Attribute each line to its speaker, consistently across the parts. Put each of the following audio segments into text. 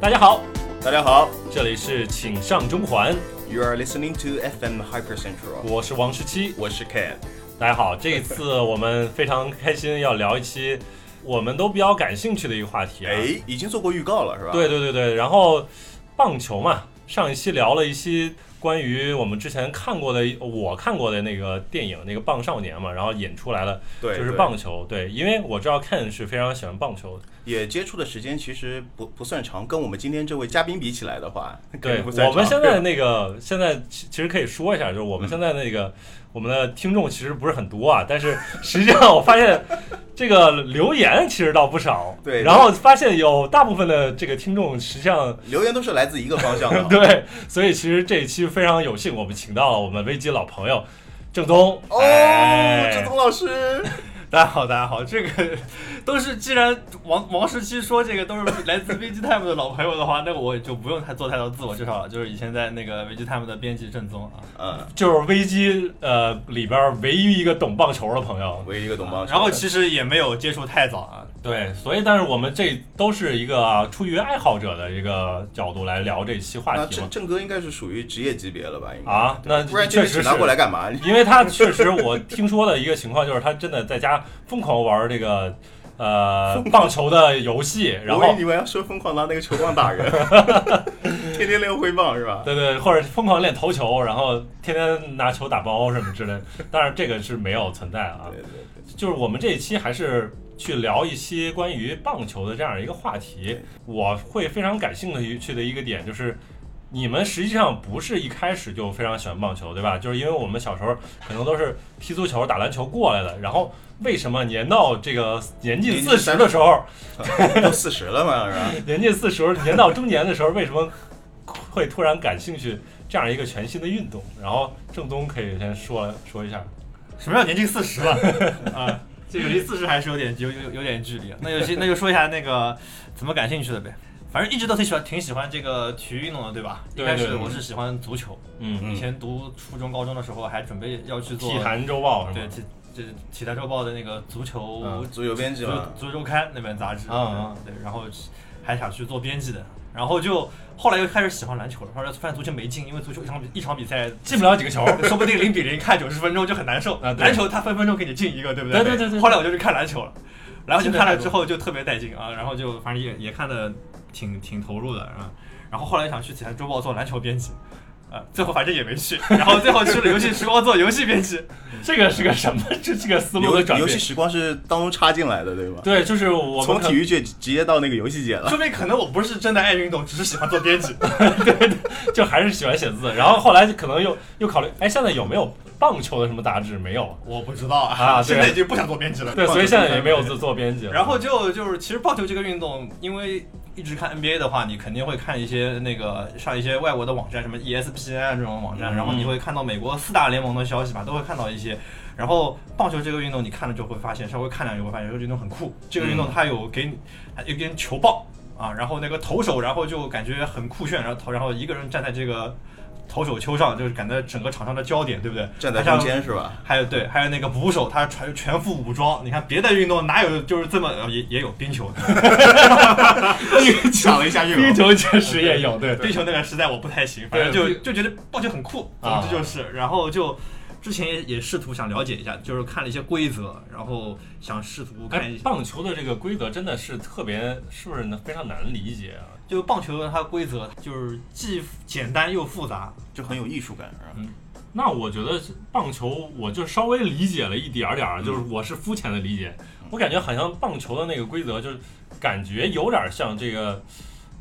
Speaker 1: 大家好，
Speaker 2: 大家好
Speaker 1: 这里是请上中环，
Speaker 2: ，You are listening to FM Hyper Central，
Speaker 1: 我是王十七。
Speaker 2: 我是 Ken。
Speaker 1: 大家好，这一次我们非常开心，要聊一期我们都比较感兴趣的一个话题、啊。
Speaker 2: 哎，已经做过预告了是吧？
Speaker 1: 对，对对对，然后棒球嘛，上一期聊了一期关于我们之前看过的，我看过的那个电影那个《棒少年》嘛，然后引出来了，
Speaker 2: 对
Speaker 1: 就是
Speaker 2: 对
Speaker 1: 棒球。对，因为我知道 Ken 是非常喜欢棒球的，
Speaker 2: 也接触的时间其实不不算长，跟我们今天这位嘉宾比起来的话， 肯
Speaker 1: 对
Speaker 2: 定不算长
Speaker 1: 我们现在那个现在其其实可以说一下，就是我们现在那个、我们的听众其实不是很多啊，但是实际上我发现这个留言其实倒不少，
Speaker 2: 对
Speaker 1: 然后发现有大部分的这个听众实际上。
Speaker 2: 留言都是来自一个方向的。
Speaker 1: 对，所以其实这一期非常有幸，我们请到了我们危机老朋友郑东。
Speaker 2: 哦，
Speaker 1: 哎
Speaker 2: 志东老师，
Speaker 3: 大家好，大家好，这个都是既然王王十七说这个都是来自 VGTime 的老朋友的话，那我也就不用太做太多自我介绍了，就是以前在那个 VGTime 的编辑正宗啊，
Speaker 2: 嗯，
Speaker 1: 就是危机呃里边儿唯一一个懂棒球的朋友。
Speaker 2: 唯一一个懂棒球的。
Speaker 3: 啊然后其实也没有接触太早啊，
Speaker 1: 对，所以但是我们这都是一个啊出于爱好者的一个角度来聊这期话
Speaker 2: 那
Speaker 1: 题嘛
Speaker 2: 郑。郑哥应该是属于职业级别了吧？应该
Speaker 1: 啊，那
Speaker 2: 不然这
Speaker 1: 确
Speaker 2: 个
Speaker 1: 实
Speaker 2: 纸
Speaker 1: 是
Speaker 2: 拿过来干嘛？
Speaker 1: 因为他确实，我听说的一个情况就是，他真的在家疯狂玩这个呃棒球的游戏，然
Speaker 2: 我以
Speaker 1: 后
Speaker 2: 为你们要说疯狂拿那个球棒打 人，天天练挥棒是吧？
Speaker 1: 对对，或者疯狂练投球，然后天天拿球打包什么之类的，当然这个是没有存在啊
Speaker 2: 对。对对。
Speaker 1: 就是我们这一期还是去聊一些关于棒球的这样一个话题
Speaker 2: 对。
Speaker 1: 我会非常感兴趣的一个点就是，你们实际上不是一开始就非常喜欢棒球，对吧？就是因为我们小时候可能都是踢足球、打篮球过来的，然后为什么年到这个年近
Speaker 2: 年
Speaker 1: 四
Speaker 2: 近
Speaker 1: 十的时候，
Speaker 2: 都四十了嘛，是吧？
Speaker 1: 年近四十，年到中年的时候，为什么会突然感兴趣这样一个全新的运动？然后正宗可以先说说一下，
Speaker 3: 什么叫年近四 十了啊？这个离四十还是有点有有有点距离啊。那就先那就说一下那个怎么感兴趣的呗。反正一直都挺喜欢挺喜欢这个体育运动的，对吧？
Speaker 1: 对
Speaker 3: 一开始
Speaker 1: 对对
Speaker 3: 我是喜欢足球，
Speaker 1: 嗯，
Speaker 2: 嗯
Speaker 3: 以前读初中高中的时候还准备要去做
Speaker 1: 体坛周报是
Speaker 3: 对
Speaker 1: 吗？
Speaker 3: 体这体坛周报的那个足球、
Speaker 1: 啊
Speaker 2: 嗯足球编辑
Speaker 3: 足
Speaker 2: 嘛，
Speaker 3: 足球周刊那本杂志，
Speaker 1: 嗯嗯
Speaker 3: 对，然后还想去做编辑的，然后就后来又开始喜欢篮球了，后来发现足球没劲，因为足球一场比一场比赛。
Speaker 1: 进不了几个 球，
Speaker 3: 说不定零比零看九十分钟就很难受，
Speaker 1: 啊对
Speaker 3: 篮球他分分钟给你进一个，对不
Speaker 1: 对
Speaker 3: 对
Speaker 1: 对对对对
Speaker 3: 后来我就去看篮球了，然后就
Speaker 1: 进
Speaker 3: 看
Speaker 1: 得太
Speaker 3: 了
Speaker 1: 多
Speaker 3: 之后就特别带劲啊，然后就反正也也看的挺挺投入的啊，然后后来想去体坛周报做篮球编辑，啊，最后反正也没去，然后最后去了游戏时光做游戏 编辑，
Speaker 1: 这个是个什么？这这个思路
Speaker 2: 游
Speaker 1: 的转
Speaker 2: 游
Speaker 1: 变
Speaker 2: 戏。时光是当中插进来的，对吧？
Speaker 1: 对，就是我们
Speaker 2: 从
Speaker 1: 可
Speaker 2: 体育界直接到那个游戏界了。
Speaker 3: 说明可能我不是真的爱运动，只是喜欢做编辑。
Speaker 1: 就还是喜欢写字，然后后来就可能又又考虑，哎，现在有没有棒球的什么杂志？没有，
Speaker 3: 我不知道
Speaker 1: 啊对
Speaker 3: 现在已经不想做编辑了。
Speaker 1: 对，所以现在也没有
Speaker 3: 做。
Speaker 1: 自做编辑了。
Speaker 3: 然后就就是，其实棒球这个运动，因为一直看 NBA 的话，你肯定会看一些那个上一些外国的网站，什么 ESPN 啊这种网站，
Speaker 1: 嗯
Speaker 3: 然后你会看到美国四大联盟的消息吧，都会看到一些。然后棒球这个运动，你看了就会发现，稍微看两眼会发现这个运动很酷。
Speaker 1: 嗯
Speaker 3: 这个运动它有给你它有根球棒啊，然后那个投手，然后就感觉很酷炫，然后投，然后一个人站在这个投手丘上，就是感觉整个场上的焦点，对不对？
Speaker 2: 站在
Speaker 3: 它像
Speaker 2: 中间是 吧？
Speaker 3: 还有对，还有那个捕手，他全全副武装。你看别的运动哪有就是这么呃也也有冰球，
Speaker 2: 想了一下又
Speaker 1: 冰球确实也有，对
Speaker 3: 冰球那个实在我不太行，反正
Speaker 1: 对
Speaker 3: 就就觉得棒球很酷，
Speaker 1: 啊
Speaker 3: 总之就是，然后就之前也也试图想了解一下，就是看了一些规则，然后想试图看
Speaker 1: 哎
Speaker 3: 一，下，
Speaker 1: 棒球的这个规则真的是特别，是不是呢非常难理解啊？
Speaker 3: 就棒球它规则就是既简单又复杂，
Speaker 2: 就很有艺术感，是吧？
Speaker 1: 那我觉得棒球，我就稍微理解了一点儿点儿，就是
Speaker 2: 嗯
Speaker 1: 我是肤浅的理解，我感觉好像棒球的那个规则，就是感觉有点像这个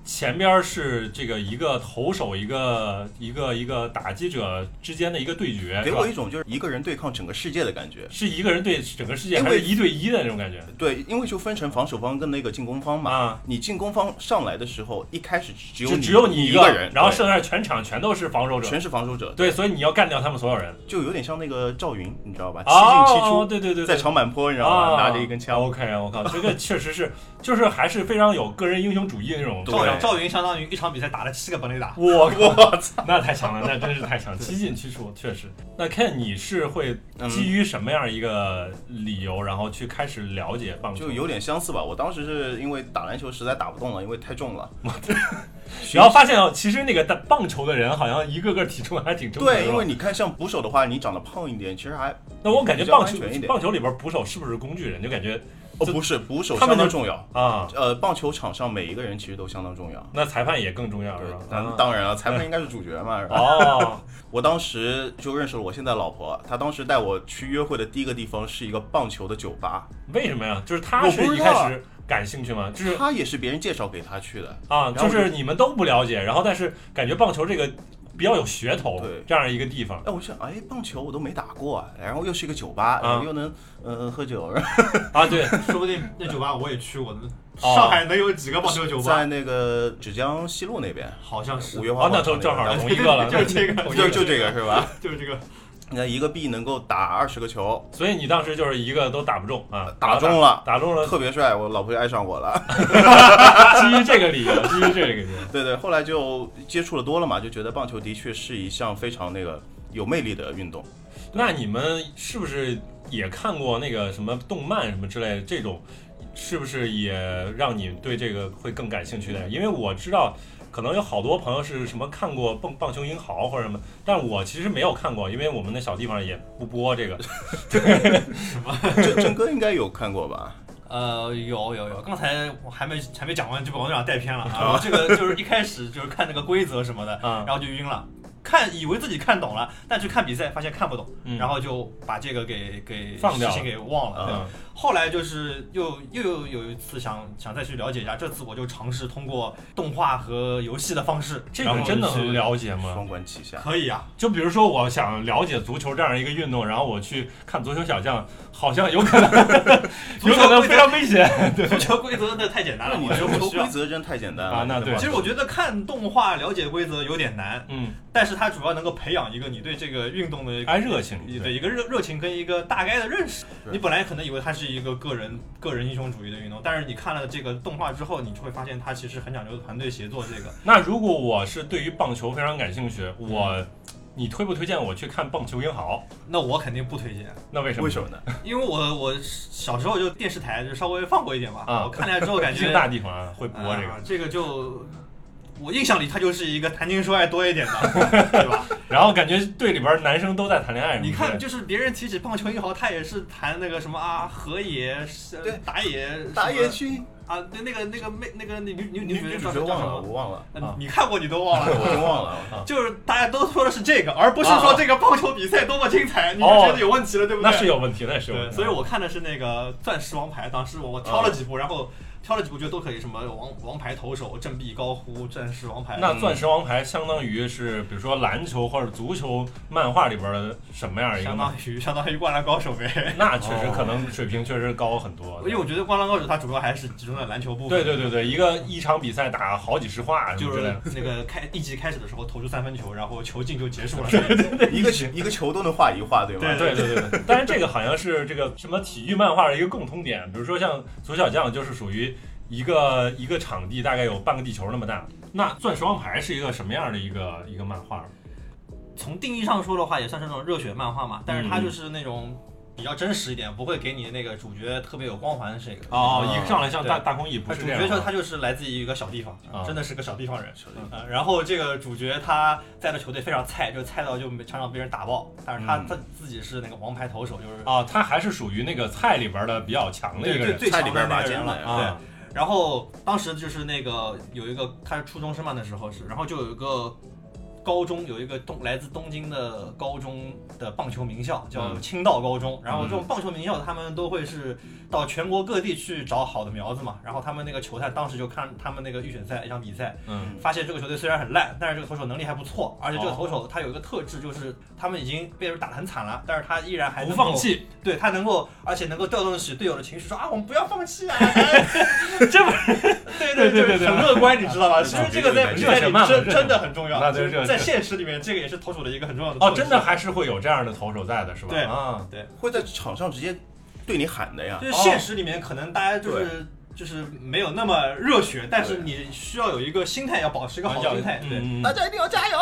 Speaker 1: 前边是这个一个投手，一个一个一个打击者之间的一个对决，是
Speaker 2: 给哎我
Speaker 1: 吧？
Speaker 2: 一种就是一个人对抗整个世界的感觉。
Speaker 1: 是一个人对整个世界，
Speaker 2: 因
Speaker 1: 还
Speaker 2: 为
Speaker 1: 是一对一的那种感觉？
Speaker 2: 对，因为就分成防守方跟那个进攻方嘛。
Speaker 1: 啊
Speaker 2: 你进攻方上来的时候，一开始只有
Speaker 1: 就
Speaker 2: 你
Speaker 1: 只有你
Speaker 2: 一
Speaker 1: 个
Speaker 2: 人，
Speaker 1: 然后
Speaker 2: 对
Speaker 1: 剩下全场全都是防守者，
Speaker 2: 全是防守者，
Speaker 1: 对，所以你要干掉他们所有人。
Speaker 2: 就有点像那个赵云，你知道吧？七
Speaker 1: 哦
Speaker 2: 进七出，
Speaker 1: 哦对对对对
Speaker 2: 在长坂坡，你知道
Speaker 1: 啊
Speaker 2: 吧？拿着一根枪，
Speaker 1: OK，我靠，这个确实是， 就是还是非常有个人英雄主义的那种。
Speaker 2: 对
Speaker 3: 赵赵云相当于一场比赛打了七个本垒打，
Speaker 1: 我靠，那太强了，那真是太强，七进七出，确实。那 Ken，你是会基于什么样一个理由，然后去开始了解棒球？
Speaker 2: 就有点相似吧。我当时是因为打篮球实在打不动了，因为太重 了。
Speaker 1: 然后发现哦，其实那个打棒球的人好像一个个体重还挺重的。
Speaker 2: 对，
Speaker 1: 是吧
Speaker 2: 因为你看像捕手的话，你长得胖一点，其实还
Speaker 1: 那我感觉
Speaker 2: 比较
Speaker 1: 棒
Speaker 2: 安
Speaker 1: 球
Speaker 2: 全一点
Speaker 1: 棒球里边捕手是不是工具人？就感觉
Speaker 2: 哦不是捕手
Speaker 1: 他
Speaker 2: 相
Speaker 1: 们就
Speaker 2: 当重要。
Speaker 1: 啊，
Speaker 2: 呃，棒球场上每一个人其实都相当重要。
Speaker 1: 那裁判也更重要
Speaker 2: 对
Speaker 1: 是吧，？
Speaker 2: 当
Speaker 1: 啊
Speaker 2: 当然了，裁判应该是主角嘛。是吧
Speaker 1: 哦，
Speaker 2: 我当时就认识了我现在老婆，她当时带我去约会的第一个地方是一个棒球的酒吧，
Speaker 1: 为什么呀？就是他
Speaker 2: 我
Speaker 1: 是
Speaker 2: 不
Speaker 1: 一
Speaker 2: 知
Speaker 1: 开
Speaker 2: 道
Speaker 1: 始感兴趣吗？就是
Speaker 2: 她也是别人介绍给她去的。
Speaker 1: 啊，
Speaker 2: 然
Speaker 1: 就
Speaker 2: 后
Speaker 1: 是你们都不了解，然后但是感觉棒球这个比较有噱头，
Speaker 2: 对
Speaker 1: 这样一个地方，
Speaker 2: 哎，我想，哎，棒球我都没打过，啊然后又是一个酒吧，然后又能呃喝酒，然后
Speaker 1: 啊，对，
Speaker 3: 说不定那酒吧我也去过，
Speaker 1: 哦
Speaker 3: 上海能有几个棒球酒吧？
Speaker 2: 在那个芷江西路那边，
Speaker 3: 好像是哦
Speaker 2: 五，月花
Speaker 1: 啊，
Speaker 2: 广
Speaker 1: 那
Speaker 2: 场
Speaker 1: 就正好
Speaker 2: 边
Speaker 1: 是同一个了，
Speaker 3: 就是这个
Speaker 1: 同一
Speaker 2: 就就这个是吧？
Speaker 3: 就是这个
Speaker 2: 你看一个币能够打二十个球，
Speaker 1: 所以你当时就是一个都打不中啊，
Speaker 2: 打
Speaker 1: 然后
Speaker 2: 中了
Speaker 1: 打中
Speaker 3: 呃
Speaker 1: 了， 啊
Speaker 2: 特别帅，我老婆就爱上我了。
Speaker 1: 基于这个理由， 基于这个理由，
Speaker 2: 对对，后来就接触的多了嘛，就觉得棒球的确是一项非常那个有魅力的运动。
Speaker 1: 那你们是不是也看过那个什么动漫什么之类的这种？是不是也让你对这个会更感兴趣点？因为我知道，可能有好多朋友是什么看过棒棒球英豪或者什么，但我其实没有看过，因为我们那小地方也不播这个。
Speaker 2: 郑郑哥应该有看过吧？
Speaker 3: 呃，有有有，刚才我还没还没讲完就被王队长带偏了啊！这个就是一开始就是看那个规则什么的，
Speaker 1: 嗯
Speaker 3: 然后就晕了，看以为自己看懂了，但去看比赛发现看不懂，
Speaker 1: 嗯
Speaker 3: 然后就把这个给给
Speaker 1: 放掉
Speaker 3: 事情
Speaker 1: 了
Speaker 3: 给忘了。对
Speaker 2: 呃
Speaker 1: 嗯
Speaker 3: 后来就是又又有有一次想想再去了解一下，这次我就尝试通过动画和游戏的方式，
Speaker 1: 这
Speaker 3: 然
Speaker 1: 个
Speaker 3: 后
Speaker 1: 真的
Speaker 3: 去
Speaker 1: 能了解吗？
Speaker 2: 双管齐下。
Speaker 3: 可以啊，
Speaker 1: 就比如说，我想了解足球这样一个运动，然后我去看足球小将，好像有 可能，有可能非常危险。
Speaker 3: 足球规则那太简单
Speaker 2: 那
Speaker 3: 了，
Speaker 2: 你
Speaker 3: 我觉
Speaker 2: 足
Speaker 3: 得不
Speaker 2: 球
Speaker 3: 需要
Speaker 2: 规。则真太简单了
Speaker 1: 啊那对
Speaker 3: 其实我觉得看动画了解规则有点难，
Speaker 1: 嗯，
Speaker 3: 但是它主要能够培养一个你对这个运动的
Speaker 1: 爱热情
Speaker 3: 对
Speaker 1: 哎对
Speaker 3: 一个热热情跟一个大概的认识。
Speaker 2: 对
Speaker 3: 你本来可能以为它是一个个人个人英雄主义的运动，但是你看了这个动画之后，你就会发现它其实很讲究团队协作。 这个
Speaker 1: 那如果我是对于棒球非常感兴趣，我，你推不推荐我去看棒球英豪？
Speaker 3: 那我肯定不推荐，
Speaker 1: 那为什么？
Speaker 2: 为什么呢？
Speaker 3: 因为我我小时候就电视台就稍微放过一点吧，
Speaker 1: 啊
Speaker 3: 我看了之后 感
Speaker 1: 毕竟
Speaker 3: 觉
Speaker 1: 大地方啊，会播
Speaker 3: 啊
Speaker 1: 这个。
Speaker 3: 这个就。我印象里，它就是一个谈情说爱多一点 的，对吧？
Speaker 1: 然后感觉队里边男生都在谈恋爱什么之
Speaker 3: 你
Speaker 1: 类的。
Speaker 3: 看，就是别人提起棒球英豪，他也是谈那个什么啊，河野、是
Speaker 2: 对
Speaker 3: 打野、
Speaker 2: 打
Speaker 3: 什
Speaker 2: 野
Speaker 3: 么
Speaker 2: 区，
Speaker 3: 啊，对，那个那个妹，那个女女女
Speaker 2: 女主
Speaker 3: 主角
Speaker 2: 角
Speaker 3: 叫
Speaker 2: 忘
Speaker 3: 叫什
Speaker 2: 了，
Speaker 3: 么？
Speaker 2: 我 忘了，
Speaker 1: 啊
Speaker 3: 呃你看过你都忘
Speaker 2: 我
Speaker 3: 了。
Speaker 2: 已经忘 了。
Speaker 3: 就是大家都说的是这个，而不是说这个棒球比赛多么精彩，你就
Speaker 1: 啊哦
Speaker 3: 觉得有问题了，对不对？
Speaker 1: 那是有问题，那是有问
Speaker 3: 对，
Speaker 1: 题。啊
Speaker 3: 所以我看的是那个《钻石王牌》，当时我挑了几部，然后挑了几部，觉得都可以，什么王王牌投手、振臂高呼、钻石王牌。
Speaker 1: 那钻石王牌相当于是，比如说篮球或者足球漫画里边的什么样一个
Speaker 3: 相
Speaker 1: 漫？
Speaker 3: 当于相当于灌篮高手 呗，
Speaker 1: 那确实可能水平确实高很多。
Speaker 3: 因为我觉得灌篮高手它主要还是集中在篮球部分。
Speaker 1: 对对对对，一个一场比赛打好几十话什
Speaker 3: 就
Speaker 1: 么之类
Speaker 3: 是
Speaker 1: 的。
Speaker 3: 那个开一集开始的时候投出三分球，然后球进就 结束了。
Speaker 2: 一个球一个球都能画一画，对吗？
Speaker 1: 对
Speaker 3: 对
Speaker 1: 对对对，但是这个好像是这个什么体育漫画的一个共通点，比如说像足小将就是属于一个一个场地大概有半个地球那么大。那钻石王牌是一个什么样的一个一个漫画？
Speaker 3: 从定义上说的话，也算是那种热血漫画嘛，但是它
Speaker 1: 嗯
Speaker 3: 就是那种比较真实一点，不会给你那个主角特别有光环这个。
Speaker 1: 哦，
Speaker 2: 啊
Speaker 1: 一上来像
Speaker 3: 对
Speaker 1: 大大空翼不
Speaker 3: 他
Speaker 1: 是
Speaker 3: 主
Speaker 1: 这
Speaker 3: 角就
Speaker 1: 样
Speaker 3: 他就是来自于一个小地方，
Speaker 1: 啊
Speaker 3: 真的是个小地方人。
Speaker 2: 小地
Speaker 3: 嗯然后这个主角他在的球队非常菜，就菜到就没常常被人打爆，但是他
Speaker 2: 嗯
Speaker 3: 他自己是那个王牌投手，就是
Speaker 1: 啊，他还是属于那个菜里边的比较强的一个
Speaker 3: 对最
Speaker 1: 人
Speaker 3: 最
Speaker 2: 菜
Speaker 3: 强
Speaker 2: 里
Speaker 3: 的
Speaker 2: 边
Speaker 3: 那
Speaker 2: 拔
Speaker 3: 个
Speaker 2: 尖
Speaker 3: 人
Speaker 2: 了
Speaker 3: 了。
Speaker 2: 呀
Speaker 3: 对
Speaker 1: 啊，。
Speaker 3: 然后当时就是那个有一个他是初中生嘛，那时候是，然后就有一个。高中有一个东来自东京的高中的棒球名校叫
Speaker 1: 嗯
Speaker 3: 青道高中，然后这种棒球名校他们都会是到全国各地去找好的苗子嘛，然后他们那个球探当时就看他们那个预选赛一场比赛，
Speaker 1: 嗯，
Speaker 3: 发现这个球队虽然很烂，但是这个投手能力还不错，而且这个
Speaker 1: 哦
Speaker 3: 投手他有一个特质就是他们已经被人打得很惨了，但是他依然还
Speaker 1: 不
Speaker 3: 能
Speaker 1: 放
Speaker 3: 够，
Speaker 1: 弃，
Speaker 3: 对他能够，而且能够调动起队友的情绪，说啊我们不要放 弃啊，
Speaker 1: 这 不
Speaker 3: 对
Speaker 1: 对
Speaker 3: 对
Speaker 1: 对对
Speaker 3: 很乐观，你知道吧？
Speaker 2: 对
Speaker 3: 其实这个在比
Speaker 1: 热
Speaker 3: 赛
Speaker 1: 血
Speaker 3: 里
Speaker 1: 漫嘛热
Speaker 3: 真
Speaker 1: 血
Speaker 3: 真的很重要，
Speaker 1: 那对
Speaker 3: 就是
Speaker 1: 热血
Speaker 3: 在现实里面，这个也是投手的一个很重要的
Speaker 1: 哦，
Speaker 3: 特质
Speaker 1: 真的还是会有这样的投手在的，是吧？
Speaker 3: 对
Speaker 1: 啊，
Speaker 2: 会在场上直接对你喊的呀
Speaker 3: 就。是现实里面可能大家
Speaker 1: 哦
Speaker 3: 就是就是没有那么热血，但是
Speaker 2: 对
Speaker 3: 你需要有一个心态，要保持一个好心态，对。
Speaker 1: 嗯，
Speaker 2: 大家一定要加油！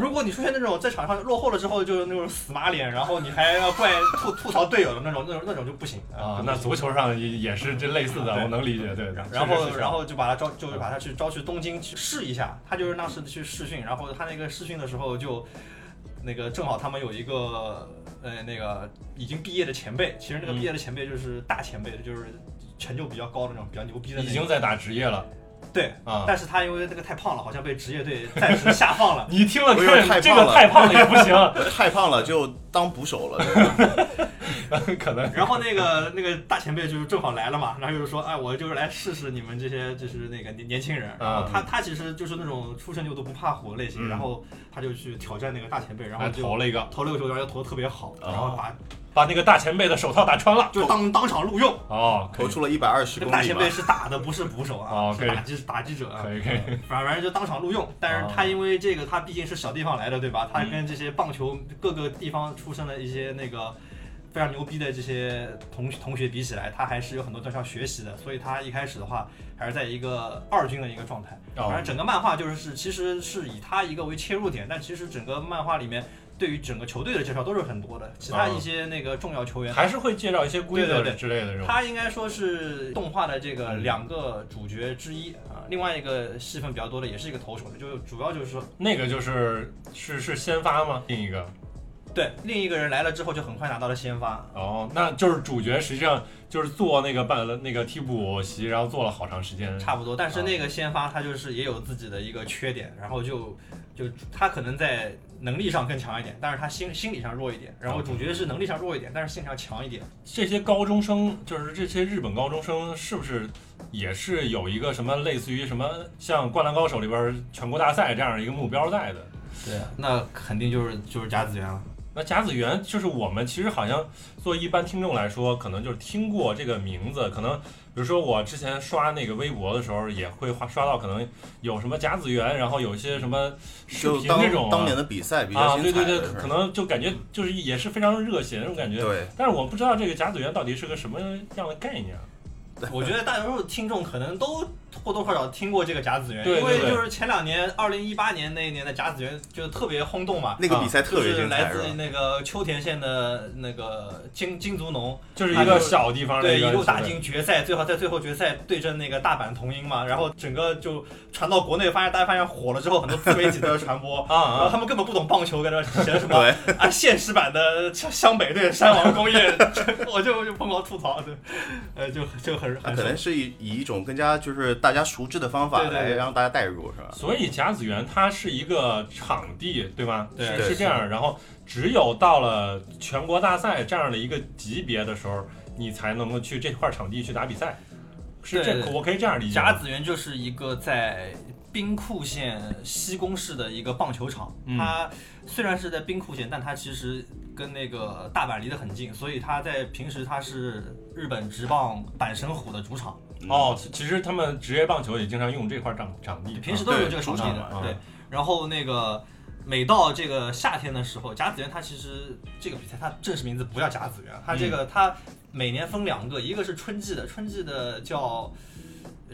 Speaker 3: 如果你出现那种在场上落后了之后就是那种死马脸，然后你还要怪吐吐槽队友的那种，那种那种就不行
Speaker 1: 啊，那足球上也也是这类似的，
Speaker 3: 对
Speaker 1: 我能理解，对的。
Speaker 3: 然
Speaker 1: 确实
Speaker 3: 后
Speaker 1: 是嗯
Speaker 3: 然后就把他招，就是把他去招去东京去试一下。他就是当时去试训，然后他那个试训的时候就，那个正好他们有一个呃那个已经毕业的前辈，其实那个
Speaker 1: 嗯
Speaker 3: 毕业的前辈就是大前辈，就是成就比较高的那种比较牛逼的那
Speaker 1: 已
Speaker 3: 种。
Speaker 1: 经在打职业了
Speaker 3: 对，
Speaker 1: 啊。
Speaker 3: 但是他因为那个太胖了，好像被职业队暂时下放了。
Speaker 1: 你听了
Speaker 2: 不是
Speaker 1: 看
Speaker 2: 太
Speaker 1: 这
Speaker 2: 胖
Speaker 1: 个
Speaker 2: 了
Speaker 1: 太胖了也不 行，
Speaker 2: 太胖了就当捕手了， 对吧
Speaker 1: 可能
Speaker 3: 然后那个那个大前辈就是正好来了嘛，然后就是说，哎，我就是来试试你们这些就是那个年年轻人。然后
Speaker 1: 嗯
Speaker 3: 他他其实就是那种出生就都不怕火类型，
Speaker 2: 嗯
Speaker 3: 然后他就去挑战那个大前辈，然后
Speaker 1: 还
Speaker 3: 就
Speaker 1: 投了哦一个，
Speaker 3: 投了个球，然后投得特别好，
Speaker 2: 啊
Speaker 3: 然后把
Speaker 1: 把那个大前辈的手套打穿了。
Speaker 3: 就当当场录用。
Speaker 1: 哦，可以
Speaker 2: 投出了一百二十
Speaker 3: 那
Speaker 2: 公
Speaker 3: 个
Speaker 2: 里
Speaker 3: 大
Speaker 2: 嘛。
Speaker 3: 前辈是打的不是捕手啊，
Speaker 1: 啊
Speaker 3: 是
Speaker 1: 可以
Speaker 3: 打击打击者啊。
Speaker 1: 可以可以，
Speaker 3: 反反正就当场录用，但是他因为这个，他毕竟是小地方来的，对吧？他
Speaker 1: 嗯
Speaker 3: 跟这些棒球各个地方出生的一些那个非常牛逼的这些同同学比起来，他还是有很多东西要学习的。所以他一开始的话，还是在一个二军的一个状态。
Speaker 1: 哦
Speaker 3: 反正整个漫画就是是其实是以他一个为切入点，但其实整个漫画里面对于整个球队的介绍都是很多的，其他
Speaker 1: 啊
Speaker 3: 一些那个重要球员
Speaker 1: 还是会介绍一些规
Speaker 3: 对对
Speaker 1: 则
Speaker 3: 对
Speaker 1: 之类的，是吧？
Speaker 3: 他应该说是动画的这个两个主角之一啊，另外一个戏份比较多的也是一个投手的，就主要就是
Speaker 1: 那个就是是是先发吗？另一个
Speaker 3: 对另一个人来了之后就很快拿到了先发，
Speaker 1: 哦，那就是主角实际上就是坐那个半那个替补席，然后坐了好长时间。
Speaker 3: 差不多。但是那个先发他就是也有自己的一个缺点，然后就就他可能在能力上更强一点，但是他心心理上弱一点。然后主角是能力上弱一点，但是心理上强一点。
Speaker 1: 这些高中生，就是这些日本高中生，是不是也是有一个什么类似于什么像《灌篮高手》里边全国大赛这样一个目标在的？
Speaker 3: 对，那肯定就是就是甲子园了。
Speaker 1: 那甲子园就是我们其实好像作为一般听众来说，可能就是听过这个名字，可能比如说我之前刷那个微博的时候，也会刷刷到可能有什么甲子园，然后有一些什么视
Speaker 2: 就
Speaker 1: 频
Speaker 2: 当
Speaker 1: 这种啊
Speaker 2: 当年的比赛比
Speaker 1: 啊，
Speaker 2: 较精
Speaker 1: 对
Speaker 2: 彩
Speaker 1: 对
Speaker 2: 的
Speaker 1: 对，
Speaker 2: 是
Speaker 1: 可能就感觉就是也是非常热血那种感觉。
Speaker 2: 对，
Speaker 1: 但是我不知道这个甲子园到底是个什么样的概念啊。
Speaker 3: 我觉得大多数听众可能都或多或少听过这个甲子园，
Speaker 1: 对对
Speaker 3: 因
Speaker 1: 对
Speaker 3: 为就是前两年，二零一八年那一年的甲子园就特别轰动嘛，
Speaker 2: 那个比
Speaker 1: 啊
Speaker 2: 赛特别
Speaker 3: 就是
Speaker 2: 精
Speaker 3: 来
Speaker 2: 彩，
Speaker 3: 自于
Speaker 2: 吧？
Speaker 3: 那个秋田县的那个金金足农，
Speaker 1: 哎就是一个小地方的
Speaker 3: 对，
Speaker 1: 个
Speaker 3: 一路打
Speaker 1: 球队，
Speaker 3: 进决赛，最后在最后决赛对阵那个大阪桐鹰嘛，然后整个就传到国内，发现大家发现火了之后，很多自媒体都在传 播。
Speaker 1: 啊
Speaker 3: 然后
Speaker 1: 啊，
Speaker 3: 他们根本不懂棒球，在那写什么
Speaker 2: 对，
Speaker 3: 啊，现实版的湘北对山王工业， 我就就疯狂吐槽，对，呃，就就很
Speaker 2: 那
Speaker 3: 很
Speaker 2: 啊可能是以以一种更加就是大家熟知的方法
Speaker 3: 对对
Speaker 2: 来
Speaker 3: 对
Speaker 2: 让大家带入，是吧？
Speaker 1: 所以甲子园它是一个场地，对吗？
Speaker 3: 对
Speaker 1: 是
Speaker 2: 对
Speaker 1: 是这样。然后只有到了全国大赛这样的一个级别的时候，你才能够去这块场地去打比赛。是
Speaker 3: 对
Speaker 1: 这，
Speaker 3: 对
Speaker 1: 我可以这样理解吗。
Speaker 3: 甲子园就是一个在兵库县西宫市的一个棒球场，
Speaker 1: 嗯
Speaker 3: 它虽然是在兵库县，但它其实跟那个大阪离得很近，所以它在平时它是日本职棒阪神虎的主场，
Speaker 1: 哦，其其实他们职业棒球也经常用这块场场地，啊
Speaker 3: 平时都是用这个场地
Speaker 2: 对主
Speaker 3: 的
Speaker 1: 场。嘛
Speaker 3: 对
Speaker 1: 啊，
Speaker 3: 然后那个。每到这个夏天的时候，甲子园它其实这个比赛它正式名字不叫甲子园，它
Speaker 1: 嗯
Speaker 3: 这个它每年分两个，一个是春季的，春季的叫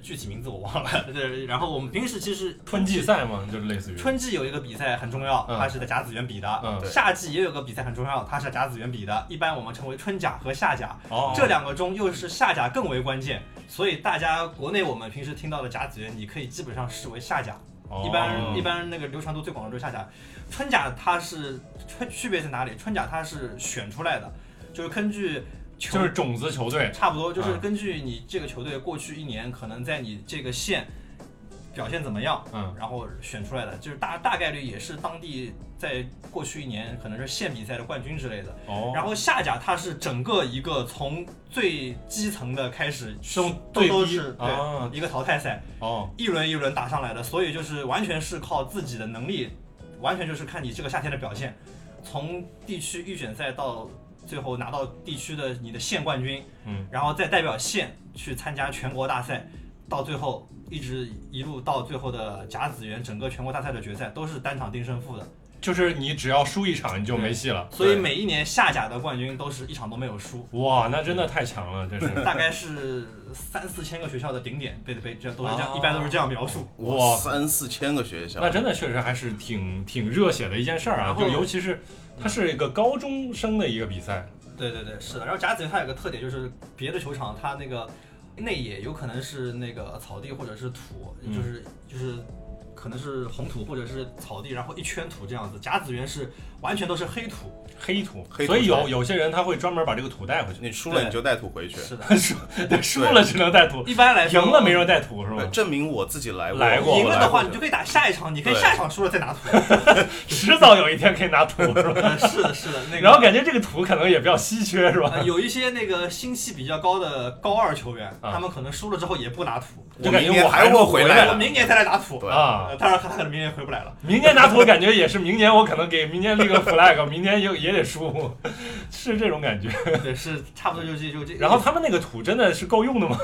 Speaker 3: 具体名字我忘了。 对，然后我们平时其实
Speaker 1: 春季赛嘛，就是类似于
Speaker 3: 春季有一个比赛很重要，
Speaker 1: 嗯
Speaker 3: 它是在甲子园比的；
Speaker 1: 嗯
Speaker 2: 对
Speaker 3: 夏季也有个比赛很重要，它是在甲子园比的。一般我们称为春甲和夏甲，
Speaker 1: 哦，
Speaker 3: 这两个中又是夏甲更为关键，所以大家国内我们平时听到的甲子园，你可以基本上视为夏甲。
Speaker 1: 哦
Speaker 3: 一般一般那个流传度最广的就是夏甲，春甲它是春区别在哪里？春甲它是选出来的，就是根据球
Speaker 1: 就是种子球队
Speaker 3: 差不多就是
Speaker 1: 嗯
Speaker 3: 根据你这个球队过去一年可能在你这个县表现怎么样，
Speaker 1: 嗯，
Speaker 3: 然后选出来的，就是大大概率也是当地在过去一年可能是县比赛的冠军之类的。
Speaker 1: 哦，
Speaker 3: 然后下甲它是整个一个从最基层的开始，
Speaker 1: 是用
Speaker 3: 都
Speaker 1: 最
Speaker 3: 都
Speaker 1: 低
Speaker 3: 是对、
Speaker 1: 啊，
Speaker 3: 一个淘汰赛，
Speaker 1: 哦，
Speaker 3: 一轮一轮打上来的，所以就是完全是靠自己的能力，完全就是看你这个夏天的表现，从地区预选赛到最后拿到地区的你的县冠军，
Speaker 1: 嗯，
Speaker 3: 然后再代表县去参加全国大赛，到最后一直一路到最后的甲子园整个全国大赛的决赛都是单场定胜负的，
Speaker 1: 就是你只要输一场你就没戏了。
Speaker 3: 所以每一年下甲的冠军都是一场都没有输。
Speaker 1: 哇，那真的太强了，真是。
Speaker 3: 大概是三四千个学校的顶点，被被这都是这样，
Speaker 1: 哦
Speaker 3: 一般都是这样描述。
Speaker 1: 哇
Speaker 2: 三四千个学校，
Speaker 1: 那真的确实还是挺挺热血的一件事儿
Speaker 3: 然
Speaker 1: 啊，
Speaker 3: 后
Speaker 1: 就尤其是它是一个高中生的一个比赛，
Speaker 3: 对对对，是的。然后甲子园它有个特点，就是别的球场它那个内野有可能是那个草地或者是土，
Speaker 1: 嗯
Speaker 3: 就是就是可能是红土或者是草地，然后一圈土这样子。甲子园是完全都是黑土，
Speaker 1: 黑土，
Speaker 2: 黑土
Speaker 1: 所以有
Speaker 2: 赛
Speaker 1: 有些人他会专门把这个土带回去，
Speaker 2: 你输了你就带土回去。
Speaker 3: 是的。
Speaker 1: 输对 输了只能带土，
Speaker 3: 一般来
Speaker 1: 赢
Speaker 3: 说，
Speaker 1: 了没人带土是
Speaker 2: 对，
Speaker 1: 吧？
Speaker 2: 证明我自己来过，
Speaker 1: 来过
Speaker 2: 我
Speaker 3: 赢了的
Speaker 2: 来过
Speaker 3: 话，你就可以打下一场，你可以
Speaker 2: 对
Speaker 3: 下一场输了再拿 土。
Speaker 1: 迟早有一天可以拿土是吧？
Speaker 3: 呃是的，是的，那个。
Speaker 1: 然后感觉这个土可能也比较稀缺是吧
Speaker 3: 呃？有一些那个心气比较高的高二球员，
Speaker 1: 啊
Speaker 3: 他们可能输了之后也不拿土，
Speaker 1: 就
Speaker 2: 我
Speaker 1: 感
Speaker 2: 明
Speaker 1: 觉
Speaker 2: 年
Speaker 1: 我还
Speaker 2: 还
Speaker 1: 会
Speaker 2: 会
Speaker 1: 回
Speaker 2: 回
Speaker 1: 来
Speaker 2: 来
Speaker 3: 我
Speaker 2: 的。
Speaker 3: 明年再来拿土。
Speaker 2: 对
Speaker 1: 啊
Speaker 3: 呃，。当然他可能明年回 不来了。
Speaker 1: 明年拿土感觉也是明年我可能给明年立个 flag，明年也也得输， 是这种感觉。
Speaker 3: 对，是差不多就这就这。
Speaker 1: 然后他们那个土真的是够用的吗？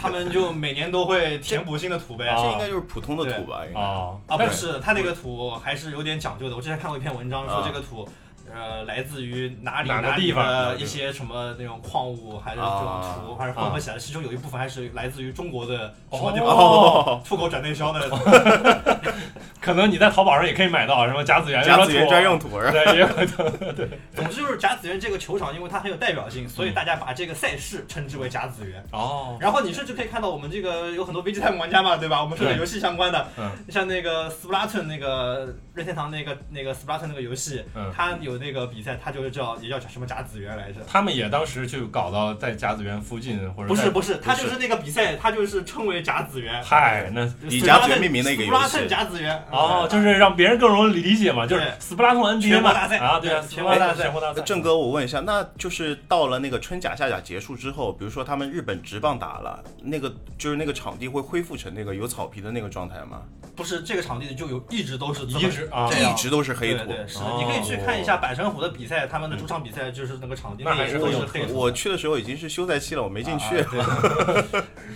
Speaker 3: 他们就每年都会填补新的土呗。
Speaker 1: 啊
Speaker 2: 这应该就是普通的土吧？应该
Speaker 1: 哦，
Speaker 3: 啊，
Speaker 1: 但
Speaker 3: 不
Speaker 1: 是
Speaker 3: 是，他那个土还是有点讲究的。我之前看过一篇文章说
Speaker 2: 啊
Speaker 3: 这个土。呃，来自于哪里
Speaker 1: 哪个
Speaker 3: 哪
Speaker 1: 地
Speaker 3: 里
Speaker 1: 方
Speaker 3: 的一些什么那种矿物，还是这种
Speaker 2: 啊
Speaker 3: 土，还是混合起来的。其中有一部分还是来自于中国的什么地
Speaker 2: 哦
Speaker 3: 方出口转内销的
Speaker 1: 哦可能你在淘宝上也可以买到什么甲子园
Speaker 2: 甲子园专，用
Speaker 1: 什
Speaker 2: 土，
Speaker 1: 么土对，也有可能
Speaker 3: 总之就是甲子园这个球场，因为它很有代表性，
Speaker 1: 嗯
Speaker 3: 所以大家把这个赛事称之为甲子园。
Speaker 1: 哦，
Speaker 3: 然后你甚至可以看到我们这个有很多 VGTime 玩家嘛，对吧？我们是有
Speaker 1: 对
Speaker 3: 游戏相关的，
Speaker 1: 嗯
Speaker 3: 像那个 Splatoon 那个任天堂那个那个 Splatoon 那个游戏，
Speaker 1: 嗯
Speaker 3: 它有那个比赛，它就是叫也叫什么甲子园来着？
Speaker 1: 他们也当时去搞到在甲子园附近或者
Speaker 3: 不是
Speaker 1: 在，
Speaker 3: 不是，它就
Speaker 1: 不
Speaker 3: 是那个比赛，它就是称为甲子园。
Speaker 1: 嗨，那
Speaker 2: 以甲子园命名的一个游戏
Speaker 3: Splatoon 甲子嗯园
Speaker 1: 哦，就是让别人更容易理解嘛，就是
Speaker 3: 对
Speaker 1: Splatoon NBA
Speaker 3: 全
Speaker 1: 嘛，
Speaker 3: 国大赛
Speaker 1: 啊，对啊，
Speaker 3: 全国大赛
Speaker 1: 全国大赛，
Speaker 2: 郑哥，我问一下，那就是到了那个春甲、夏甲结束之后，比如说他们日本职棒打了，那个就是那个场地会恢复成那个有草皮的那个状态吗？
Speaker 3: 不是这个场地就有一直都是这么
Speaker 1: 一直啊，
Speaker 3: 对
Speaker 2: 一直都是黑
Speaker 3: 对
Speaker 2: 土。
Speaker 3: 对，是的
Speaker 1: 哦，嗯
Speaker 3: 你可以去看一下百城虎的比赛，他们的主场比赛就是那个场地
Speaker 1: 那还
Speaker 3: 也
Speaker 1: 是
Speaker 3: 都
Speaker 1: 很有
Speaker 3: 是黑
Speaker 1: 特
Speaker 3: 土，啊
Speaker 2: 我去的时候已经是休赛期了，我没进去。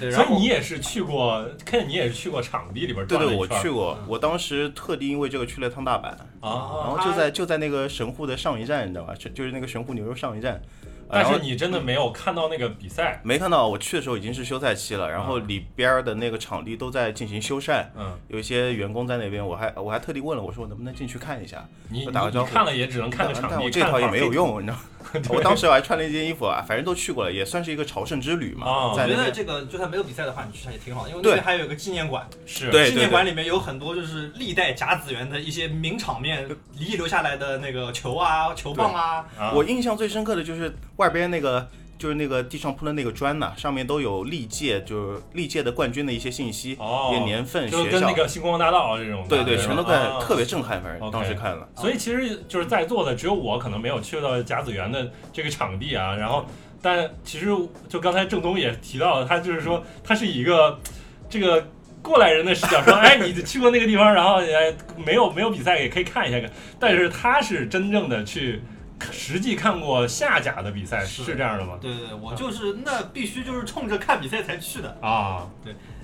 Speaker 3: 对，
Speaker 1: 所
Speaker 3: 然
Speaker 1: 以
Speaker 3: 后
Speaker 1: 你也是去过，看你也是去过场地里边
Speaker 2: 对
Speaker 1: 转了
Speaker 2: 对，
Speaker 1: 一
Speaker 2: 我
Speaker 1: 圈儿
Speaker 2: 去过，
Speaker 3: 嗯
Speaker 2: 我当时特地因为这个去了趟大阪，然
Speaker 1: 啊。
Speaker 2: 后
Speaker 3: 哦
Speaker 2: 就在就在那个神户的上一站，你知道吧？就是那个神户牛肉上一站。呃
Speaker 1: 但
Speaker 2: 然后
Speaker 1: 是你真的没有看到那个比赛，
Speaker 2: 没看到，我去的时候已经是休赛期了，然后
Speaker 3: 啊
Speaker 2: 里边儿的那个场地都在进行修缮，
Speaker 1: 嗯，
Speaker 2: 有一些员工在那边，我还我还特地问了，我说我能不能进去看一下，
Speaker 1: 你
Speaker 2: 我打个
Speaker 1: 你
Speaker 2: 招呼
Speaker 1: 看了也只能看个
Speaker 2: 但
Speaker 1: 场
Speaker 2: 但
Speaker 1: 地，
Speaker 2: 我这套
Speaker 1: 看
Speaker 2: 也
Speaker 1: 会儿
Speaker 2: 没有用，你 知道吗？我当时我还穿了一件衣服啊，反正都去过了，也算是一个朝圣之旅嘛，
Speaker 1: 哦
Speaker 3: 我
Speaker 2: 在
Speaker 3: 觉
Speaker 2: 那
Speaker 3: 得
Speaker 2: 边
Speaker 3: 这个就算没有比赛的话，你去下也挺好，因为那
Speaker 2: 对
Speaker 3: 边还有一个纪念馆，
Speaker 1: 是
Speaker 2: 对
Speaker 3: 纪念馆里面有很多就是历代甲子园的一些名场面遗留下来的那个球啊、球棒啊，
Speaker 1: 啊，
Speaker 2: 我印象最深刻的就是外边那个，就是那个地上铺的那个砖呐、上面都有历届就是历届的冠军的一些信息，
Speaker 1: 哦
Speaker 2: 也年份、
Speaker 1: 就是
Speaker 2: 学
Speaker 1: 跟
Speaker 2: 校，
Speaker 1: 那个星光大道这种的，
Speaker 2: 对对，
Speaker 1: 吧
Speaker 2: 全都看，
Speaker 1: 啊
Speaker 2: 特别震撼，反正
Speaker 1: OK
Speaker 2: 当时看了。
Speaker 1: 所以其实就是在座的只有我可能没有去到甲子园的这个场地啊，然后但其实就刚才郑东也提到了，他就是说他是以一个这个过来人的视角说，哎，你去过那个地方，然后哎没有没有比赛也可以看一下个，但是他是真正的去实际看过下甲的比赛，
Speaker 3: 是
Speaker 1: 是这样的 吗？
Speaker 3: 对对对，我就是那必须就是冲着看比赛才去的，
Speaker 1: 啊，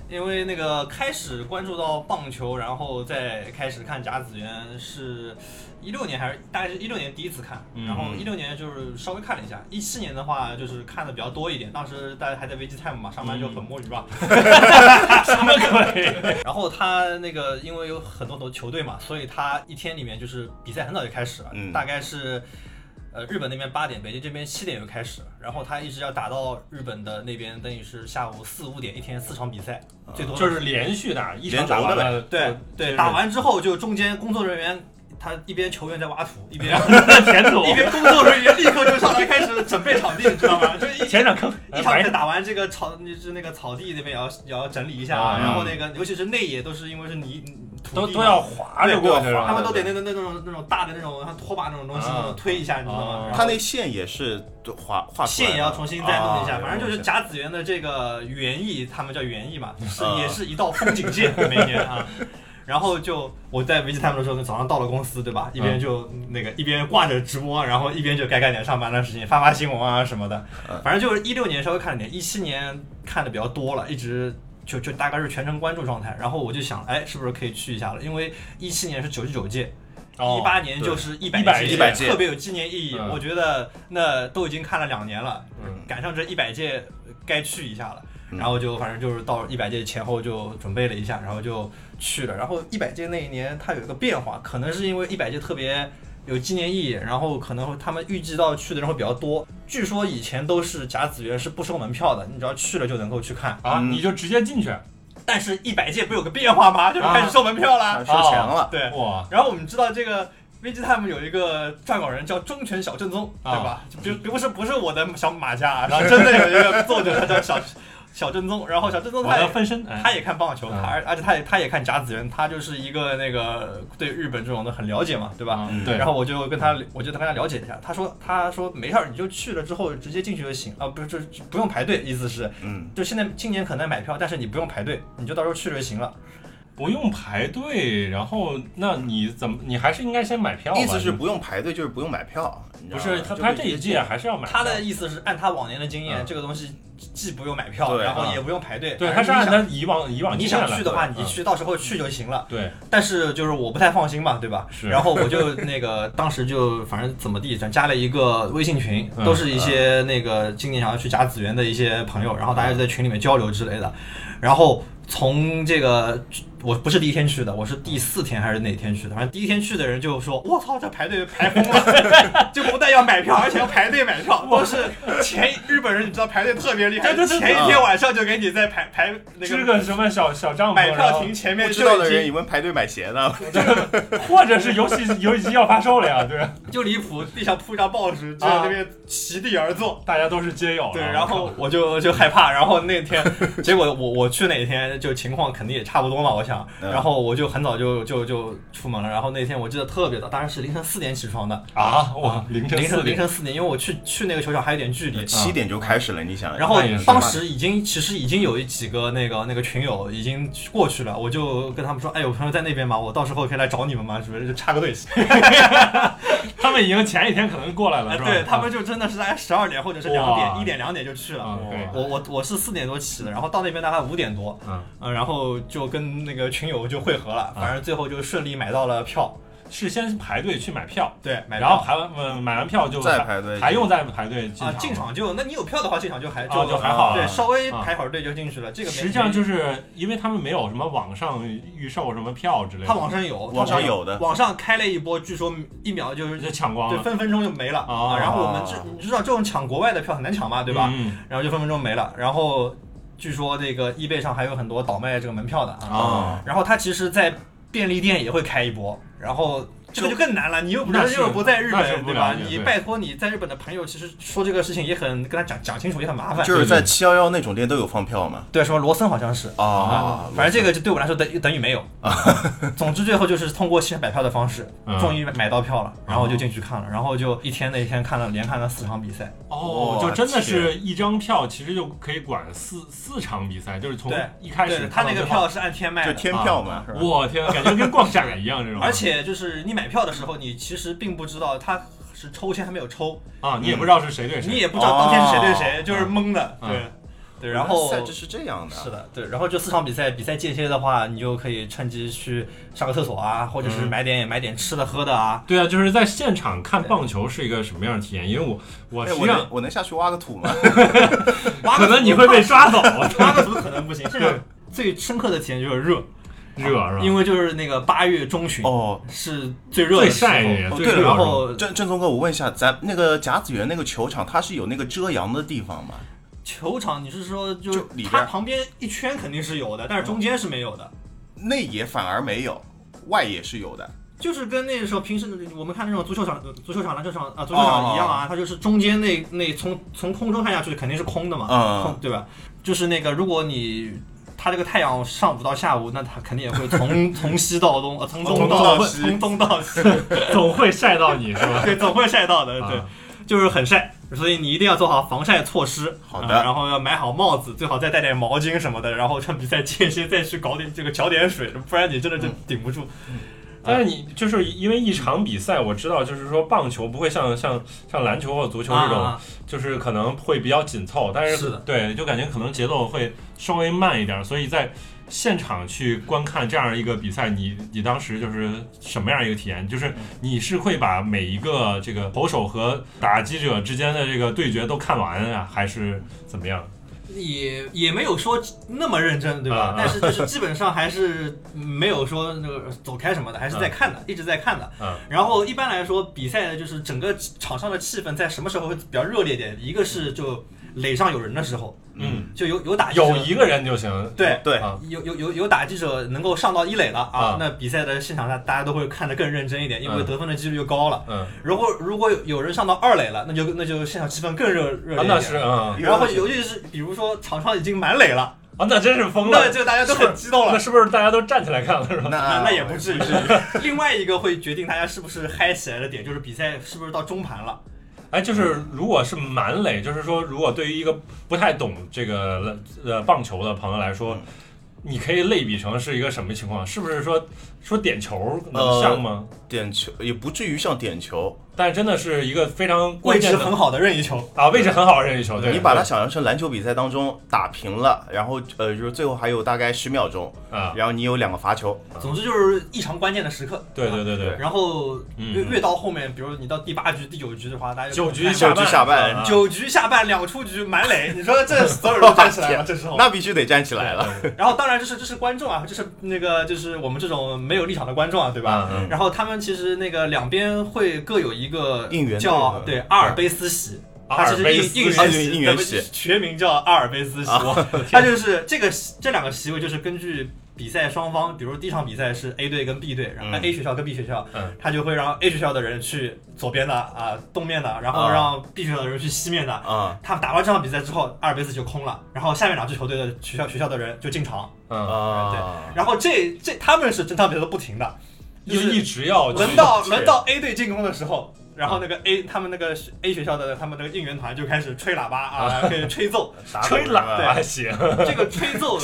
Speaker 3: 因为那个开始关注到棒球，然后再开始看甲子园是。一六年还是大概是一六年第一次看，
Speaker 1: 嗯
Speaker 3: 然后一六年就是稍微看了一下，一七年的话就是看的比较多一点，当时大家还在 VGTime 嘛，上班就
Speaker 2: 嗯
Speaker 3: 很摸鱼吧，
Speaker 1: 什么鬼？
Speaker 3: 然后他那个因为有很多很多球队嘛，所以他一天里面就是比赛很早就开始了，
Speaker 2: 嗯
Speaker 3: 大概是呃日本那边八点，北京这边七点就开始，然后他一直要打到日本的那边，等于是下午四五点，一天四场比赛，最多
Speaker 1: 就是连续打，一场
Speaker 2: 连
Speaker 1: 打
Speaker 2: 轴
Speaker 1: 完
Speaker 2: 的呗
Speaker 1: 了，
Speaker 3: 对
Speaker 1: 啊就是
Speaker 3: 对，打完之后就中间工作人员他一边球员在挖土，一边
Speaker 1: 前 土
Speaker 3: 一边工作人员立刻就上来开始准备场地，你知道吗？就一
Speaker 1: 前场坑，哎
Speaker 3: 一场赛打完，这个草就是那个草地那边也要也要整理一下，
Speaker 1: 啊
Speaker 3: 然后那个尤其是内野都是因为是泥土
Speaker 1: 都
Speaker 3: 地
Speaker 1: 都
Speaker 3: 嘛
Speaker 1: 要滑着过去，
Speaker 2: 对都要
Speaker 1: 是吧
Speaker 2: 滑
Speaker 3: 他们都得那那那种那种大的那种像拖把那种东西
Speaker 1: 啊
Speaker 3: 那种推一下，你知道吗？
Speaker 1: 啊
Speaker 3: 然后
Speaker 2: 它那线也是画画出来的
Speaker 3: 线也要重新再弄一下，
Speaker 2: 啊
Speaker 3: 反正就是甲子园的这个园艺，他们叫园艺嘛，
Speaker 2: 啊
Speaker 3: 是也是一道风景线，每年 啊。然后就我在维基他们的时候，早上到了公司，对
Speaker 2: 啊
Speaker 3: 吧？一边就那个一边挂着直播，然后一边就该干点上班的事情，发发新闻啊什么的。反正就是一六年稍微看了点，一七年看的比较多了，一直就就大概是全程关注状态。然后我就想，哎，是不是可以去一下了？因为一七年是九十九届，
Speaker 1: 哦
Speaker 3: 一八年就是一百
Speaker 1: 100
Speaker 3: 届，
Speaker 2: 100届
Speaker 3: 特别有纪念意义。
Speaker 1: 嗯
Speaker 3: 我觉得那都已经看了两年了，
Speaker 1: 嗯
Speaker 3: 赶上这一百届呃该去一下了。然后就反正就是到一百届前后就准备了一下，然后就去了。然后一百届那一年它有一个变化，可能是因为一百届特别有纪念意义，然后可能他们预计到去的人会比较多。据说以前都是甲子园是不收门票的，你只要去了就能够去看。
Speaker 1: 啊，
Speaker 2: 嗯
Speaker 1: 你就直接进去，
Speaker 3: 但是，一百届不有个变化吗？就开始收门票啦。
Speaker 2: 啊收
Speaker 1: 哦
Speaker 2: 钱了，
Speaker 3: 对，
Speaker 1: 哇，
Speaker 3: 然后我们知道这个 VG Time 有一个撰稿人叫忠犬小正宗，
Speaker 1: 啊
Speaker 3: 对吧？就不不是不是我的小马 甲、啊，然后真的有一个作者他叫小小正宗，然后小正宗
Speaker 1: 我
Speaker 3: 他
Speaker 1: 的
Speaker 3: 也
Speaker 1: 分身，哎
Speaker 3: 他也看棒球，
Speaker 1: 嗯
Speaker 3: 他而而且他也他也看甲子园，他就是一个那个对日本这种的很了解嘛，对吧？
Speaker 1: 嗯
Speaker 2: 嗯
Speaker 1: 对，
Speaker 3: 然后我就跟他，我就跟他了解一下，他说他说没事儿，你就去了之后直接进去就行啊，不是就就不用排队，意思是
Speaker 2: 嗯，
Speaker 3: 就现在今年可能买票，但是你不用排队，你就到时候去了就行了。
Speaker 1: 不用排队，然后那你怎么，你还是应该先买票吧？
Speaker 2: 意思是不用排队，就是不用买票，你知道
Speaker 1: 不
Speaker 2: 吗
Speaker 1: 是他
Speaker 2: 就
Speaker 1: 他这
Speaker 2: 可以直
Speaker 1: 一啊
Speaker 2: 接
Speaker 1: 届还是要买票
Speaker 3: 他的意思是按他往年的经验，
Speaker 1: 嗯
Speaker 3: 这个东西既不用买票，
Speaker 2: 对
Speaker 3: 然后
Speaker 1: 啊
Speaker 3: 也不用排队。
Speaker 1: 对，他
Speaker 3: 反
Speaker 1: 是
Speaker 3: 正你
Speaker 1: 按
Speaker 3: 想
Speaker 1: 他以往以往
Speaker 3: 你
Speaker 1: 经验
Speaker 3: 想
Speaker 1: 来嗯
Speaker 3: 去的话，
Speaker 1: 做
Speaker 3: 你就去，到时候去就行了。
Speaker 1: 对，
Speaker 3: 但是就是我不太放心嘛，对吧？
Speaker 1: 是
Speaker 3: 然后我就那个 当时就反正怎么地，咱加了一个微信群，
Speaker 1: 嗯
Speaker 3: 都是一些那个今年想要去甲子园的一些朋友，然后大家就在群里面交流之类的。然后从这个我不是第一天去的，我是第四天还是哪天去的？反正第一天去的人就说：“我操，这排队排疯了， 就不但要买票，而且要排队买票。”都是前日本人，你知道排队特别厉害，
Speaker 1: 对对对
Speaker 3: 前一天晚上就给你在排排那
Speaker 1: 支
Speaker 3: 个
Speaker 1: 个什么小小帐篷，
Speaker 3: 买
Speaker 1: 然
Speaker 3: 票
Speaker 1: 后
Speaker 3: 亭前面
Speaker 2: 不
Speaker 3: 就
Speaker 2: 知道的
Speaker 3: 已经
Speaker 2: 人以为排队买鞋呢，
Speaker 1: 啊 或者是游戏游戏机要发售了呀，对，
Speaker 3: 就离谱，地上铺一张报纸，就在那边席地而坐。
Speaker 1: 大家都是街友，
Speaker 3: 对，然后我就 就害怕，然后那天，结果我我去那天就情况肯定也差不多嘛，我想，
Speaker 2: 嗯
Speaker 3: 然后我就很早就就就出门了，然后那天我记得特别早，当然是凌晨四点起床的，
Speaker 1: 啊，哇，凌晨
Speaker 3: 凌
Speaker 1: 四
Speaker 3: 晨凌
Speaker 1: 点，嗯
Speaker 3: 晨四点，因为我去去那个球场还有点距离，
Speaker 2: 七点就开始了，你想，
Speaker 3: 然后
Speaker 1: 那也是
Speaker 3: 当时已经其实已经有一几个那个那个群友已经过去了，我就跟他们说，哎，有朋友在那边嘛，我到时候可以来找你们嘛，是不是就插个队？
Speaker 1: 他们已经前一天可能过来了，
Speaker 3: 哎
Speaker 1: 是吧？啊嗯
Speaker 3: 对他们就真的是大概十二点或者是两
Speaker 1: 哇
Speaker 3: 点一点两点就去了，
Speaker 1: 啊，对，
Speaker 3: 我我我是四点多起的，然后到那边大概五点多，
Speaker 1: 嗯，
Speaker 3: 嗯，然后就跟那个群友就会合了，反正最后就顺利买到了票，
Speaker 1: 是先排队去买票，
Speaker 3: 对，买
Speaker 1: 然后
Speaker 3: 到
Speaker 1: 排完呃买完票就
Speaker 2: 再排队
Speaker 1: 还用再排队
Speaker 3: 啊进
Speaker 1: 场吗。
Speaker 3: 场就，那你有票的话进场就还
Speaker 1: 啊就还好
Speaker 3: 对，
Speaker 1: 啊
Speaker 3: 稍微
Speaker 1: 啊
Speaker 3: 排会儿队就进去了，这个没
Speaker 1: 实际上就是因为他们没有什么网上预售什么票之类的，
Speaker 3: 他网上有，
Speaker 2: 网上有的
Speaker 3: 网上开了一波，据说一秒就是
Speaker 1: 就抢光
Speaker 3: 对
Speaker 1: 了，
Speaker 3: 分分钟就没了
Speaker 1: 啊
Speaker 3: 啊，然后我们这你知道这种抢国外的票很难抢嘛，对吧？
Speaker 1: 嗯？
Speaker 3: 然后就分分钟没了，然后据说那个 eBay 上还有很多倒卖这个门票的啊。
Speaker 1: 啊，
Speaker 3: 然后它其实，在便利店也会开一波，然后这个就更难了。你又不
Speaker 1: 那
Speaker 3: 是
Speaker 1: 是
Speaker 3: 又不在日
Speaker 1: 那是
Speaker 3: 本，
Speaker 1: 不
Speaker 3: 对
Speaker 1: 了
Speaker 3: 吧
Speaker 1: 解？
Speaker 3: 你
Speaker 1: 对
Speaker 3: 拜托你在日本的朋友，其实说这个事情也很跟他讲讲清楚，也很麻烦。
Speaker 2: 就是在七幺幺那种店都有放票嘛，
Speaker 3: 对，什么罗森好像是
Speaker 2: 啊，
Speaker 3: 反正这个就对我来说等等于没有。 总之最后就是通过线买票的方式
Speaker 1: 啊嗯，啊
Speaker 3: 终于买到票了，然后就进去看了，然后就一天那一天看了连看了四场比赛。
Speaker 1: 哦，
Speaker 2: 哇
Speaker 1: 就真的是一张票，其实就可以管四四场比赛，就是从
Speaker 3: 对
Speaker 1: 一开始
Speaker 3: 对他
Speaker 1: 看
Speaker 3: 那
Speaker 1: 到
Speaker 3: 个
Speaker 1: 最后，
Speaker 3: 票是按天卖
Speaker 2: 就
Speaker 3: 的。
Speaker 2: 天票嘛，是吧
Speaker 1: 我天，感觉跟逛展一样这种。
Speaker 3: 而且就是你买票的时候，你其实并不知道他是抽签还没有抽，
Speaker 1: 啊，你也不知道是谁对谁，
Speaker 3: 嗯你也不知道当天是谁对谁，
Speaker 1: 哦
Speaker 3: 就是蒙的。
Speaker 1: 嗯
Speaker 3: 对对，然后
Speaker 2: 赛制是这样的，
Speaker 3: 是的，对，然后就四场比赛，比赛间歇的话，你就可以趁机去上个厕所啊，或者是
Speaker 1: 嗯
Speaker 3: 买点、买点吃的喝 的啊。
Speaker 1: 对啊，就是在现场看棒球是一个什么样的体验？因为我我
Speaker 2: 哎，
Speaker 1: 实
Speaker 2: 我
Speaker 1: 际上
Speaker 2: 能我能下去挖个土吗？
Speaker 3: 挖
Speaker 1: 可
Speaker 3: 个
Speaker 1: 能你会被抓走，啊我
Speaker 3: 挖个图可能不行，这个最深刻的体验就是热，
Speaker 1: 热是吧？
Speaker 3: 啊因为就是那个八月中旬
Speaker 2: 哦，
Speaker 3: 是最热
Speaker 1: 最
Speaker 3: 的时候
Speaker 1: 晒的也
Speaker 2: 哦
Speaker 1: 最
Speaker 2: 对了
Speaker 1: 热
Speaker 3: 然
Speaker 1: 是吧
Speaker 3: 后
Speaker 2: 郑郑宗哥，我问一下，咱那个甲子园那个球场，它是有那个遮阳的地方吗？
Speaker 3: 球场你是说就
Speaker 2: 就是里边
Speaker 3: 它旁边一圈肯定是有的，但是中间是没有的。
Speaker 2: 内野反而没有，外野是有的。
Speaker 3: 就是跟那时候平时我们看那种足球场、呃足球场、篮球场啊、足球场一样啊，它就是中间那那从从空中看下去肯定是空的嘛，
Speaker 2: 嗯
Speaker 3: 空对吧？就是那个如果你它这个太阳上午到下午，那它肯定也会从从西到东，呃，从
Speaker 2: 从
Speaker 3: 东
Speaker 2: 东
Speaker 3: 到
Speaker 2: 到西
Speaker 3: 从东到西，
Speaker 1: 总会晒到你是吧？
Speaker 3: 对，总会晒到的， 对
Speaker 1: 啊，
Speaker 3: 就是很晒。所以你一定要做好防晒措施，
Speaker 2: 好的
Speaker 3: 啊然后要买好帽子，最好再带点毛巾什么的，然后趁比赛间歇再去搞点这个搅点水，不然你真的就顶不住。
Speaker 1: 但是你就是因为一场比赛，我知道就是说棒球不会像像像篮球或足球这种，
Speaker 3: 啊
Speaker 1: 就是可能会比较紧凑，但是
Speaker 3: 是的
Speaker 1: 对，就感觉可能节奏会稍微慢一点，所以在现场去观看这样一个比赛，你你当时就是什么样一个体验？就是你是会把每一个这个投手和打击者之间的这个对决都看完啊，还是怎么样？
Speaker 3: 也也没有说那么认真，对吧？
Speaker 1: 啊啊
Speaker 3: 但是就是基本上还是没有说那个走开什么的，还是
Speaker 1: 啊
Speaker 3: 在看的，一直在看的。
Speaker 1: 嗯
Speaker 3: 然后一般来说，比赛的就是整个场上的气氛在什么时候会比较热烈点？一个是就垒上有人的时候，
Speaker 1: 嗯，
Speaker 3: 就有有打击者
Speaker 1: 有一个人就行。
Speaker 3: 对
Speaker 2: 对
Speaker 1: 啊
Speaker 3: 有有有有打击者能够上到一垒了啊
Speaker 1: 啊，
Speaker 3: 那比赛的现场上大家都会看得更认真一点，因为
Speaker 1: 嗯
Speaker 3: 得分的几率就高了。
Speaker 1: 嗯，
Speaker 3: 如果如果有人上到二垒了，那就那就现场气氛更热热烈一
Speaker 1: 啊
Speaker 3: 点。
Speaker 1: 那是啊
Speaker 3: 然后尤其是比如说场上已经满垒了，
Speaker 1: 啊，那真是疯
Speaker 3: 那
Speaker 1: 了。
Speaker 3: 就大家都很激动
Speaker 1: 那
Speaker 3: 了。
Speaker 1: 是不是大家都站起来看了是吧？
Speaker 2: 那
Speaker 3: 那那也不至于。另外一个会决定大家是不是嗨起来的点，就是比赛是不是到中盘了。
Speaker 1: 哎，就是如果是满垒，就是说，如果对于一个不太懂这个呃棒球的朋友来说
Speaker 2: 嗯，
Speaker 1: 你可以类比成是一个什么情况？是不是说说点球能像吗？
Speaker 2: 点球也不至于像点球，
Speaker 1: 但真的是一个非常
Speaker 3: 位
Speaker 1: 关键
Speaker 3: 置
Speaker 1: 的
Speaker 3: 很好的任意球，
Speaker 1: 啊，位置很好的任意球，对，
Speaker 2: 你把它想象成篮球比赛当中打平了，然后呃就是最后还有大概十秒钟，
Speaker 1: 啊，
Speaker 2: 然后你有两个罚球，
Speaker 3: 总之就是异常关键的时刻。啊
Speaker 1: 对对对对，
Speaker 3: 然后
Speaker 1: 嗯
Speaker 3: 越越到后面，比如你到第八局、第九局的话，大家
Speaker 1: 九局
Speaker 2: 下九局下半
Speaker 1: 啊
Speaker 3: 九局下半两出局满垒，你说这所有人都 站起来了，这时候。
Speaker 2: 那必须得站起来了。
Speaker 1: 对
Speaker 3: 然后当然就是这是观众啊，就是那个就是我们这种没有立场的观众啊，对吧？
Speaker 1: 吧？嗯
Speaker 3: 然后他们其实那个两边会各有一个
Speaker 2: 应援队
Speaker 3: 叫
Speaker 2: 的
Speaker 3: 对阿尔卑斯席，它其实
Speaker 1: 阿尔卑斯席
Speaker 3: 应应
Speaker 2: 啊
Speaker 3: 援席，
Speaker 2: 应援席
Speaker 3: 对学名叫阿尔卑斯席， 它就是这个席这两个席位就是根据。比赛双方，比如第一场比赛是 A 队跟 B 队，然后
Speaker 2: 嗯
Speaker 3: A 学校跟 B 学校，
Speaker 1: 嗯
Speaker 3: 他就会让 A 学校的人去左边的啊、东面的，然后
Speaker 2: 啊
Speaker 3: 让 B 学校的人去西面的。
Speaker 2: 啊
Speaker 3: 他们打完这场比赛之后，阿尔卑斯就空了，然后下面两支球队的学校学校的人就进场，
Speaker 1: 嗯，
Speaker 2: 啊！
Speaker 3: 然后这这他们是整场比赛都不停的，就
Speaker 1: 就是嗯一直要哦去
Speaker 3: 轮到
Speaker 2: 是
Speaker 3: 轮到 A 队进攻的时候，然后那个 A 他们那个 A 学校的他们那个应援团就开始吹喇叭啊，开始吹奏。
Speaker 2: 打
Speaker 1: 吹
Speaker 2: 鼓
Speaker 1: 喇
Speaker 2: 是吧
Speaker 1: 叭行，
Speaker 3: 这个吹奏，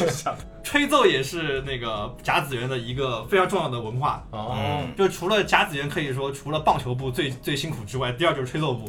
Speaker 3: 吹奏也是那个甲子园的一个非常重要的文化。
Speaker 1: 哦，
Speaker 2: 嗯
Speaker 3: 就除了甲子园可以说除了棒球部最最辛苦之外，第二就是吹奏部。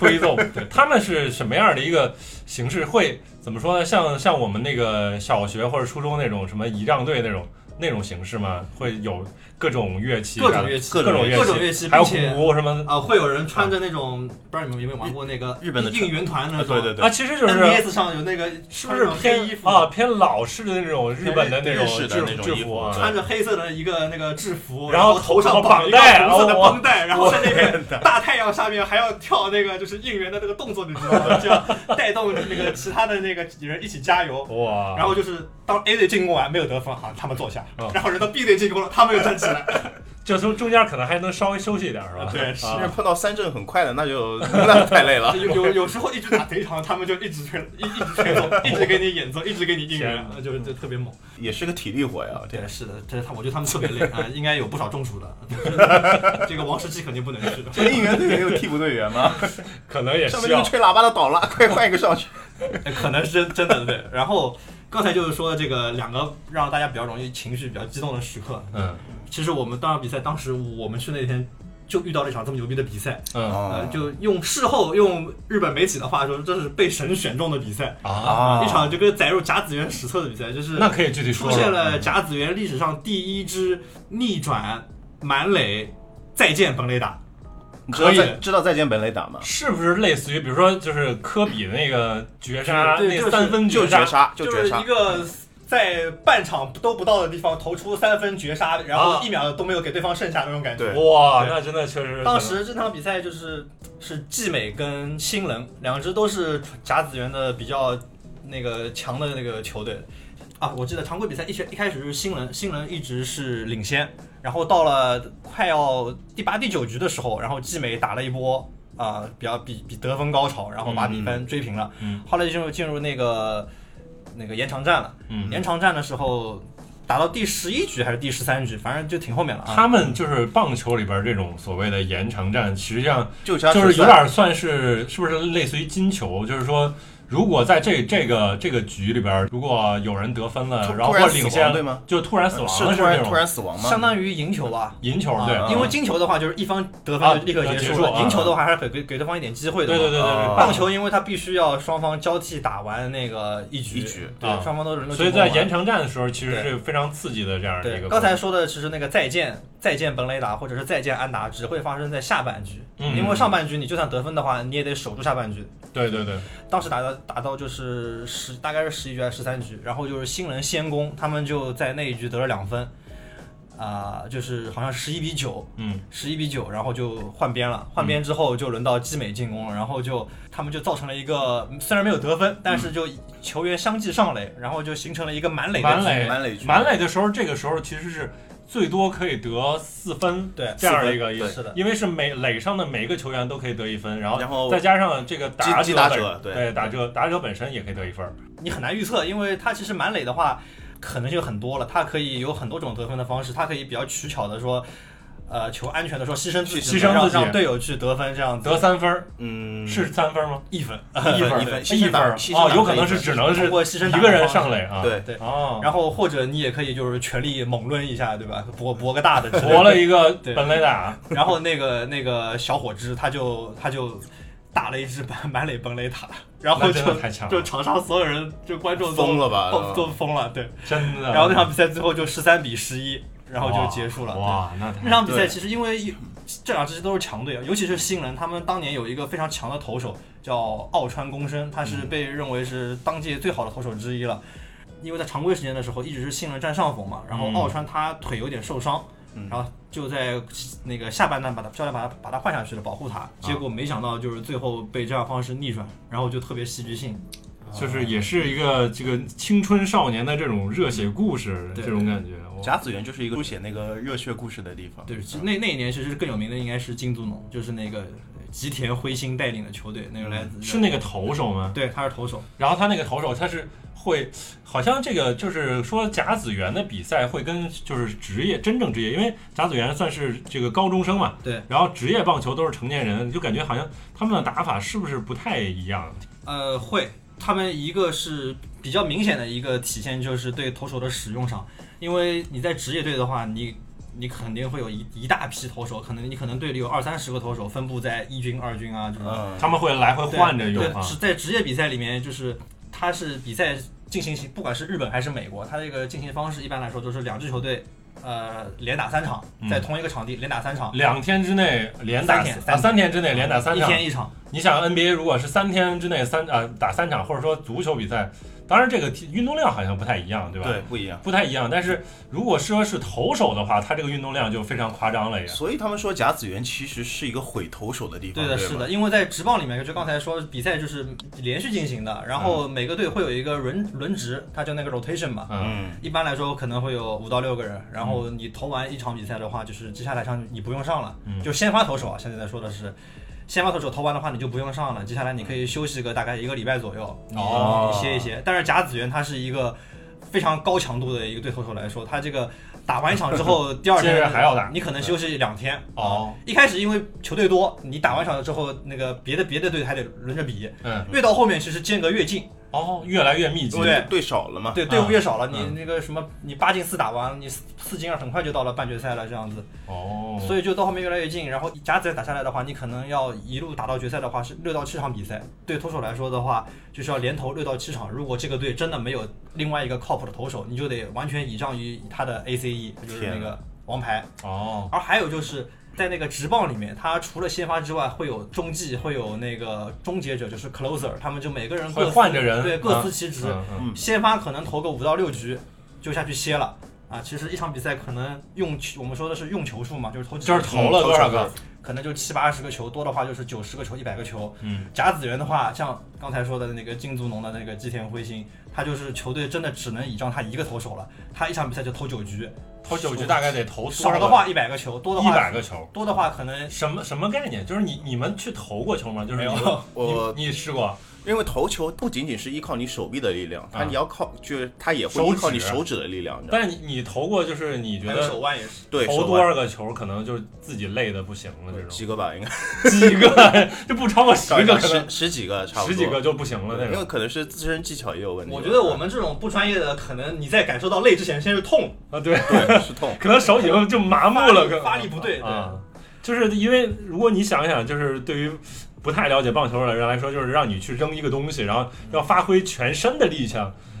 Speaker 1: 吹奏，对，他们是什么样的一个形式？会怎么说呢？像像我们那个小学或者初中那种什么仪仗队那种那种形式吗？会有各种乐器，啊
Speaker 3: 各种乐器
Speaker 1: 各种乐器，
Speaker 3: 各种乐器
Speaker 1: 还有
Speaker 3: 并且
Speaker 1: 鼓什么的
Speaker 3: 啊，会有人穿着那种，不知道你们有没有玩过那个
Speaker 2: 日日本的
Speaker 3: 应援团
Speaker 2: 啊
Speaker 3: 那种，
Speaker 2: 对对对
Speaker 1: 啊，其实就是
Speaker 3: NBS 上有那个
Speaker 1: 是不
Speaker 3: 穿
Speaker 1: 是
Speaker 3: 着黑衣
Speaker 1: 偏
Speaker 3: 服
Speaker 1: 啊偏老式的那种日本的那种
Speaker 2: 日式的
Speaker 1: 制
Speaker 2: 那种
Speaker 1: 制
Speaker 2: 衣
Speaker 1: 服
Speaker 2: 服
Speaker 1: 啊？
Speaker 3: 穿着黑色的一个那个制服，
Speaker 1: 然
Speaker 3: 然
Speaker 1: 后
Speaker 3: 头上
Speaker 1: 绑
Speaker 3: 一个
Speaker 1: 带
Speaker 3: 红色的
Speaker 1: 哦我
Speaker 3: 绷带，然后在那个大太阳下面还要跳那个就是应援的那个动作，你知道吗？就要带动那个其他的那个人一起加油。
Speaker 1: 哇，
Speaker 3: 然后就是当 A 队进攻完没有得分，好，他们坐下
Speaker 1: 哦，
Speaker 3: 然后人到 B 队进攻了，他们又站起来。
Speaker 1: 就从中间可能还能稍微休息一点是吧？
Speaker 3: 对是
Speaker 2: 但是
Speaker 1: 啊
Speaker 2: 碰到三振很快的，那就那太累了。
Speaker 3: 有有有时候一直打贼长，他们就一直吹，一一直吹奏， 一直给你演奏，一直给你应
Speaker 1: 天
Speaker 3: 援，就是就特别猛。
Speaker 2: 也是个体力活呀，
Speaker 3: 对，是的，这他我觉得他们特别累啊，应该有不少中暑 的。 这个王石基肯定不能去的。
Speaker 2: 这应援队员有替补队员吗？
Speaker 1: 可能也
Speaker 2: 上
Speaker 1: 需
Speaker 2: 面那
Speaker 1: 要
Speaker 2: 个吹喇叭的倒了，快换一个上去。
Speaker 3: 可能是真真的对。然后刚才就是说这个两个让大家比较容易情绪比较激动的时刻，
Speaker 1: 嗯
Speaker 3: 其实我们当场比赛，当时我们去那天。就遇到了一场这么牛逼的比赛，
Speaker 1: 嗯
Speaker 3: 呃，
Speaker 2: 啊
Speaker 3: 就用事后用日本媒体的话说，这是被神选中的比赛，
Speaker 1: 啊，
Speaker 2: 啊
Speaker 3: 一场这个载入甲子园史册的比赛，就是
Speaker 1: 那可以具体说嗯
Speaker 3: 出现了甲子园历史上第一支逆转满垒再见本垒打，
Speaker 2: 你知道
Speaker 3: 可以
Speaker 2: 再知道再见本垒打吗？
Speaker 1: 是不是类似于，比如说就是科比那个绝杀，
Speaker 3: 对就
Speaker 1: 那
Speaker 3: 是
Speaker 1: 三分
Speaker 2: 就
Speaker 1: 杀
Speaker 2: 绝，杀，就
Speaker 3: 就是
Speaker 2: 绝杀
Speaker 3: 一。个在半场都不到的地方投出三分绝杀，然后
Speaker 1: 啊
Speaker 3: 一秒都没有给对方剩下那种感觉。
Speaker 2: 哦对
Speaker 1: 哇，
Speaker 3: 对
Speaker 1: 那真的确实可能。
Speaker 3: 当时这场比赛就是是季美跟新人两支都是甲子园的比较那个强的那个球队。啊，我记得常规比赛一开一开始就是新人，新人一直是领先，然后到了快要第八、第九局的时候，然后季美打了一波啊、比较比比得分高潮，然后把比分追平了。
Speaker 1: 嗯
Speaker 3: 后来就进入进入那个那个延长战了。
Speaker 1: 嗯
Speaker 3: 延长战的时候打到第十一局还是第十三局，反正就挺后面了啊。
Speaker 1: 他们就是棒球里边这种所谓的延长战，实际上
Speaker 2: 就加
Speaker 1: 就是有
Speaker 2: 13
Speaker 1: 点算是是不是类似于金球？就是说，如果在这这个这个局里边，如果有人得分
Speaker 2: 突
Speaker 1: 了，然后
Speaker 2: 突
Speaker 1: 或
Speaker 2: 然
Speaker 1: 者
Speaker 2: 死
Speaker 1: 领
Speaker 2: 亡
Speaker 1: 先，
Speaker 2: 对吗？
Speaker 1: 就突然死亡了，
Speaker 2: 是
Speaker 1: 是
Speaker 2: 突然
Speaker 1: 这
Speaker 2: 突
Speaker 1: 种
Speaker 2: 然死亡吗？
Speaker 3: 相当于赢球吧，
Speaker 1: 赢球，
Speaker 2: 啊
Speaker 1: 对，
Speaker 2: 啊
Speaker 3: 因为金球的话就是一方得分就立刻结
Speaker 1: 啊结
Speaker 3: 束
Speaker 1: 束
Speaker 3: 了，
Speaker 1: 啊
Speaker 3: 赢球的话还是给给给对方一点机会的嘛。
Speaker 1: 对对对对
Speaker 2: 啊
Speaker 1: 对，
Speaker 3: 棒球因为它必须要双方交替打完那个一局，
Speaker 2: 一局
Speaker 3: 对，
Speaker 1: 啊
Speaker 3: 双方都是轮流
Speaker 1: 所以
Speaker 3: 进攻
Speaker 1: 在
Speaker 3: 嘛
Speaker 1: 延长战的时候，其实是非常刺激的这样的一
Speaker 3: 对
Speaker 1: 个。
Speaker 3: 刚才说的，其实那个再见再见本垒打或者是再见安打，只会发生在下半局，
Speaker 1: 嗯
Speaker 3: 因为上半局你就算得分的话，你也得守住下半局。
Speaker 1: 对对对，
Speaker 3: 当时打到打到就是十，大概是十一局还是十三局，然后就是新人先攻，他们就在那一局得了两分，啊、就是好像十一比九，
Speaker 1: 嗯，
Speaker 3: 十一比九，然后就换边了。换边之后就轮到基美进攻了，然后就他们就造成了一个嗯虽然没有得分，但是就球员相继上垒，然后就形成了一个满垒的
Speaker 1: 满
Speaker 3: 局
Speaker 1: 垒
Speaker 2: 满垒局
Speaker 1: 满垒的时候，这个时候其实是最多可以得四分，
Speaker 3: 对
Speaker 1: 这样的一个
Speaker 2: 四
Speaker 1: 意
Speaker 2: 分
Speaker 1: 思。
Speaker 3: 是的，
Speaker 1: 因为是每垒上的每个球员都可以得一分，然后
Speaker 2: 然后
Speaker 1: 再加上这个打
Speaker 2: 击
Speaker 1: 者
Speaker 2: 击打
Speaker 1: 本
Speaker 2: 者对
Speaker 1: 对打者打者本身也可以得一分，
Speaker 3: 你很难预测，因为它其实满垒的话可能就很多了，它可以有很多种得分的方式，它可以比较取巧的说。呃，求安全的说牺牲自己，
Speaker 1: 牺牲
Speaker 3: 让
Speaker 1: 自己
Speaker 3: 让队友去得分，这样子
Speaker 1: 得三分
Speaker 2: 嗯
Speaker 1: 是三分吗？
Speaker 3: 一分。
Speaker 1: 一分一
Speaker 2: 一分
Speaker 1: 分儿
Speaker 2: 牺牲打
Speaker 1: 哦
Speaker 2: 牺牲，打
Speaker 1: 有可能是只能是
Speaker 3: 通过牺牲打
Speaker 1: 一个人上垒啊，
Speaker 2: 对
Speaker 3: 对
Speaker 1: 哦，
Speaker 3: 然后或者你也可以就是全力猛抡一下，对吧？搏搏个大的之类的，
Speaker 1: 博了一个
Speaker 3: 对
Speaker 1: 本垒打，
Speaker 3: 然后那个那个小伙子他就他就打了一只满满垒本垒塔，然后
Speaker 1: 那
Speaker 3: 就
Speaker 1: 真的太啊强
Speaker 3: 就
Speaker 1: 了，
Speaker 3: 场上所有人就观众都
Speaker 2: 疯了吧
Speaker 3: 都都疯了，对。
Speaker 1: 真的。
Speaker 3: 然后那场比赛最后就十三比十一，然后就结束了。对
Speaker 1: 哇，哇那
Speaker 3: 那
Speaker 1: 太
Speaker 3: 场比赛
Speaker 2: 对
Speaker 3: 其实因为有这两支都是强队啊，尤其是新人，他们当年有一个非常强的投手叫奥川公生，他
Speaker 1: 嗯
Speaker 3: 是被认为是当届最好的投手之一了。因为在常规时间的时候一直是新人占上风嘛，然后
Speaker 1: 嗯
Speaker 3: 奥川他腿有点受伤，
Speaker 2: 嗯
Speaker 3: 然后就在那个下半段把他教练把他把他换下去了，保护
Speaker 1: 啊
Speaker 3: 他。结果没想到就是最后被这样的方式逆转，然后就特别戏剧性。
Speaker 1: 就是也是一个这个青春少年的这种热血故事，
Speaker 3: 对
Speaker 1: 这种感觉。哇
Speaker 2: 甲子园就是一个写那个热血故事的地方。
Speaker 1: 嗯
Speaker 3: 对，其实那那一年其实更有名的应该是金足农，就是那个吉田辉星带领的球队，那个来自
Speaker 1: 嗯是那个投手吗？
Speaker 3: 对，他是投手。
Speaker 1: 然后他那个投手他是会，好像这个就是说甲子园的比赛会跟就是职业真正职业，因为甲子园算是这个高中生嘛，
Speaker 3: 对。
Speaker 1: 然后职业棒球都是成年人，就感觉好像他们的打法是不是不太一样？
Speaker 3: 呃，会，他们一个是比较明显的一个体现，就是对投手的使用上，因为你在职业队的话，你你肯定会有一一大批投手，可能你可能队里有二三十个投手，分布在一军、二军啊这种。
Speaker 2: 嗯，
Speaker 1: 他们会来回
Speaker 3: 对
Speaker 1: 呃换着用
Speaker 3: 对，
Speaker 1: 啊。
Speaker 3: 是在职业比赛里面，就是它是比赛进行形，不管是日本还是美国，它这个进行方式一般来说就是两支球队，呃，连打三场，在
Speaker 1: 嗯
Speaker 3: 同一个场地连打三场，
Speaker 1: 两天之内连打
Speaker 3: 三天
Speaker 1: 啊，三天之内连打三
Speaker 3: 一
Speaker 1: 场，
Speaker 3: 天一场。
Speaker 1: 你想 NBA 如果是三天之内三啊、打三场，或者说足球比赛，当然这个体运动量好像不太一样，对吧？
Speaker 2: 对，，不一样。
Speaker 1: 不太一样。但是如果说是投手的话，他这个运动量就非常夸张了也。
Speaker 2: 所以他们说甲子园其实是一个毁投手的地方，
Speaker 3: 对
Speaker 2: 对
Speaker 3: 的，
Speaker 2: 吧
Speaker 3: 是。的，因为在职棒里面，就刚才说比赛就是连续进行的，然
Speaker 2: 嗯
Speaker 3: 后每个队会有一个轮轮值，它叫那个 rotation 嘛。
Speaker 1: 嗯，
Speaker 2: 嗯，
Speaker 3: 一般来说可能会有五到六个人，然后你投完一场比赛的话，就是接下来上你不用上了，
Speaker 1: 嗯
Speaker 3: 就先发投手啊。现在在说的是，先发投手投完的话你就不用上了，接下来你可以休息个大概一个礼拜左右，你
Speaker 1: 哦
Speaker 3: 你歇一歇。但是甲子园它是一个非常高强度的一个对投手来说，它这个打完一场之 后，第二
Speaker 1: 接
Speaker 3: 天
Speaker 1: 着还要打
Speaker 3: 你可能休息两天。啊
Speaker 1: 哦，
Speaker 3: 一开始因为球队多，你打完场之后，那个别的别的队还得轮着比，
Speaker 1: 嗯，
Speaker 3: 越到后面其实间隔越近，
Speaker 1: 哦，越来越密集。
Speaker 2: 因为队少了嘛。
Speaker 3: 对队伍越少了，
Speaker 1: 嗯
Speaker 3: 你那个什么，你八进四打完了，你四四进二很快就到了半决赛了，这样子，
Speaker 1: 哦，
Speaker 3: 所以就到后面越来越近，然后甲子园打下来的话，你可能要一路打到决赛的话是六到七场比赛，对投手来说的话，就是要连投六到七场，如果这个队真的没有另外一个靠谱的投手，你就得完全倚仗于他的 ACE，就是那
Speaker 2: 天
Speaker 3: 个王牌，
Speaker 1: 哦，
Speaker 3: 而还有就是在那个职棒里面，它除了先发之外，会有中继，会有那个终结者，就是 closer，他们就每个人各
Speaker 1: 会
Speaker 3: 司
Speaker 1: 换着人，
Speaker 3: 对，
Speaker 1: 嗯
Speaker 3: 各司其职。
Speaker 1: 嗯嗯
Speaker 3: 先发可能投个五到六局就下去歇了，
Speaker 4: 啊，其实一场比赛可能用球，我们说的是用球数嘛，就是投几
Speaker 1: 就是
Speaker 4: 球
Speaker 1: 嗯投了多少个？
Speaker 4: 可能就七八十个球，多的话就是九十个球、一百个球。
Speaker 1: 嗯，
Speaker 4: 甲子园的话，像刚才说的那个金足农的那个吉田辉星，他就是球队真的只能倚仗他一个投手了，他一场比赛就投九局，
Speaker 1: 投九局大概得投多
Speaker 4: 少
Speaker 1: 少
Speaker 4: 的
Speaker 1: 个？
Speaker 4: 话一百个球，多的
Speaker 1: 一
Speaker 4: 话
Speaker 1: 百个球。
Speaker 4: 多的话可能
Speaker 1: 什么什么概念？就是你你们去投过球吗？就是你
Speaker 4: 没
Speaker 1: 们
Speaker 4: 有
Speaker 1: 你
Speaker 2: 我
Speaker 1: 你试过？
Speaker 2: 因为投球不仅仅是依靠你手臂的力量，它
Speaker 1: 啊
Speaker 2: 你要靠，就是它也会
Speaker 1: 手
Speaker 2: 依靠你
Speaker 1: 指
Speaker 2: 手指的力量，你知道
Speaker 1: 但
Speaker 2: 吗
Speaker 1: 是你你投过，就是你觉
Speaker 3: 还有
Speaker 1: 得
Speaker 3: 手腕也是，
Speaker 2: 对，
Speaker 1: 投
Speaker 2: 手
Speaker 1: 多
Speaker 2: 腕
Speaker 1: 少个球，可能就是自己累的不行了，这种
Speaker 2: 几个吧，应该
Speaker 1: 几个 就不超过十
Speaker 2: 少一
Speaker 1: 个，
Speaker 2: 个
Speaker 1: 可能
Speaker 2: 十十几个差不多，
Speaker 1: 十几个就不行了那
Speaker 2: 对，因为
Speaker 1: 种。
Speaker 2: 可能是自身技巧也有问题吧。
Speaker 3: 我觉得我们这种不专业的，可能你在感受到累之前，先是痛，
Speaker 1: 啊，对，，
Speaker 2: 对是痛
Speaker 1: 可能手已经就麻木
Speaker 3: 发
Speaker 1: 了，
Speaker 3: 力
Speaker 1: 可能
Speaker 3: 发力不对，对，
Speaker 1: 啊，就是因为如果你想想，就是对于不太了解棒球的人来说，就是让你去扔一个东西，然后要发挥全身的力量，
Speaker 2: 嗯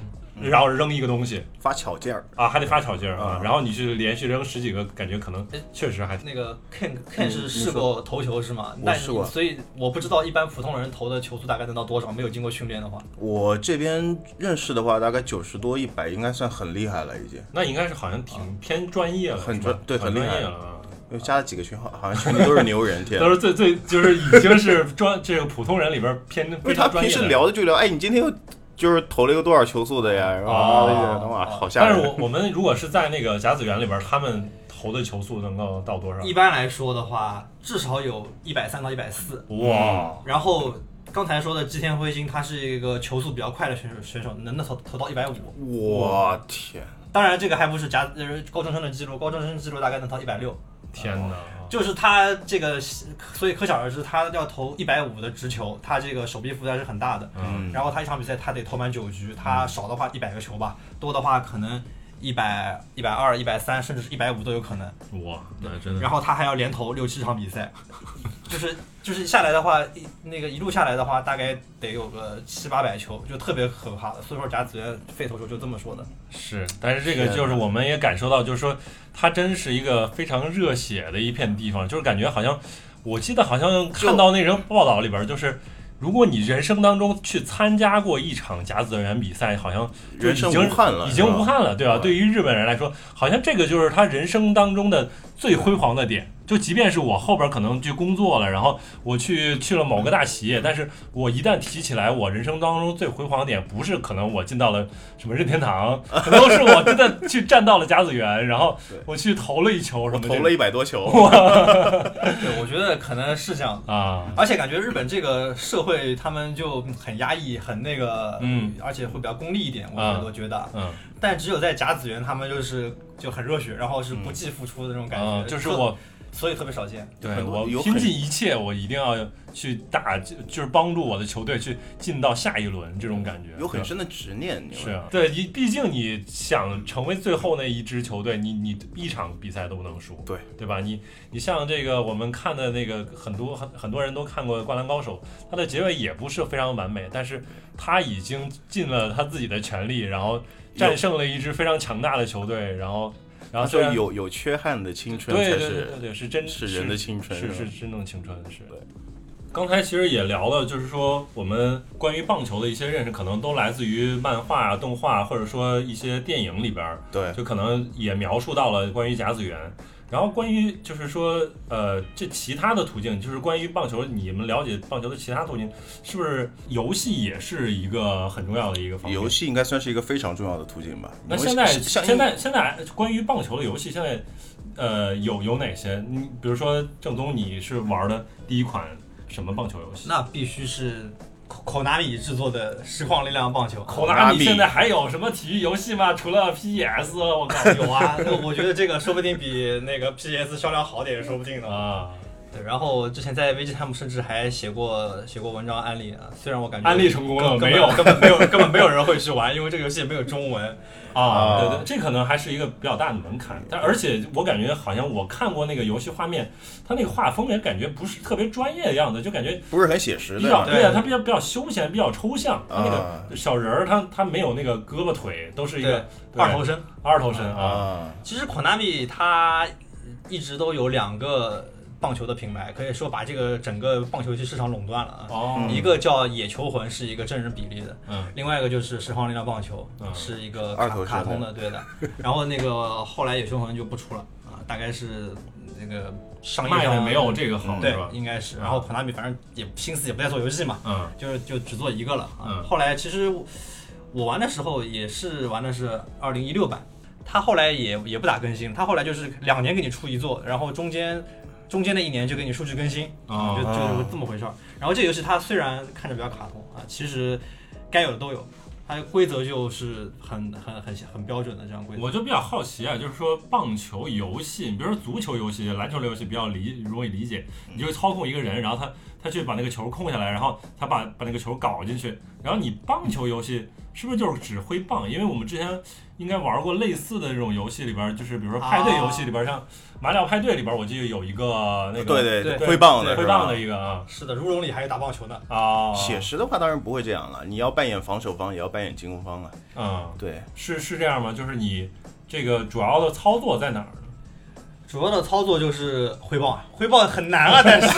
Speaker 1: 然后扔一个东西
Speaker 2: 发巧劲儿，
Speaker 1: 啊，还得发巧劲儿啊
Speaker 2: 啊，
Speaker 1: 然后你去连续扔十几个，感觉可能
Speaker 3: 哎
Speaker 1: 确实还挺
Speaker 3: 那个 Ken Ken
Speaker 2: 嗯
Speaker 3: 是
Speaker 2: 你
Speaker 3: 试
Speaker 2: 说
Speaker 3: 过投球是吗？
Speaker 2: 我
Speaker 3: 那
Speaker 2: 试
Speaker 3: 你
Speaker 2: 过
Speaker 3: 所以我不知道一般普通人投的球速大概能到多少，没有经过训练的话。
Speaker 2: 我这边认识的话，大概九十多一百，应该算很厉害了，已经。
Speaker 1: 那应该是好像挺偏专业了，
Speaker 2: 很
Speaker 1: 是吧
Speaker 2: 专对
Speaker 1: 很
Speaker 2: 很厉
Speaker 1: 专
Speaker 2: 害
Speaker 1: 业了啊。
Speaker 2: 又加了几个群号，好像群里都是牛人，天
Speaker 1: 都！是最最就是已经是专这个普通人里边偏
Speaker 2: 因
Speaker 1: 非
Speaker 2: 为他
Speaker 1: 常专
Speaker 2: 平
Speaker 1: 业的
Speaker 2: 时
Speaker 1: 人。
Speaker 2: 聊的就聊，哎，你今天又就是投了一个多少球速的呀？然后
Speaker 1: 哦
Speaker 2: 哎呀哇，好吓
Speaker 1: 但是
Speaker 2: 人！
Speaker 1: 我我们如果是在那个甲子园里边，他们投的球速能够到多
Speaker 2: 啊
Speaker 1: 少？
Speaker 3: 一般来说的话，至少有一百三到一百四。
Speaker 1: 哇，
Speaker 3: 然后刚才说的吉田辉星，他是一个球速比较快的选手，选手能投投到一百五。
Speaker 2: 我天，
Speaker 3: 当然，这个还不是甲呃高中生的记录，高中生记录大概能到一百六。
Speaker 1: 天哪！
Speaker 3: 就是他这个，所以可想而知，他要投一百五的直球，他这个手臂负担是很大的。
Speaker 2: 嗯，
Speaker 3: 然后他一场比赛他得投满九局，他少的话一百个球吧，多的话可能一百、一百二、一百三，甚至是一百五都有可能。
Speaker 1: 哇，那真的
Speaker 3: 然后他还要连投六七场比赛， 就是就是下来的话，一那个一路下来的话，大概得有个七八百球，就特别可怕的。所以说甲子园废投手就这么说的。
Speaker 1: 是，但是这个就是我们也感受到，就是说它真是一个非常热血的一片地方，就是感觉好像我记得好像看到那人报道里边就是。如果你人生当中去参加过一场甲子园比赛，好像就已
Speaker 2: 人
Speaker 1: 经
Speaker 2: 生无憾了，
Speaker 1: 已经无
Speaker 2: 是吧。
Speaker 1: 憾了，对吧、
Speaker 2: 嗯
Speaker 1: 对于日本人来说，好像这个就是他人生当中的最辉煌的点。就即便是我后边可能去工作了，然后我去去了某个大
Speaker 2: 嗯
Speaker 1: 企业，但是我一旦提起来我人生当中最辉煌的点，不是可能我进到了什么任天堂，可能是我真 的去站到了甲子园，然后
Speaker 2: 对
Speaker 1: 我去投了一球什
Speaker 2: 我
Speaker 1: 么
Speaker 2: 投
Speaker 1: 这
Speaker 2: 了
Speaker 1: 种
Speaker 2: 一百 多球，
Speaker 3: 对，我觉得可能是这样。
Speaker 1: 啊，
Speaker 3: 而且感觉日本这个社会，他们就很压抑，很那个，
Speaker 1: 嗯，
Speaker 3: 而且会比较功利一点，我
Speaker 1: 啊
Speaker 3: 觉得，我觉得啊，
Speaker 1: 嗯
Speaker 3: 但只有在甲子园，他们就是就很热血，然后是不计付出的那种感觉，
Speaker 1: 嗯，就是
Speaker 3: 特，
Speaker 1: 我
Speaker 3: 所以特别少见。
Speaker 1: 对
Speaker 2: 很多
Speaker 1: 我
Speaker 2: 有
Speaker 1: 拼
Speaker 2: 很
Speaker 1: 尽一切，我一定要去打，就就是帮助我的球队去进到下一轮这种感觉，对
Speaker 2: 有很深的执念，你知道
Speaker 1: 是
Speaker 2: 吗
Speaker 1: 啊，对，你毕竟你想成为最后那一支球队，你你一场比赛都不能输，
Speaker 2: 对
Speaker 1: 对吧？你你像这个我们看的那个很多很很多人都看过《灌篮高手》，它的结尾也不是非常完美，但是他已经尽了他自己的全力，然后战胜了一支非常强大的球队，然后然后
Speaker 2: 他
Speaker 1: 虽
Speaker 2: 说
Speaker 1: 然
Speaker 2: 有有缺憾的青春
Speaker 1: 对
Speaker 2: 才
Speaker 1: 对对对
Speaker 2: 是
Speaker 1: 对是真
Speaker 2: 是人的青春，
Speaker 1: 是
Speaker 2: 吧
Speaker 1: 是真正青春，是
Speaker 2: 对。
Speaker 1: 刚才其实也聊了，就是说我们关于棒球的一些认识，可能都来自于漫画、动画，或者说一些电影里边儿，
Speaker 2: 对，
Speaker 1: 就可能也描述到了关于甲子园。然后关于就是说，呃，这其他的途径，就是关于棒球，你们了解棒球的其他途径，是不是游戏也是一个很重要的一个方面
Speaker 2: 游？戏应该算是一个非常重要的途径吧。
Speaker 1: 那
Speaker 2: 因为
Speaker 1: 现在
Speaker 2: 像像
Speaker 1: 现在现在关于棒球的游戏，现在呃有有哪些？你比如说正宗，你是玩的第一款什么棒球游戏？
Speaker 3: 那必须是 Konami 制作的《实况力量棒球》。
Speaker 1: 口
Speaker 2: Konami
Speaker 1: 纳米现在还有什么体育游戏吗？除了 PS，我靠
Speaker 3: 有啊， 那我觉得这个说不定比那个 PS 销量好点，说不定呢。
Speaker 1: 啊！
Speaker 3: 对，然后之前在危机 time 甚至还写过写过文章案例啊，虽然我感觉
Speaker 1: 安利成功了
Speaker 3: 根根
Speaker 1: 没有
Speaker 3: 本根本没有根本没有人会去玩，因为这个游戏没有中文。
Speaker 1: 啊，
Speaker 2: 啊
Speaker 1: 对对，这可能还是一个比较大的门槛。但而且我感觉好像我看过那个游戏画面，它那个画风也感觉不是特别专业的样子，就感觉
Speaker 2: 不是很写实
Speaker 1: 比较
Speaker 2: 的，
Speaker 1: 对啊，它比较比较休闲，比较抽象。它那
Speaker 2: 啊
Speaker 1: 个小人儿，他他没有那个胳膊腿，都是一个对
Speaker 3: 二头身。
Speaker 1: 二头身啊。
Speaker 2: 啊，
Speaker 3: 其实 Konami 它一直都有两个棒球的品牌，可以说把这个整个棒球市场垄断了啊。
Speaker 1: 哦，
Speaker 3: 一个叫野球魂，是一个真人比例的；
Speaker 1: 嗯
Speaker 3: 另外一个就是十方力量棒球，
Speaker 1: 嗯
Speaker 3: 是一个
Speaker 2: 二
Speaker 3: 卡
Speaker 2: 头身
Speaker 3: 卡
Speaker 2: 的
Speaker 3: 通的，对的。然后那个后来野球魂就不出了啊，大概是那个商业
Speaker 1: 卖的
Speaker 3: 上
Speaker 1: 没有这个好，
Speaker 2: 嗯
Speaker 3: 对
Speaker 1: 是吧，？
Speaker 3: 应该是。然后孔纳米反正也心思也不在做游戏嘛，
Speaker 1: 嗯
Speaker 3: 就是就只做一个了啊。
Speaker 1: 嗯
Speaker 3: 后来其实我我玩的时候也是玩的是二零一六版，它后来也也不咋更新，它后来就是两年给你出一座，然后中间中间的一年就给你数据更新，
Speaker 1: 哦
Speaker 3: 就就是这么回事儿。然后这个游戏它虽然看着比较卡通啊，其实该有的都有。它规则就是很很很很标准的这样规则，
Speaker 1: 我就比较好奇啊，就是说棒球游戏，你比如说足球游戏、篮球游戏比较理容易理解，你就是操控一个人，然后他他去把那个球控下来，然后他把把那个球搞进去。然后你棒球游戏是不是就是只挥棒？因为我们之前应该玩过类似的这种游戏里边，就是比如说派对游戏里边，像《马里奥派对》里边，我记得有一个那个
Speaker 2: 对
Speaker 3: 对
Speaker 2: 挥棒
Speaker 1: 对
Speaker 2: 的，
Speaker 1: 挥棒的。一个啊
Speaker 3: 是的，如龙里还有打棒球呢，
Speaker 1: 啊，
Speaker 2: 写实的话当然不会这样了，你要扮演防守方，也要扮演进攻方啊。
Speaker 1: 嗯，
Speaker 2: 对，
Speaker 1: 是是这样吗？就是你这个主要的操作在哪儿呢？
Speaker 3: 主要的操作就是挥棒，挥棒很难啊，但是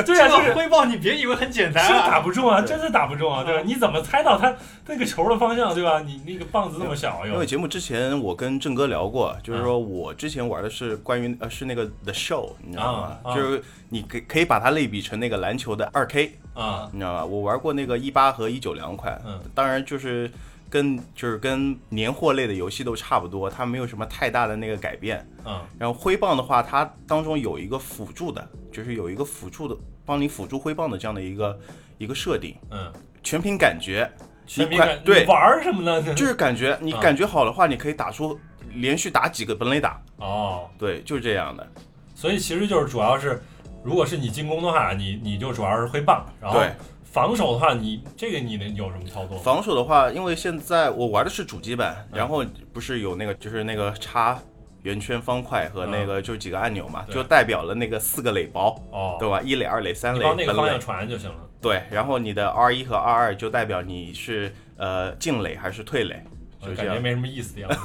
Speaker 1: 对啊，
Speaker 3: 这
Speaker 1: 就
Speaker 3: 个
Speaker 1: 是
Speaker 3: 挥棒你别以为很简单
Speaker 1: 是
Speaker 3: 啊，
Speaker 1: 打不中啊，
Speaker 2: 对嗯
Speaker 1: 真是打不中啊，对吧？你怎么猜到他那个球的方向，对吧？你那个棒子那么小，
Speaker 2: 因
Speaker 1: 又
Speaker 2: 为节目之前我跟郑哥聊过，
Speaker 1: 啊
Speaker 2: 就是说我之前玩的是关于呃是那个 The Show，你知道吗？
Speaker 1: 啊啊
Speaker 2: 就是你可以可以把它类比成那个篮球的二 K，
Speaker 1: 啊，
Speaker 2: 你知道吧？我玩过那个一八和一九两款，
Speaker 1: 嗯，
Speaker 2: 当然就是跟就是跟年货类的游戏都差不多，它没有什么太大的那个改变。
Speaker 1: 嗯
Speaker 2: 然后挥棒的话，它当中有一个辅助的，就是有一个辅助的帮你辅助挥棒的这样的一个一个设定，
Speaker 1: 嗯，
Speaker 2: 全凭感觉，
Speaker 1: 全民
Speaker 2: 快
Speaker 1: 感嗯
Speaker 2: 对
Speaker 1: 你玩儿什么呢？
Speaker 2: 就是感觉，你
Speaker 1: 啊
Speaker 2: 感觉好的话，你可以打出连续打几个本垒打，
Speaker 1: 哦，
Speaker 2: 对，就是这样的。
Speaker 1: 所以其实就是主要是，如果是你进攻的话，你你就主要是挥棒，然后
Speaker 2: 对
Speaker 1: 防守的话，你这个你能有什么操作？
Speaker 2: 防守的话，因为现在我玩的是主机版，然后不是有那个就是那个叉。圆圈、方块和那个就几个按钮嘛，
Speaker 1: 嗯对
Speaker 2: 就代表了那个四个垒包，
Speaker 1: 哦，
Speaker 2: 对吧？一垒、二垒、三
Speaker 1: 你
Speaker 2: 垒、
Speaker 1: 往那个
Speaker 2: 本
Speaker 1: 方
Speaker 2: 垒
Speaker 1: 向，传就行了。
Speaker 2: 对。然后你的 R 一和 R 二就代表你是呃进垒还是退垒，就
Speaker 1: 我
Speaker 2: 是这
Speaker 1: 呃感觉
Speaker 2: 样。
Speaker 1: 没什么意思的样子。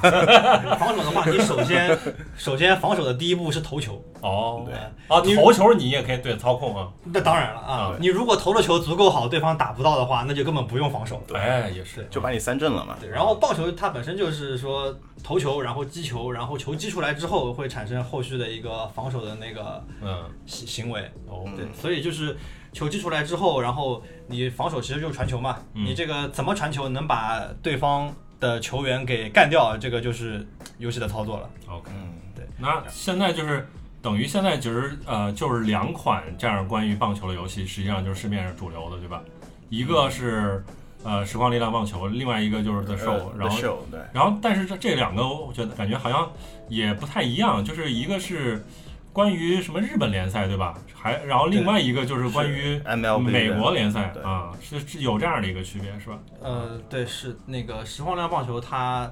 Speaker 3: 防守的话，你首先首先防守的第一步是投球，
Speaker 1: 哦，
Speaker 2: 对
Speaker 1: 啊，
Speaker 3: 你
Speaker 1: 投球你也可以对操控啊。
Speaker 3: 那当然了啊
Speaker 2: 对，
Speaker 3: 你如果投的球足够好，对方打不到的话，那就根本不用防守。
Speaker 2: 对
Speaker 1: 哎，也是，
Speaker 2: 就把你三振了嘛。
Speaker 3: 对，然后棒球它本身就是说投球，然后击球，然后球击出来之后会产生后续的一个防守的那个
Speaker 1: 嗯，
Speaker 3: 行行为。
Speaker 1: 哦，
Speaker 2: 嗯
Speaker 3: 对，所以就是球击出来之后，然后你防守其实就是传球嘛，
Speaker 1: 嗯
Speaker 3: 你这个怎么传球能把对方的球员给干掉，这个就是游戏的操作了。
Speaker 1: OK，
Speaker 2: 嗯
Speaker 1: 对。那现在就是等于现在其实呃就是两款这样关于棒球的游戏，实际上就是市面上主流的，对吧？一
Speaker 2: 嗯
Speaker 1: 个是呃实况力量棒球，另外一个就是 The Show，、
Speaker 2: 呃
Speaker 1: 然
Speaker 2: The
Speaker 1: 后
Speaker 2: Show，对。
Speaker 1: 然后但是这这两个我觉得感觉好像也不太一样，就是一个是。关于什么日本联赛对吧？还然后另外一个就是关于
Speaker 2: MLB 的
Speaker 1: 美国联赛
Speaker 2: 对
Speaker 1: 啊，是是有这样的一个区别是吧？
Speaker 3: 呃，对，是那个实况量棒球它，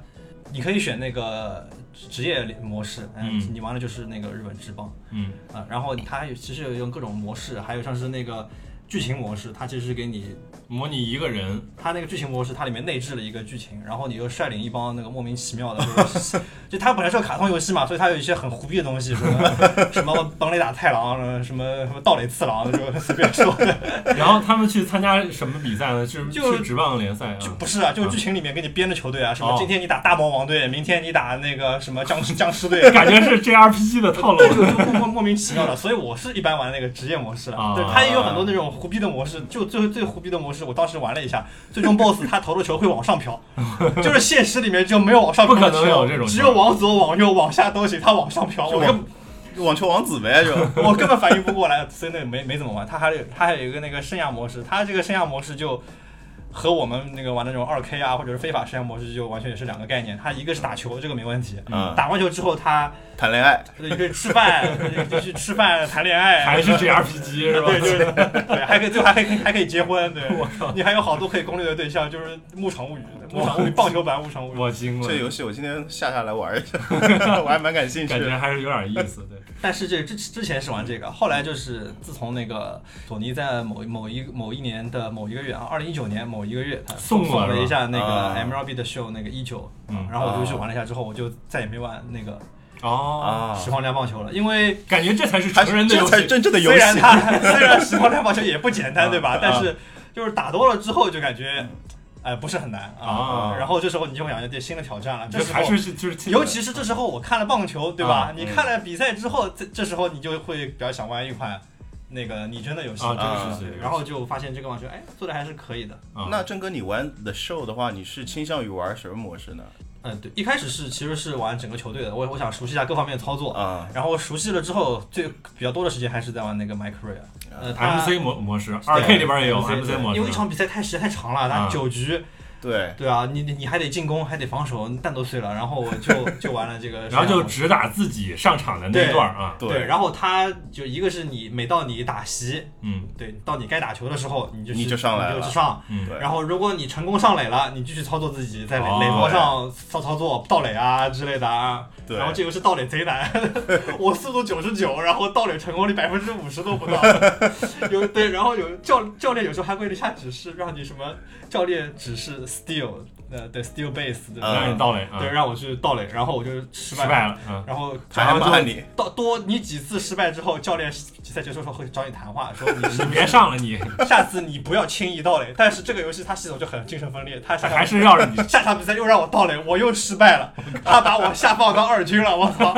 Speaker 3: 你可以选那个职业模式，哎
Speaker 1: 嗯
Speaker 3: 你玩的就是那个日本职棒
Speaker 1: 嗯
Speaker 3: 啊、然后它有其实有用各种模式，还有像是那个剧情模式，它其实是给你
Speaker 1: 模拟一个 人
Speaker 3: 它那个剧情模式，它里面内置了一个剧情，然后你就率领一帮那个莫名其妙的，就是 就它本来是个卡通游戏嘛，所以它有一些很胡逼的东西，什么什么 本垒打太郎，什么什么盗垒次郎，就随便说，
Speaker 1: 然后他们去参加什么比赛呢？是
Speaker 3: 就是
Speaker 1: 职棒联赛啊？
Speaker 3: 就不是啊，就是剧情里面给你编的球队啊，什
Speaker 1: 哦
Speaker 3: 么今天你打大魔王队，明天你打那个什么僵尸僵尸队。
Speaker 1: 感觉是 JRPG 的套
Speaker 3: 对，就
Speaker 1: 路。
Speaker 3: 就莫莫莫名其妙的，所以我是一般玩那个职业模式
Speaker 1: 啊
Speaker 3: 啊，对，它也有很多那种胡逼的模式，就最最胡逼的模式，我当时玩了一下，最终 BOSS 他投的球会往上 飘，就是现实里面就没有往上飘的球，
Speaker 1: 不可能有这种
Speaker 3: 只有往左、往右、往下都行，他往上飘，
Speaker 2: 就
Speaker 3: 我根
Speaker 2: 网网球王子呗，就
Speaker 3: 我根本反应不过来，所以那没没怎么玩。它还有它还有一个那个生涯模式，它这个生涯模式就和我们那个玩那种二 K 啊或者是非法生涯模式就完全也是两个概念。它一个是打球，这个没问题，
Speaker 2: 嗯
Speaker 3: 打完球之后他
Speaker 2: 谈恋爱。
Speaker 3: 对可以吃饭，就去吃饭谈恋爱，
Speaker 1: 还是 JRPG 是吧？
Speaker 3: 对，就是对，还可以最后还可以还可以结婚，对，你还有好多可以攻略的对象，就是《牧场物语》《牧场物语》棒球版《牧场物语》。
Speaker 1: 我惊了，
Speaker 2: 这游戏我今天下下来玩一下，我还蛮感兴趣
Speaker 1: 感
Speaker 2: 的。
Speaker 1: 觉还是有点意思。 对，
Speaker 3: 但是这之之前是玩这个，后来就是自从那个索尼在某某一某一年的某一个月啊，二零一九年某一个月，他
Speaker 1: 送
Speaker 3: 送
Speaker 1: 了
Speaker 3: 了一下那个
Speaker 2: 啊
Speaker 3: MLB 的 show 那个一九，啊
Speaker 1: 嗯
Speaker 3: 然后我就去玩了一下之后，我就再也没玩那个
Speaker 1: 哦，
Speaker 2: 啊，
Speaker 3: 实况量棒球了，因为
Speaker 1: 感觉这才是
Speaker 2: 它
Speaker 1: 成
Speaker 2: 是
Speaker 1: 人的
Speaker 2: 这
Speaker 1: 游
Speaker 2: 才是
Speaker 1: 戏。
Speaker 2: 真正的游
Speaker 3: 虽
Speaker 2: 戏。
Speaker 3: 然它 虽然实况量棒球也不简单，对吧
Speaker 2: 啊？
Speaker 3: 但是就是打多了之后就感觉，哎，不是很难啊
Speaker 1: 啊。
Speaker 3: 然后这时候你就会想，这新的挑战了。
Speaker 1: 你
Speaker 3: 这
Speaker 1: 就
Speaker 3: 时
Speaker 1: 还
Speaker 3: 候，
Speaker 1: 是就是，
Speaker 3: 尤其是这时候我看了棒球，对吧
Speaker 1: 啊？
Speaker 3: 你看了比赛之后，这这时候你就会比较想玩一款那个拟真的游戏
Speaker 1: 啊，
Speaker 3: 了
Speaker 1: 这个
Speaker 2: 啊
Speaker 1: 是
Speaker 3: 对
Speaker 1: 是，
Speaker 3: 然后就发现这个网球，哎，做的还是可以的。
Speaker 1: 啊
Speaker 2: 那郑哥，你玩 The Show 的话，你是倾向于玩什么模式呢？
Speaker 3: 嗯，对，一开始是其实是玩整个球队的，我我想熟悉一下各方面的操作。
Speaker 2: 啊，
Speaker 3: 然后熟悉了之后，最比较多的时间还是在玩那个 My Career，呃，它
Speaker 1: MC 模模式，二 K 里边啊也有 MC 模式，
Speaker 3: 因为一场比赛太时间太长了，
Speaker 1: 啊
Speaker 3: 它九局，
Speaker 2: 对，
Speaker 3: 对啊，你你你还得进攻，还得防守，蛋都碎了，然后我就 就玩了这个，
Speaker 1: 然后就只打自己上场的那一段啊，
Speaker 2: 对
Speaker 3: 对，然后它就一个是你每到你打席，
Speaker 1: 嗯
Speaker 3: 对，到你该打球的时候，你就
Speaker 2: 你
Speaker 3: 去
Speaker 2: 就上来
Speaker 3: 你就
Speaker 2: 了
Speaker 3: 去上，
Speaker 1: 嗯，
Speaker 2: 对
Speaker 3: 然后如果你成功上垒了，你继续操作自己在垒
Speaker 1: 哦
Speaker 3: 垒波上操操作盗垒啊之类的啊，
Speaker 2: 对
Speaker 3: 然后这游戏盗垒 贼难，我速度九十九，然后盗垒成功率百分之五十都不到。 有对，然后有教教练有时候还会下指示，让你什么教练指示 steal，呃，对 steal base，对吧？
Speaker 2: 嗯
Speaker 1: 让你到垒啊，
Speaker 3: 对，让我去盗垒，然后我就失
Speaker 1: 失
Speaker 3: 败。
Speaker 1: 败了，嗯，
Speaker 3: 然后
Speaker 2: 还要
Speaker 3: 然后
Speaker 2: 骂
Speaker 3: 就
Speaker 2: 你
Speaker 3: 到多你几次失败之后，教练比赛结束的时候会找你谈话，说 你是
Speaker 1: 你别上了，你
Speaker 3: 下次你不要轻易盗垒。但是这个游戏它系统就很精神分裂，它下场
Speaker 1: 还是要你，
Speaker 3: 下场比赛又让我盗垒，我又失败 了，他把我下放到二军了，我操！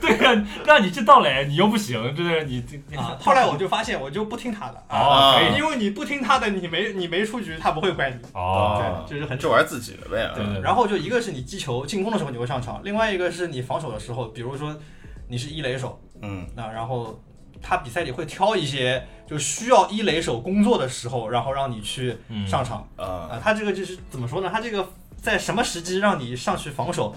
Speaker 1: 对呀，让你这到垒你又不行，这是你这
Speaker 3: 啊， 后来我就发现我就不听他的啊，
Speaker 1: 哦可以
Speaker 3: 因为你不听他的，你没你没出局，他不会怪你。
Speaker 1: 哦，
Speaker 2: 啊
Speaker 3: 对就是很
Speaker 2: 就玩自己的呗。啊
Speaker 1: 对对，
Speaker 3: 然后就一个是你击球进攻的时候你会上场，另外一个是你防守的时候，比如说你是一垒手，
Speaker 2: 嗯，
Speaker 3: 那然后他比赛里会挑一些就需要一垒手工作的时候，然后让你去
Speaker 1: 嗯
Speaker 3: 上场。
Speaker 2: 啊，
Speaker 3: 啊，他这个就是怎么说呢？他这个在什么时机让你上去防守，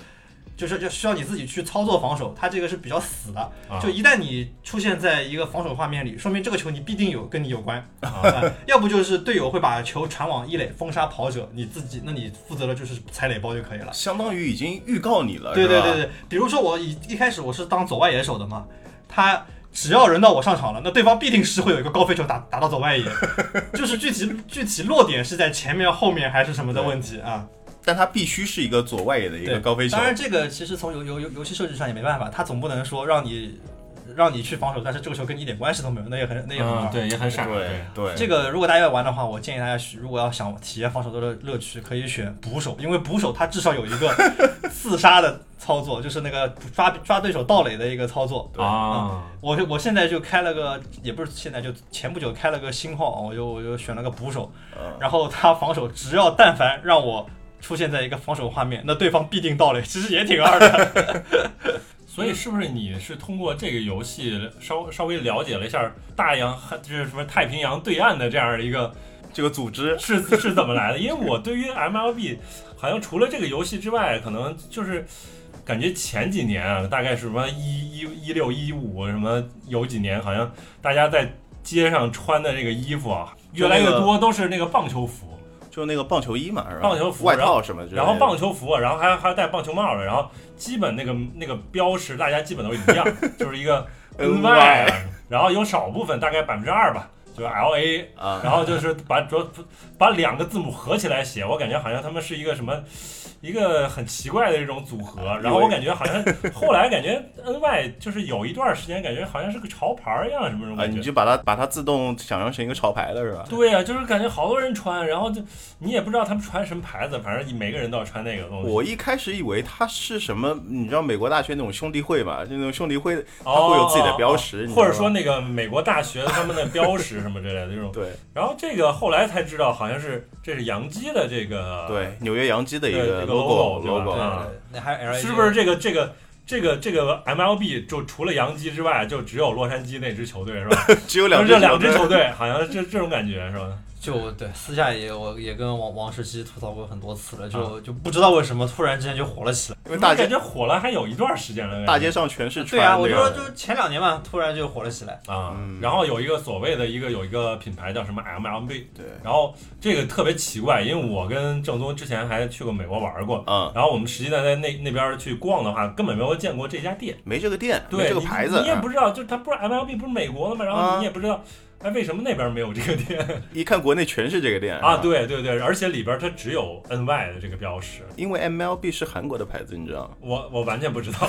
Speaker 3: 就是就需要你自己去操作防守，他这个是比较死的。
Speaker 1: 啊
Speaker 3: 就一旦你出现在一个防守画面里，说明这个球你必定有跟你有关，
Speaker 1: 啊
Speaker 3: 啊要不就是队友会把球传往一垒封杀跑者，你自己那你负责的就是踩垒包就可以了。
Speaker 2: 相当于已经预告你了，
Speaker 3: 对对
Speaker 2: 是吧
Speaker 3: 对对，比如说我一一开始我是当左外野手的嘛，他只要轮到我上场了，那对方必定是会有一个高飞球打打到左外野， 就是具体具体落点是在前面、后面还是什么的问题啊。
Speaker 2: 但它必须是一个左外野的一个
Speaker 3: 对
Speaker 2: 高飞球
Speaker 3: 当，然，这个其实从游游游游戏设置上也没办法，他总不能说让你让你去防守，但是这个球跟你一点关系都没有，那也很那也很
Speaker 1: 嗯，
Speaker 3: 二。
Speaker 1: 对，也很傻，
Speaker 2: 对对，
Speaker 3: 这个如果大家要玩的话，我建议大家选如果要想体验防守的乐乐趣，可以选捕手，因为捕手它至少有一个 刺杀的操作，就是那个抓抓对手盗垒的一个操作。
Speaker 1: 啊，
Speaker 3: 我我现在就开了个，也不是现在就前不久开了个新号，啊我就我就选了个捕手，
Speaker 2: 嗯
Speaker 3: 然后他防守只要但凡让我出现在一个防守画面，那对方必定盗垒，其实也挺二的。
Speaker 1: 所
Speaker 2: 嗯
Speaker 1: 以是不是你是通过这个游戏稍稍微了解了一下大洋，就是什么太平洋对岸的这样一个
Speaker 2: 这个组织
Speaker 1: 是是怎么来的？因为我对于 MLB 好像除了这个游戏之外，可能就是感觉前几年啊，大概是什么一一一六一五什么有几年，好像大家在街上穿的这个衣服啊，越
Speaker 2: 就那
Speaker 1: 来
Speaker 2: 个
Speaker 1: 越多都是那个棒球服，
Speaker 2: 就那个棒球衣嘛，是吧？
Speaker 1: 棒球服
Speaker 2: 外套什么之类的，
Speaker 1: 然后棒球服啊，然后还还戴棒球帽的，然后基本那个那个标识大家基本都一 样，就是一个 NY，啊然后有少部分大概百分之二吧，就是 LA
Speaker 2: 啊，
Speaker 1: 然后就是把主要把两个字母合起来写，我感觉好像他们是一个什么一个很奇怪的这种组
Speaker 2: 啊
Speaker 1: 合。然后我感觉好像后来感觉 NY 就是有一段时间感觉好像是个潮牌儿一样什么什么
Speaker 2: 啊，
Speaker 1: 感
Speaker 2: 你
Speaker 1: 觉。
Speaker 2: 就把它把它自动想象成一个潮牌了，是吧？
Speaker 1: 对呀、啊就是感觉好多人穿，然后就你也不知道他们穿什么牌子，反正每个人都要穿那个东西。
Speaker 2: 我一开始以为它是什么，你知道美国大学那种兄弟会嘛，就那种兄弟会，它
Speaker 1: 哦
Speaker 2: 会有自己的标
Speaker 1: 哦
Speaker 2: 识，
Speaker 1: 或者说
Speaker 2: 你
Speaker 1: 那个美国大学他们的标识什么之类的这种。
Speaker 2: 知道吗
Speaker 1: 然后这个后来才知道，好像是这是洋基的这个
Speaker 2: 对对，纽约洋基的一
Speaker 1: 对这个
Speaker 2: logo
Speaker 1: logo，对吧
Speaker 2: logo，
Speaker 1: 啊
Speaker 3: 那还有 LA
Speaker 1: 是不是这个这个这个这个 MLB 就除了洋基之外，就只有洛杉矶那支球队是吧？
Speaker 2: 只
Speaker 1: 就
Speaker 2: 有 两
Speaker 1: 这两支
Speaker 2: 队
Speaker 1: 球队，好像是这这种感觉是吧？
Speaker 5: 就对，私下也我也跟王王石基吐槽过很多次了，就、
Speaker 1: 啊
Speaker 5: 就不知道为什么突然之间就火了起来。
Speaker 2: 因 为大
Speaker 1: 感
Speaker 2: 街
Speaker 1: 觉火了还有一段时间了，
Speaker 2: 大街上全是
Speaker 5: 对
Speaker 2: 穿
Speaker 5: 啊，
Speaker 2: 那
Speaker 5: 我就说
Speaker 2: 个，
Speaker 5: 就前两年嘛，突然就火了起来。
Speaker 1: 啊
Speaker 2: 嗯。
Speaker 1: 然后有一个所谓的一个有一个品牌叫什么 MLB，
Speaker 2: 对，
Speaker 1: 然后这个特别奇怪，因为我跟正宗之前还去过美国玩过，
Speaker 2: 嗯，
Speaker 1: 然后我们实际在在那那边去逛的话，根本没有见过这家店。
Speaker 2: 没这个店，没
Speaker 1: 对，
Speaker 2: 这个
Speaker 1: 你
Speaker 2: 牌子，
Speaker 1: 你也不知道，就是它不是 MLB 不是美国的嘛，然后
Speaker 2: 啊哎
Speaker 1: 你也不知道哎，为什么那边没有这个店
Speaker 2: 一看国内全是这个店
Speaker 1: 啊？，对对对，而且里边它只有 NY 的这个标识，
Speaker 2: 因为 MLB 是韩国的牌子，你知道吗？
Speaker 1: 我我完全不知道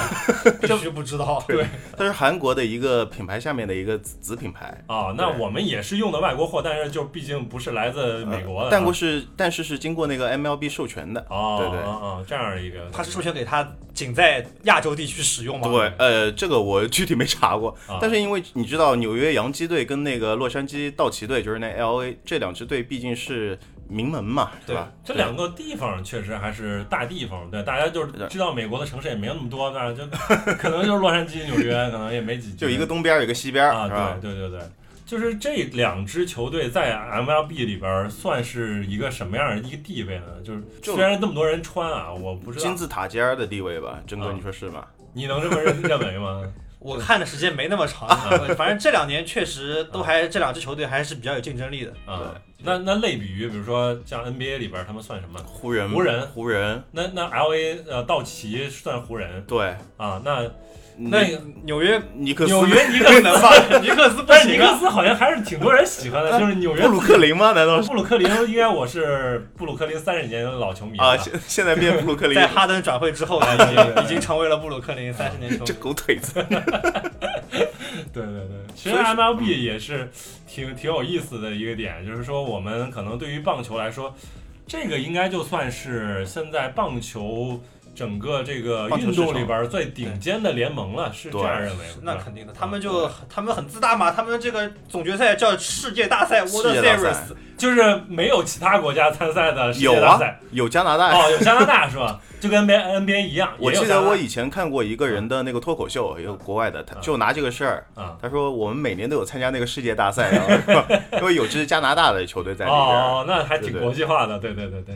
Speaker 3: 必须不知道。
Speaker 1: 对
Speaker 2: 它是韩国的一个品牌下面的一个子子品牌。
Speaker 1: 啊。那
Speaker 2: 对呃
Speaker 1: 我们也是用的外国货，但是就毕竟不是来自美国的啊，
Speaker 2: 但不是，但是是经过那个 MLB 授权的。
Speaker 1: 哦，
Speaker 2: 对对
Speaker 1: 啊啊，这样一个，
Speaker 3: 它是授权给他仅在亚洲地区使用吗？
Speaker 2: 对，呃，这个我具体没查过，
Speaker 1: 啊
Speaker 2: 但是因为你知道，纽约洋基队跟那个洛杉矶道奇队，就是那 L A 这两支队毕竟是名门嘛，对吧？
Speaker 1: 这两个地方确实还是大地方，对，大家就是知道美国的城市也没有那么多，那就 可能就是洛杉矶、纽约，可能也没几，
Speaker 2: 就一个东边儿，有一个西边儿，是
Speaker 1: 啊，
Speaker 2: 吧？
Speaker 1: 对对对对，就是这两支球队在 MLB 里边儿算是一个什么样儿的一个地位呢？就是
Speaker 2: 就
Speaker 1: 虽然那么多人穿啊，我不知道
Speaker 2: 金字塔尖儿的地位吧，真哥，
Speaker 1: 啊
Speaker 2: 你说是吗？
Speaker 1: 你能这么认 认为吗？
Speaker 3: 我看的时间没那么长，反正这两年确实都还这两支球队还是比较有竞争力的。
Speaker 1: 啊，那那类比于比如说像 NBA 里边儿他们算什么？
Speaker 2: 湖人，
Speaker 1: 湖人
Speaker 2: 湖人，
Speaker 1: 那那 LA 呃道奇算湖人
Speaker 2: 对，
Speaker 1: 啊，那
Speaker 2: 嗯那
Speaker 1: 那
Speaker 3: 纽约
Speaker 2: 尼克斯、
Speaker 1: 纽约尼克斯能吧？
Speaker 3: 尼克斯不
Speaker 1: 但是尼
Speaker 3: 行
Speaker 1: 克
Speaker 3: 啊，
Speaker 1: 斯好像还是挺多人喜欢的，就是纽约
Speaker 2: 布鲁克林吗？难道是？
Speaker 1: 布鲁克林，应该我是布鲁克林三十年的老球迷了哎
Speaker 2: 啊，现现在变布鲁克林
Speaker 3: 在，哈登转会之后呢，已
Speaker 1: 对
Speaker 3: 经已经成为了布鲁克林三十 年球
Speaker 2: 这
Speaker 3: 迷。
Speaker 2: 狗腿 子。
Speaker 1: 对对对，其实
Speaker 2: 所以是
Speaker 1: MLB 也是挺挺有意思的一个点，就是说我们可能对于棒球来说，这个应该就算是现在棒球整个这个
Speaker 2: 棒球
Speaker 1: 运
Speaker 2: 市场
Speaker 1: 动里边最顶尖的联盟了，是这啊
Speaker 2: 对
Speaker 1: 样认为吗？
Speaker 3: 那肯定的，他们就他们很自大嘛，他们这个总决赛叫世界大赛
Speaker 2: 世
Speaker 3: World
Speaker 2: 界大赛
Speaker 3: Series，
Speaker 1: 就是没有其他国家参赛的世界
Speaker 2: 有
Speaker 1: 大赛
Speaker 2: 啊，有加拿大。
Speaker 1: 哦，有加拿大是吧？就跟 NBA NBA 一样，
Speaker 2: 我
Speaker 1: 也有
Speaker 2: 记
Speaker 1: 加
Speaker 2: 得
Speaker 1: 拿大
Speaker 2: 我以前看过一个人的那个脱口秀，一个国外的，他
Speaker 1: 啊
Speaker 2: 就拿这个事儿，
Speaker 1: 啊。
Speaker 2: 他说我们每年都有参加那个世界大 赛，然后是吧因为有支加拿大的球队在里边，
Speaker 1: 哦，那还
Speaker 2: 对
Speaker 1: 挺
Speaker 2: 对
Speaker 1: 国际化的，对对对对，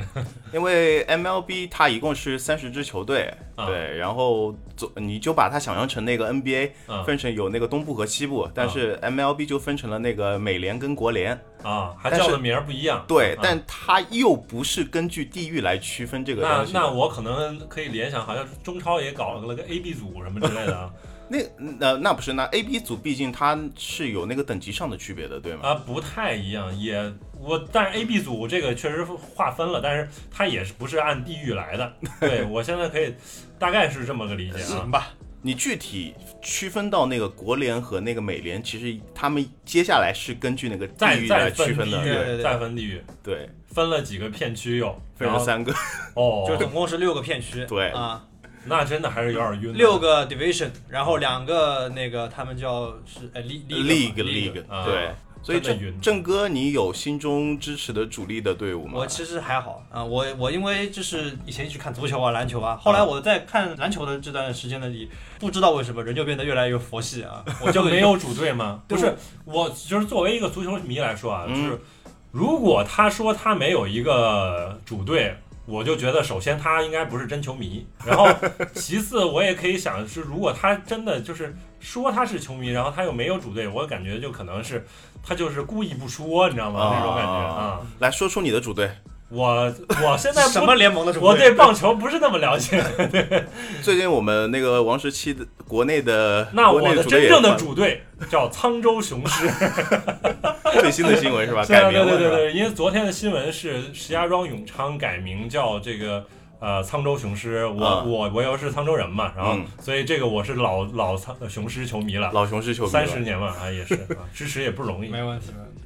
Speaker 2: 因为 MLB 它一共是三十支球队，
Speaker 1: 啊
Speaker 2: 对，然后总你就把它想象成那个 NBA
Speaker 1: 啊
Speaker 2: 分成有那个东部和西部，但是
Speaker 1: 嗯
Speaker 2: MLB 就分成了那个美联跟国联，
Speaker 1: 啊，还
Speaker 2: 但是
Speaker 1: 叫的名儿不一样，
Speaker 2: 对
Speaker 1: 啊，
Speaker 2: 但它又不是根据地域来区分这个
Speaker 1: 那
Speaker 2: 东西的。
Speaker 1: 那我可能可以联想，好像中超也搞了个 AB 组什么之类的 啊，
Speaker 2: 那那那不是那 A B 组，毕竟它是有那个等级上的区别的，对吗？
Speaker 1: 啊不太一样，也我但是 AB 组这个确实划分了，但是它也是不是按地域来 的，对我现在可以大概是这么个理解啊
Speaker 3: 行吧？
Speaker 2: 你具体区分到那个国联和那个美联，其实他们接下来是根据那个地
Speaker 1: 再
Speaker 2: 域
Speaker 1: 再
Speaker 2: 来
Speaker 1: 分
Speaker 2: 区分
Speaker 1: 地
Speaker 2: 的，
Speaker 3: 对
Speaker 1: 域，再分地域，
Speaker 2: 对，
Speaker 1: 分了几个片区又，
Speaker 2: 分
Speaker 1: 然
Speaker 2: 成
Speaker 1: 后
Speaker 2: 三个，
Speaker 1: 哦，
Speaker 3: 就总共是六个片区，
Speaker 2: 对
Speaker 3: 啊，
Speaker 1: 那真的还是有点晕的，啊
Speaker 3: 六个 division，然后两个那个他们叫是呃 league
Speaker 2: league
Speaker 3: league
Speaker 2: league，
Speaker 1: 啊
Speaker 2: 对。所以
Speaker 1: 真的
Speaker 2: 郑
Speaker 1: 晕
Speaker 2: 郑哥，你有心中支持的主力的队伍吗
Speaker 3: 我？其实还好啊、我我因为就是以前一直看足球啊、篮球啊，后来我在看篮球的这段时间里，不知道为什么人就变得越来越佛系啊，
Speaker 1: 我
Speaker 3: 我
Speaker 1: 就
Speaker 3: 就
Speaker 1: 没
Speaker 3: 没
Speaker 1: 有主队吗？不
Speaker 3: 对
Speaker 1: 是，我就是作为一个足球迷来说啊，就
Speaker 2: 嗯
Speaker 1: 是如果他说他没有一个主队。我就觉得，首先他应该不是真球迷，然后其次我也可以想是，如果他真的就是说他是球迷，然后他又没有主队，我感觉就可能是他就是故意不说，你知道吗？那种感觉啊，
Speaker 2: 来说出你的主队，
Speaker 1: 我我现在
Speaker 3: 什
Speaker 1: 不
Speaker 3: 么联盟的主
Speaker 1: 我
Speaker 3: 队
Speaker 1: 对棒球不是那么了解，
Speaker 2: 最近我们那个王十七的国内的，
Speaker 1: 那
Speaker 2: 国
Speaker 1: 我
Speaker 2: 内
Speaker 1: 的
Speaker 2: 主队
Speaker 1: 真
Speaker 2: 也
Speaker 1: 正的
Speaker 2: 换
Speaker 1: 主队叫沧州雄狮。
Speaker 2: 了最新的新 闻是吧？
Speaker 1: 现在
Speaker 2: 啊改名了
Speaker 1: 啊对对
Speaker 2: 是吧？
Speaker 1: 对对，因为昨天的新闻是石家庄永昌改名叫这个呃沧州雄狮，我、
Speaker 2: 啊
Speaker 1: 我我又是沧州人嘛，然后、
Speaker 2: 嗯
Speaker 1: 所以这个我是老老沧雄狮球迷了，
Speaker 2: 老雄狮球迷
Speaker 1: 三十年嘛啊也是 啊支持也不容易
Speaker 3: 没问题，没问题。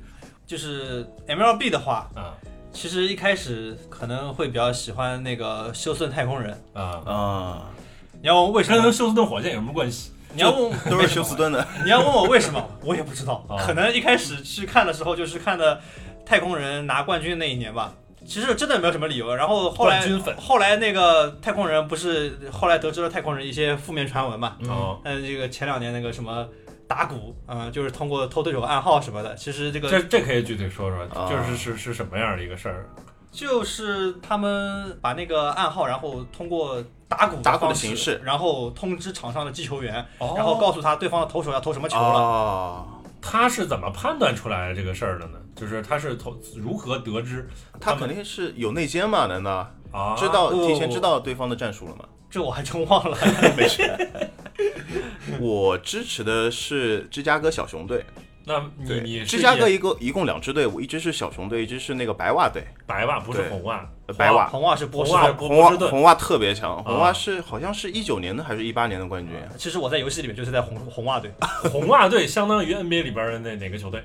Speaker 3: 就是 MLB 的话，
Speaker 1: 啊
Speaker 3: 其实一开始可能会比较喜欢那个休斯顿太空人。
Speaker 1: 啊，
Speaker 2: 啊，
Speaker 3: 你要问我为什
Speaker 1: 跟
Speaker 2: 嗯
Speaker 3: 么？
Speaker 1: 休斯顿火箭有什么关系？
Speaker 3: 你要问我
Speaker 2: 都是休斯 顿的。
Speaker 3: 你要问我为什么，我也不知道
Speaker 2: 哦
Speaker 1: 啊。
Speaker 3: 可能一开始去看的时候，就是看的太空人拿冠军那一年吧。其实真的没有什么理由。然后后来
Speaker 1: 冠军粉
Speaker 3: 后来那个太空人不是后来得知了太空人一些负面传闻嘛？
Speaker 1: 哦，
Speaker 3: 嗯，这个前两年那个什么打鼓，嗯、就是通过偷对手暗号什么的。其实这
Speaker 1: 这
Speaker 3: 个
Speaker 1: 这可以具体说说，
Speaker 2: 啊
Speaker 1: 就是是是什么样的一个事儿？
Speaker 3: 就是他们把那个暗号，然后通过打鼓
Speaker 2: 打鼓的
Speaker 3: 方式
Speaker 2: 形式
Speaker 3: 然后通知场上的击球员，
Speaker 1: 哦
Speaker 3: 然后告诉他对方的投手要投什么球了。
Speaker 2: 哦，
Speaker 1: 他是怎么判断出来这个事儿的呢？就是他是从如何得知他
Speaker 2: 他
Speaker 1: 们
Speaker 2: 肯定是有内奸嘛？难道
Speaker 1: 啊？
Speaker 2: 知道
Speaker 3: 不
Speaker 2: 提前知道对方的战术了吗？
Speaker 3: 这我还真 忘了。
Speaker 2: 我支持的是芝加哥小熊队，
Speaker 1: 那你
Speaker 2: 对，
Speaker 1: 你是
Speaker 2: 芝加哥
Speaker 1: 也
Speaker 2: 一个一共两支队伍，一支是小熊队，一支是那个白袜队，
Speaker 1: 白袜不是
Speaker 2: 对
Speaker 1: 红袜，
Speaker 2: 呃白 袜。
Speaker 5: 红袜是波士
Speaker 1: 红袜
Speaker 5: 顿
Speaker 1: 是。波
Speaker 2: 红
Speaker 1: 波
Speaker 2: 袜
Speaker 1: 士顿，
Speaker 2: 红袜特别强，红
Speaker 1: 啊
Speaker 2: 袜是好像是一九年的还是一八年的冠军，
Speaker 5: 其实我在游戏里面就是在红红袜队，
Speaker 2: 啊
Speaker 1: 红袜队相当于 NBA 里边的那哪个球队？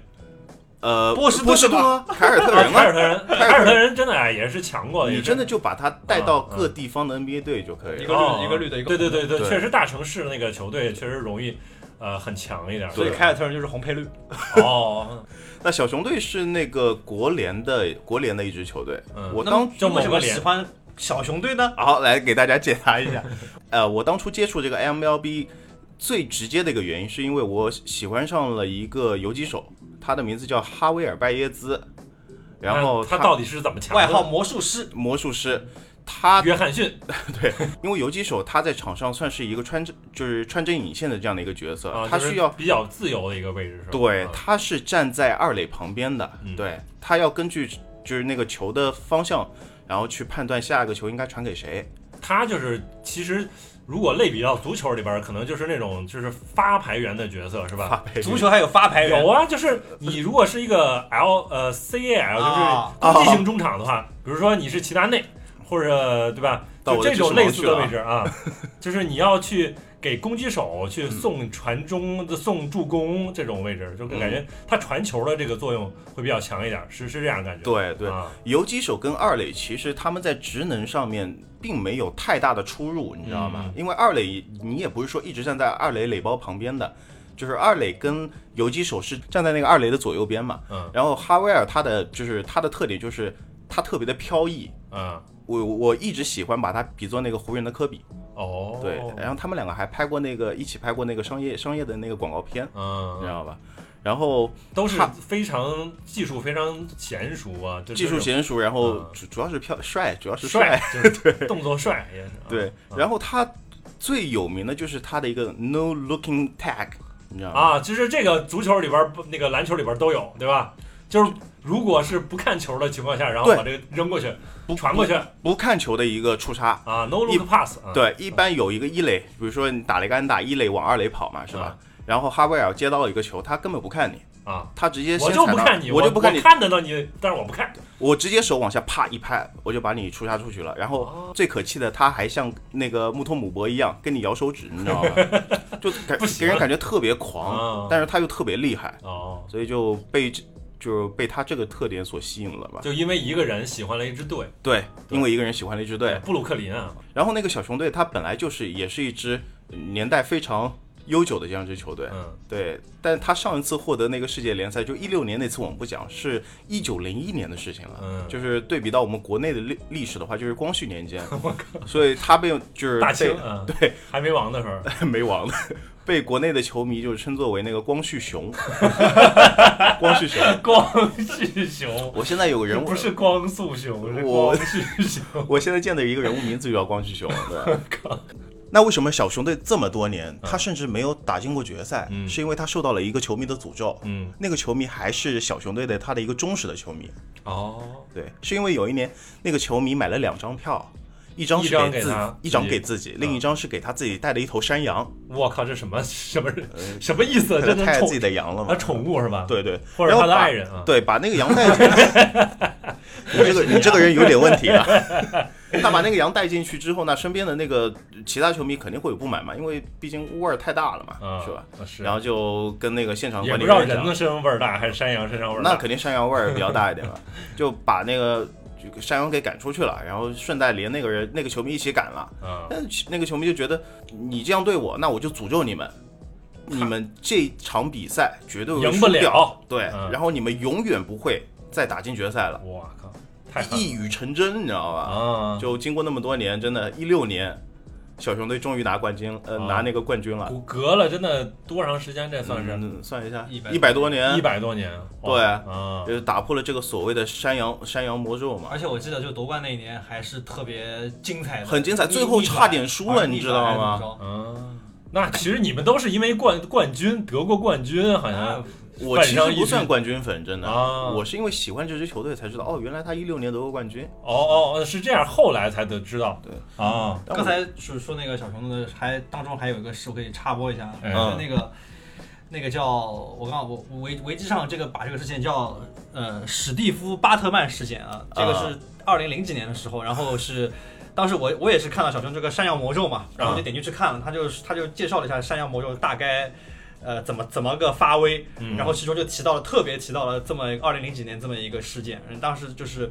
Speaker 2: 呃，
Speaker 5: 波士顿
Speaker 2: 波士顿啊， 凯尔特
Speaker 1: 啊
Speaker 2: 人
Speaker 1: 凯
Speaker 2: 啊，
Speaker 1: 尔特人，凯尔特人真的哎也是强过的，
Speaker 2: 你
Speaker 1: 也是
Speaker 2: 真的就把他带到
Speaker 1: 嗯
Speaker 2: 各地方的 NBA 队就可以
Speaker 3: 一
Speaker 2: 了。
Speaker 3: 个绿
Speaker 1: 哦
Speaker 3: 的一个绿的一个
Speaker 1: 对
Speaker 3: 红的
Speaker 1: 对对对，
Speaker 2: 对
Speaker 1: 确实大城市那个球队确实容易呃很强一点。
Speaker 5: 所以
Speaker 2: 对
Speaker 5: 凯尔特人就是红配绿。
Speaker 1: 哦，
Speaker 2: 那小熊队是那个国联的国联的一支球队，
Speaker 1: 嗯
Speaker 2: 我
Speaker 5: 那
Speaker 2: 当
Speaker 5: 么
Speaker 1: 就某
Speaker 5: 为什
Speaker 1: 个
Speaker 5: 么
Speaker 1: 脸
Speaker 5: 喜欢小熊队呢？
Speaker 2: 好，来给大家解答一下。 呃，我当初接触这个 MLB 最直接的一个原因，是因为我喜欢上了一个游击手，他的名字叫哈维尔·拜耶兹，然后
Speaker 1: 那他到底是怎么强的？
Speaker 5: 外号魔术师，
Speaker 2: 魔术师，他
Speaker 1: 约翰逊
Speaker 2: 因为游击手他在场上算是一个穿针就是穿针引线的这样的一个角色，
Speaker 1: 啊，
Speaker 2: 他
Speaker 1: 就是
Speaker 2: 需要。
Speaker 1: 比较自由的一个位置，是吧？
Speaker 2: 对
Speaker 1: 啊，
Speaker 2: 他是站在二垒旁边的，
Speaker 1: 嗯
Speaker 2: 对他要根据就是那个球的方向，然后去判断下一个球应该传给谁。
Speaker 1: 他就是其实如果类比到足球里边儿，可能就是那种就是发牌员的角色，是吧？
Speaker 5: 足球还有 发牌人
Speaker 1: 有，啊，就是你如果是一个 L 呃 CAL，
Speaker 5: 啊
Speaker 1: 就是攻击型中场的话，比如说你是齐达内或者对吧，
Speaker 2: 到
Speaker 1: 就
Speaker 2: 我的
Speaker 1: 这种
Speaker 2: 知识盲
Speaker 1: 类似
Speaker 2: 区
Speaker 1: 的
Speaker 2: 了
Speaker 1: 位置 啊，就是你要去给攻击手去送传中、送助攻这种位置，就感
Speaker 2: 嗯
Speaker 1: 觉他传球的这个作用会比较强一点，是是这样感觉。
Speaker 2: 对对，
Speaker 1: 啊，
Speaker 2: 游击手跟二垒其实他们在职能上面并没有太大的出入，你知道
Speaker 1: 嗯
Speaker 2: 吗？因为二垒你也不是说一直站在二垒垒包旁边的，就是二垒跟游击手是站在那个二垒的左右边嘛。
Speaker 1: 嗯
Speaker 2: 然后哈维尔他的就是他的特点就是他特别的飘逸，
Speaker 1: 啊，
Speaker 2: 我我一直喜欢把他比作那个湖人的科比。
Speaker 1: 哦，
Speaker 2: 对，然后他们两个还拍过那个一起拍过那个商业商业的那个广告片，你
Speaker 1: 嗯，
Speaker 2: 知道吧？然后
Speaker 1: 都是
Speaker 2: 他
Speaker 1: 非常技术非常娴熟啊，就
Speaker 2: 技术娴熟，然后主主要是飘帅，主要是
Speaker 1: 是嗯帅
Speaker 2: 帅。，
Speaker 1: 就 是动作帅也是啊。
Speaker 2: 对，然后他最有名的就是他的一个 no looking tag，你知道吗？
Speaker 1: 啊，其实这个足球里边儿不那个篮球里边儿都有，对吧？就是如果是不看球的情况下，然后
Speaker 2: 对
Speaker 1: 把这个扔过去，传过去
Speaker 2: 不看球的一个出叉。
Speaker 1: 啊，no
Speaker 2: 一
Speaker 1: look pass 啊，
Speaker 2: 对，一般有一个一垒，比如说你打了一个安打，一垒往二垒跑嘛，是吧？然后哈维尔接到了一个球，他根本不看你，
Speaker 1: 啊，
Speaker 2: 他直接
Speaker 1: 我
Speaker 2: 先
Speaker 1: 就
Speaker 2: 踩
Speaker 1: 不
Speaker 2: 到
Speaker 1: 看你，
Speaker 2: 我
Speaker 1: 我
Speaker 2: 就不看
Speaker 1: 我
Speaker 2: 你，
Speaker 1: 看得到你，但是我不看
Speaker 2: 我直接手往下啪一拍，我就把你出叉出去了。然
Speaker 1: 哦
Speaker 2: 后最可气的，他还像那个穆托姆博一样跟你摇手指，你知 道吗？就感
Speaker 1: 不行
Speaker 2: 给人感觉特别狂，
Speaker 1: 啊。
Speaker 2: 但是他又特别厉害，
Speaker 1: 哦，
Speaker 2: 所以就被这就被他这个特点所吸引了吧？
Speaker 1: 就因为一个人喜欢了一支队，
Speaker 2: 对，
Speaker 1: 对
Speaker 2: 因为一个人喜欢了一支队。
Speaker 1: 布鲁克林啊，
Speaker 2: 然后那个小熊队，它本来就是也是一支年代非常悠久的这样一支球队。
Speaker 1: 嗯，
Speaker 2: 对，但他上一次获得那个世界联赛，就一六年那次我们不讲，是一九零一年的事情了。
Speaker 1: 嗯
Speaker 2: 就是对比到我们国内的历历史的话，就是光绪年 间，所以他被就是
Speaker 1: 大清
Speaker 2: 被
Speaker 1: 啊，对，还没亡的 时候，
Speaker 2: 没王了，被国内的球迷就是称作为那个光绪熊， 光绪熊。
Speaker 1: 光绪熊，
Speaker 2: 我现在有个人物
Speaker 1: 不，是光速熊，是
Speaker 2: 我
Speaker 1: 光绪熊。
Speaker 2: 我现在见的一个人物名字就叫光 绪熊。对 那为什么小熊队这么多年，他甚至没有打进过决赛？
Speaker 1: 嗯
Speaker 2: 是因为他受到了一个球迷的诅咒。
Speaker 1: 嗯，
Speaker 2: 那个球迷还是小熊队的他的一个忠实的球迷。
Speaker 1: 哦，
Speaker 2: 对，是因为有一年那个球迷买了两张票，一张
Speaker 1: 一
Speaker 2: 是
Speaker 1: 张
Speaker 2: 给
Speaker 1: 给
Speaker 2: 自
Speaker 1: 他
Speaker 2: 一张
Speaker 1: 自己嗯
Speaker 2: 给自己，另一张是给他自己带的一头山羊，
Speaker 1: 我靠，这什么什么
Speaker 2: 呃
Speaker 1: 什么意思？
Speaker 2: 他
Speaker 1: 这
Speaker 2: 带
Speaker 1: 能
Speaker 2: 着自己
Speaker 1: 宠
Speaker 2: 的羊了
Speaker 1: 啊
Speaker 2: 嘛？
Speaker 1: 宠物是吧？。
Speaker 2: 对对，
Speaker 1: 或者
Speaker 2: 然后
Speaker 1: 他的
Speaker 2: 把
Speaker 1: 爱人啊
Speaker 2: 对，把那个羊带进去。 你这个你这个人有点问题啊！他 把那个羊带进去之后呢，身边的那个其他球迷肯定会有不满嘛，因为毕竟味儿太大了嘛，
Speaker 1: 啊，
Speaker 2: 是吧？？
Speaker 1: 是，
Speaker 2: 然后就跟那个现场
Speaker 1: 也
Speaker 2: 管
Speaker 1: 不
Speaker 2: 理
Speaker 1: 知道
Speaker 2: 员
Speaker 1: 人
Speaker 2: 讲
Speaker 1: 的，身上味儿大还是山羊身上味儿大。
Speaker 2: 那肯定山羊味儿比较大 一点嘛，就把那个就山羊给赶出去了，然后顺带连那个人那个球迷一起赶了。
Speaker 1: 啊，
Speaker 2: 但是那个球迷就觉得你这样对我，那我就诅咒你们，你们这场比赛绝对会
Speaker 1: 赢不
Speaker 2: 输掉
Speaker 1: 了，
Speaker 2: 对，
Speaker 1: 嗯
Speaker 2: 然后你们永远不会再打进决赛了，
Speaker 1: 我靠，太狠
Speaker 2: 一语成真，你知道吧？
Speaker 1: 啊！
Speaker 2: 就经过那么多年，真的，一六年，小熊队终于拿冠军，呃，
Speaker 1: 啊
Speaker 2: 拿那个冠军了，
Speaker 1: 我隔了真的多长时间？这算是
Speaker 2: 嗯算一下，
Speaker 5: 100
Speaker 2: 一百多年
Speaker 1: 一，百多年。哇
Speaker 2: 嗯对
Speaker 1: 啊，
Speaker 2: 就是打破了这个所谓的山羊山羊魔咒嘛，
Speaker 5: 而且我记得就夺冠那一年还是特别精
Speaker 3: 哎
Speaker 5: 彩的，
Speaker 2: 很精彩，
Speaker 5: 逆
Speaker 2: 最后差点输
Speaker 3: 啊
Speaker 2: 了，
Speaker 5: 逆
Speaker 2: 你
Speaker 5: 转
Speaker 2: 知道
Speaker 5: 还是怎
Speaker 2: 吗？
Speaker 5: 么着
Speaker 1: 嗯，那其实你们都是因为冠冠军得过冠军，
Speaker 2: 嗯
Speaker 1: 好
Speaker 5: 啊
Speaker 1: 像
Speaker 2: 我其
Speaker 1: 反
Speaker 2: 实
Speaker 1: 正一
Speaker 2: 不
Speaker 1: 直
Speaker 2: 算冠军粉，真的，
Speaker 1: 啊，
Speaker 2: 我是因为喜欢这支球队才知道，哦，原来他一六年得过冠军。
Speaker 1: 哦哦是这样，后来才得知道。
Speaker 2: 对
Speaker 1: 啊，
Speaker 5: 刚
Speaker 2: 但我
Speaker 5: 才是说那个小熊的，还当中还有一个事我可以插播一下，
Speaker 1: 哎
Speaker 5: 就是那个
Speaker 3: 那个叫我刚我维维基上这个把这个事件叫呃史蒂夫巴特曼事件啊，这个是二零零几年的时候，然后是当时我我也是看到小熊这个山羊魔咒嘛，然后就点进去看了，他就他就介绍了一下山羊魔咒大概。呃，怎么怎么个发威？
Speaker 2: 嗯
Speaker 3: 然后其中就提到了，特别提到了这么二零零几年这么一个事件。嗯当时就是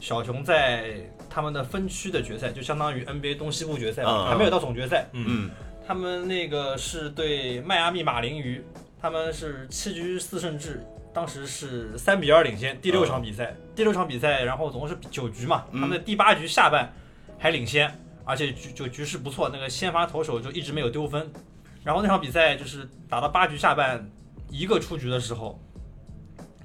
Speaker 3: 小熊在他们的分区的决赛，就相当于 NBA 东西部决赛吧，
Speaker 2: 嗯
Speaker 3: 还没有到总决赛。
Speaker 2: 嗯
Speaker 3: 他们那个是对迈阿密马林鱼，他们是七局四胜制，当时是三比二领先。第六场比赛，第六场比赛，然后总共是九局嘛，他们的第八局下半还领先，而且局就局势不错，那个先发投手就一直没有丢分。然后那场比赛就是打到八局下半一个出局的时候，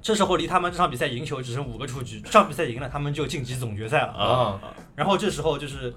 Speaker 3: 这时候离他们这场比赛赢球只剩五个出局，这场比赛赢了，他们就晋级总决赛了。
Speaker 1: 啊，
Speaker 3: 然后这时候就是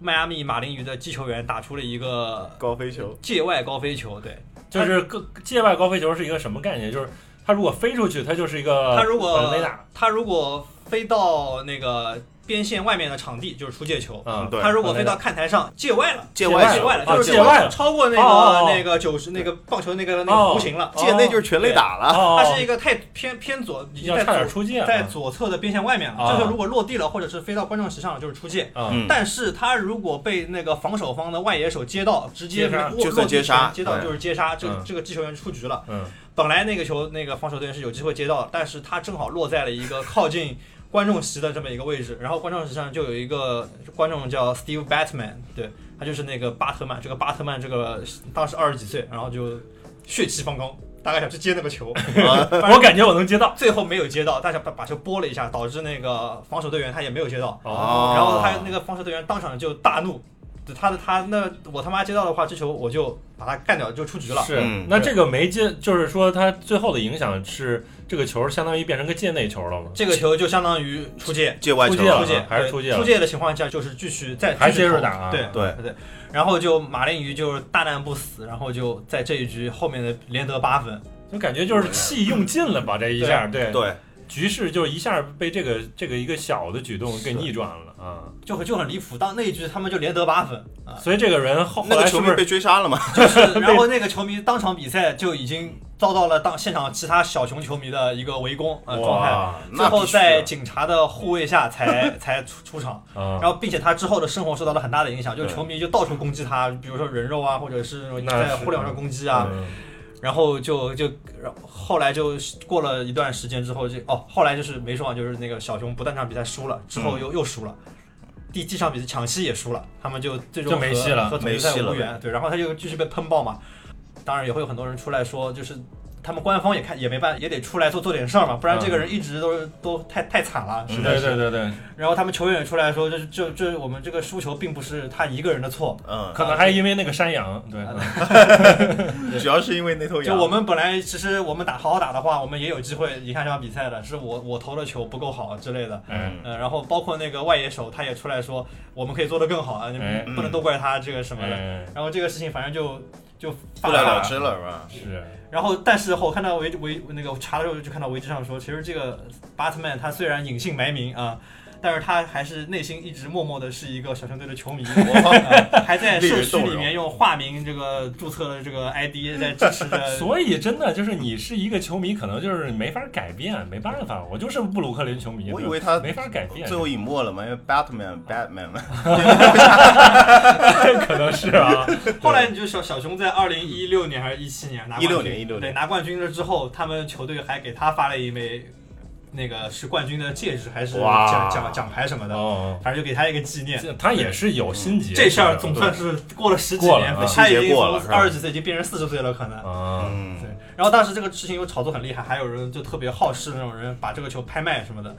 Speaker 3: 迈阿密马林鱼的击球员打出了一个
Speaker 2: 高飞球，
Speaker 3: 界外高飞球，对
Speaker 1: 就是个界外高飞球是一个什么概念？就是它如果飞出去，它就是一个
Speaker 3: 他如果
Speaker 1: 呃本垒打，
Speaker 3: 他如果飞到那个边线外面的场地就是出界球，
Speaker 1: 嗯，
Speaker 2: 对
Speaker 3: 他如果飞到看台上界外了，
Speaker 2: 界
Speaker 1: 外
Speaker 3: 界外了
Speaker 1: 哦
Speaker 3: 就是
Speaker 1: 界外了
Speaker 3: 超过那个
Speaker 1: 哦哦哦
Speaker 3: 那个九十那个棒球那个那个弧形了，
Speaker 2: 界内就是全垒打了，
Speaker 1: 哦，
Speaker 3: 他是一个太偏偏左，已经
Speaker 1: 要
Speaker 3: 在
Speaker 1: 差点
Speaker 3: 左
Speaker 1: 出界了，
Speaker 3: 在左侧的边线外面了，
Speaker 1: 啊
Speaker 3: 这时候如果落地了或者是飞到观众席上了就是出界。
Speaker 1: 嗯，
Speaker 2: 嗯，
Speaker 3: 但是他如果被那个防守方的外野手接到，直接
Speaker 1: 接杀
Speaker 3: 落
Speaker 2: 就算接杀
Speaker 3: 落地前接到
Speaker 2: 对
Speaker 3: 就是接杀，这
Speaker 1: 嗯
Speaker 3: 这个击球员出局了。
Speaker 1: 嗯，
Speaker 3: 本来那个球那个防守队员是有机会接到的，但是他正好落在了一个靠近观众席的这么一个位置，然后观众席上就有一个观众叫 Steve Batman，对他就是那个巴特曼，这个巴特曼这个当时二十几岁，然后就血气方刚，大概想去接那个球，
Speaker 1: 我感觉我能接到，
Speaker 3: 最后没有接到，但是把把球拨了一下，导致那个防守队员他也没有接到，
Speaker 1: 哦
Speaker 3: 然后他那个防守队员当场就大怒，对他的他那我他妈接到的话，这球我就把他干掉就出局了。
Speaker 1: 是
Speaker 2: 嗯，
Speaker 1: 那这个没接，就是说它最后的影响是这个球相当于变成个界内球了吗？
Speaker 3: 这个球就相当于出界，
Speaker 2: 界外
Speaker 1: 出
Speaker 2: 球
Speaker 1: 界了
Speaker 3: 出界
Speaker 1: 还是
Speaker 3: 对
Speaker 1: 出
Speaker 3: 出
Speaker 1: 界了
Speaker 3: 的情况下就是继续再
Speaker 1: 还
Speaker 3: 继续
Speaker 1: 接着
Speaker 3: 投
Speaker 1: 打啊
Speaker 3: 对
Speaker 2: 对
Speaker 3: 对。然后就马林鱼就是大难不死，然后就在这一局后面的连得八分，
Speaker 1: 就感觉就是气用尽了吧，这一下，对，
Speaker 2: 对，
Speaker 1: 局势就一下被这个这个一个小的举动给逆转了啊。
Speaker 3: 就很就很离谱。到那一局他们就连得八分 啊，
Speaker 1: 所以这个人后后
Speaker 2: 那
Speaker 1: 来
Speaker 2: 个
Speaker 1: 是
Speaker 2: 球
Speaker 1: 不
Speaker 2: 迷
Speaker 1: 是
Speaker 2: 被追杀了 嘛？
Speaker 3: 就是然后那个球迷当场比赛就已经遭到了当现场其他小熊球迷的一个围攻呃状态。
Speaker 1: 哇
Speaker 2: 那
Speaker 3: 最后
Speaker 2: 必须
Speaker 3: 在
Speaker 2: 啊
Speaker 3: 警察的护卫 下才才出出场，
Speaker 1: 啊
Speaker 3: 然？后并且他之后的生活受到了很大的影响，就是
Speaker 2: 对
Speaker 3: 球迷就到处攻击他，比如说人肉啊，或者是
Speaker 1: 那
Speaker 3: 在
Speaker 1: 是
Speaker 3: 互联网上攻击啊，
Speaker 1: 嗯
Speaker 3: 然后就就然后后来就过了一段时间之后就哦，后来就是没说完，就是那个小熊不但这场比赛输了，之
Speaker 1: 嗯
Speaker 3: 后又、又输了，第几场比赛抢七也输了，他们就最终
Speaker 1: 就没
Speaker 3: 和
Speaker 1: 戏了
Speaker 3: 和总决赛
Speaker 2: 没戏了
Speaker 3: 无缘。对，然后他就继续被喷爆嘛，当然也会有很多人出来说，就是他们官方也看也没办，也得出来做做点事儿嘛，不然这个人一直都是、都太太惨了，实在
Speaker 1: 嗯对
Speaker 3: 是。
Speaker 1: 对对对，
Speaker 3: 然后他们球员也出来说，这这这我们这个输球并不是他一个人的错，
Speaker 2: 嗯，
Speaker 1: 可能还因为那个山羊，对，嗯
Speaker 2: 主要是因为那头
Speaker 3: 就
Speaker 2: 羊，
Speaker 3: 我们本来其实我们打好好打的话，我们也有机会赢下这场比赛的，是我我投的球不够好之类的。
Speaker 1: 哎，
Speaker 3: 嗯，然后包括那个外野手，他也出来说我们可以做得更好啊，你
Speaker 1: 哎
Speaker 3: 们不能都怪他这个什么的。
Speaker 1: 哎
Speaker 3: 然后这个事情反正就就
Speaker 2: 不
Speaker 3: 发
Speaker 2: 了
Speaker 3: 大
Speaker 2: 了之了是吧？
Speaker 1: 是，
Speaker 3: 然后，但是后看到维维那个查的时候，就看到维基上说，其实这个巴特曼他虽然隐姓埋名啊，但是他还是内心一直默默的是一个小熊队的球迷， 啊还在社区里面用化名这个注册的这个 ID 在支持 着。
Speaker 1: 所以真的就是你是一个球迷，可能就是没法改变，没办法，我就是布鲁克林球迷，
Speaker 2: 我以
Speaker 1: 对
Speaker 2: 为他
Speaker 1: 没法改变，
Speaker 2: 最后隐没了嘛，因为 Batman Batman 嘛，
Speaker 1: 可能是啊，
Speaker 3: 后来你就小小熊在二零一六年还是一七年拿
Speaker 2: 16年16年
Speaker 3: 对拿冠军了之后，他们球队还给他发了一枚那个是冠军的戒指还是
Speaker 1: 哇
Speaker 3: 奖奖奖牌什么的，
Speaker 1: 哦，
Speaker 3: 反正就给他一个纪念。
Speaker 1: 这他也是有心结的，
Speaker 3: 这事儿总算是过了十几
Speaker 1: 过了
Speaker 3: 年
Speaker 1: 啊，
Speaker 3: 他已
Speaker 2: 细
Speaker 3: 经
Speaker 2: 节过了
Speaker 3: 从
Speaker 2: 是吧
Speaker 3: 二十几岁已经变成四十岁了，可能。
Speaker 1: 啊，
Speaker 2: 嗯
Speaker 3: 对，然后当时这个事情又炒作很厉害，还有人就特别好事那种人把这个球拍卖什么的，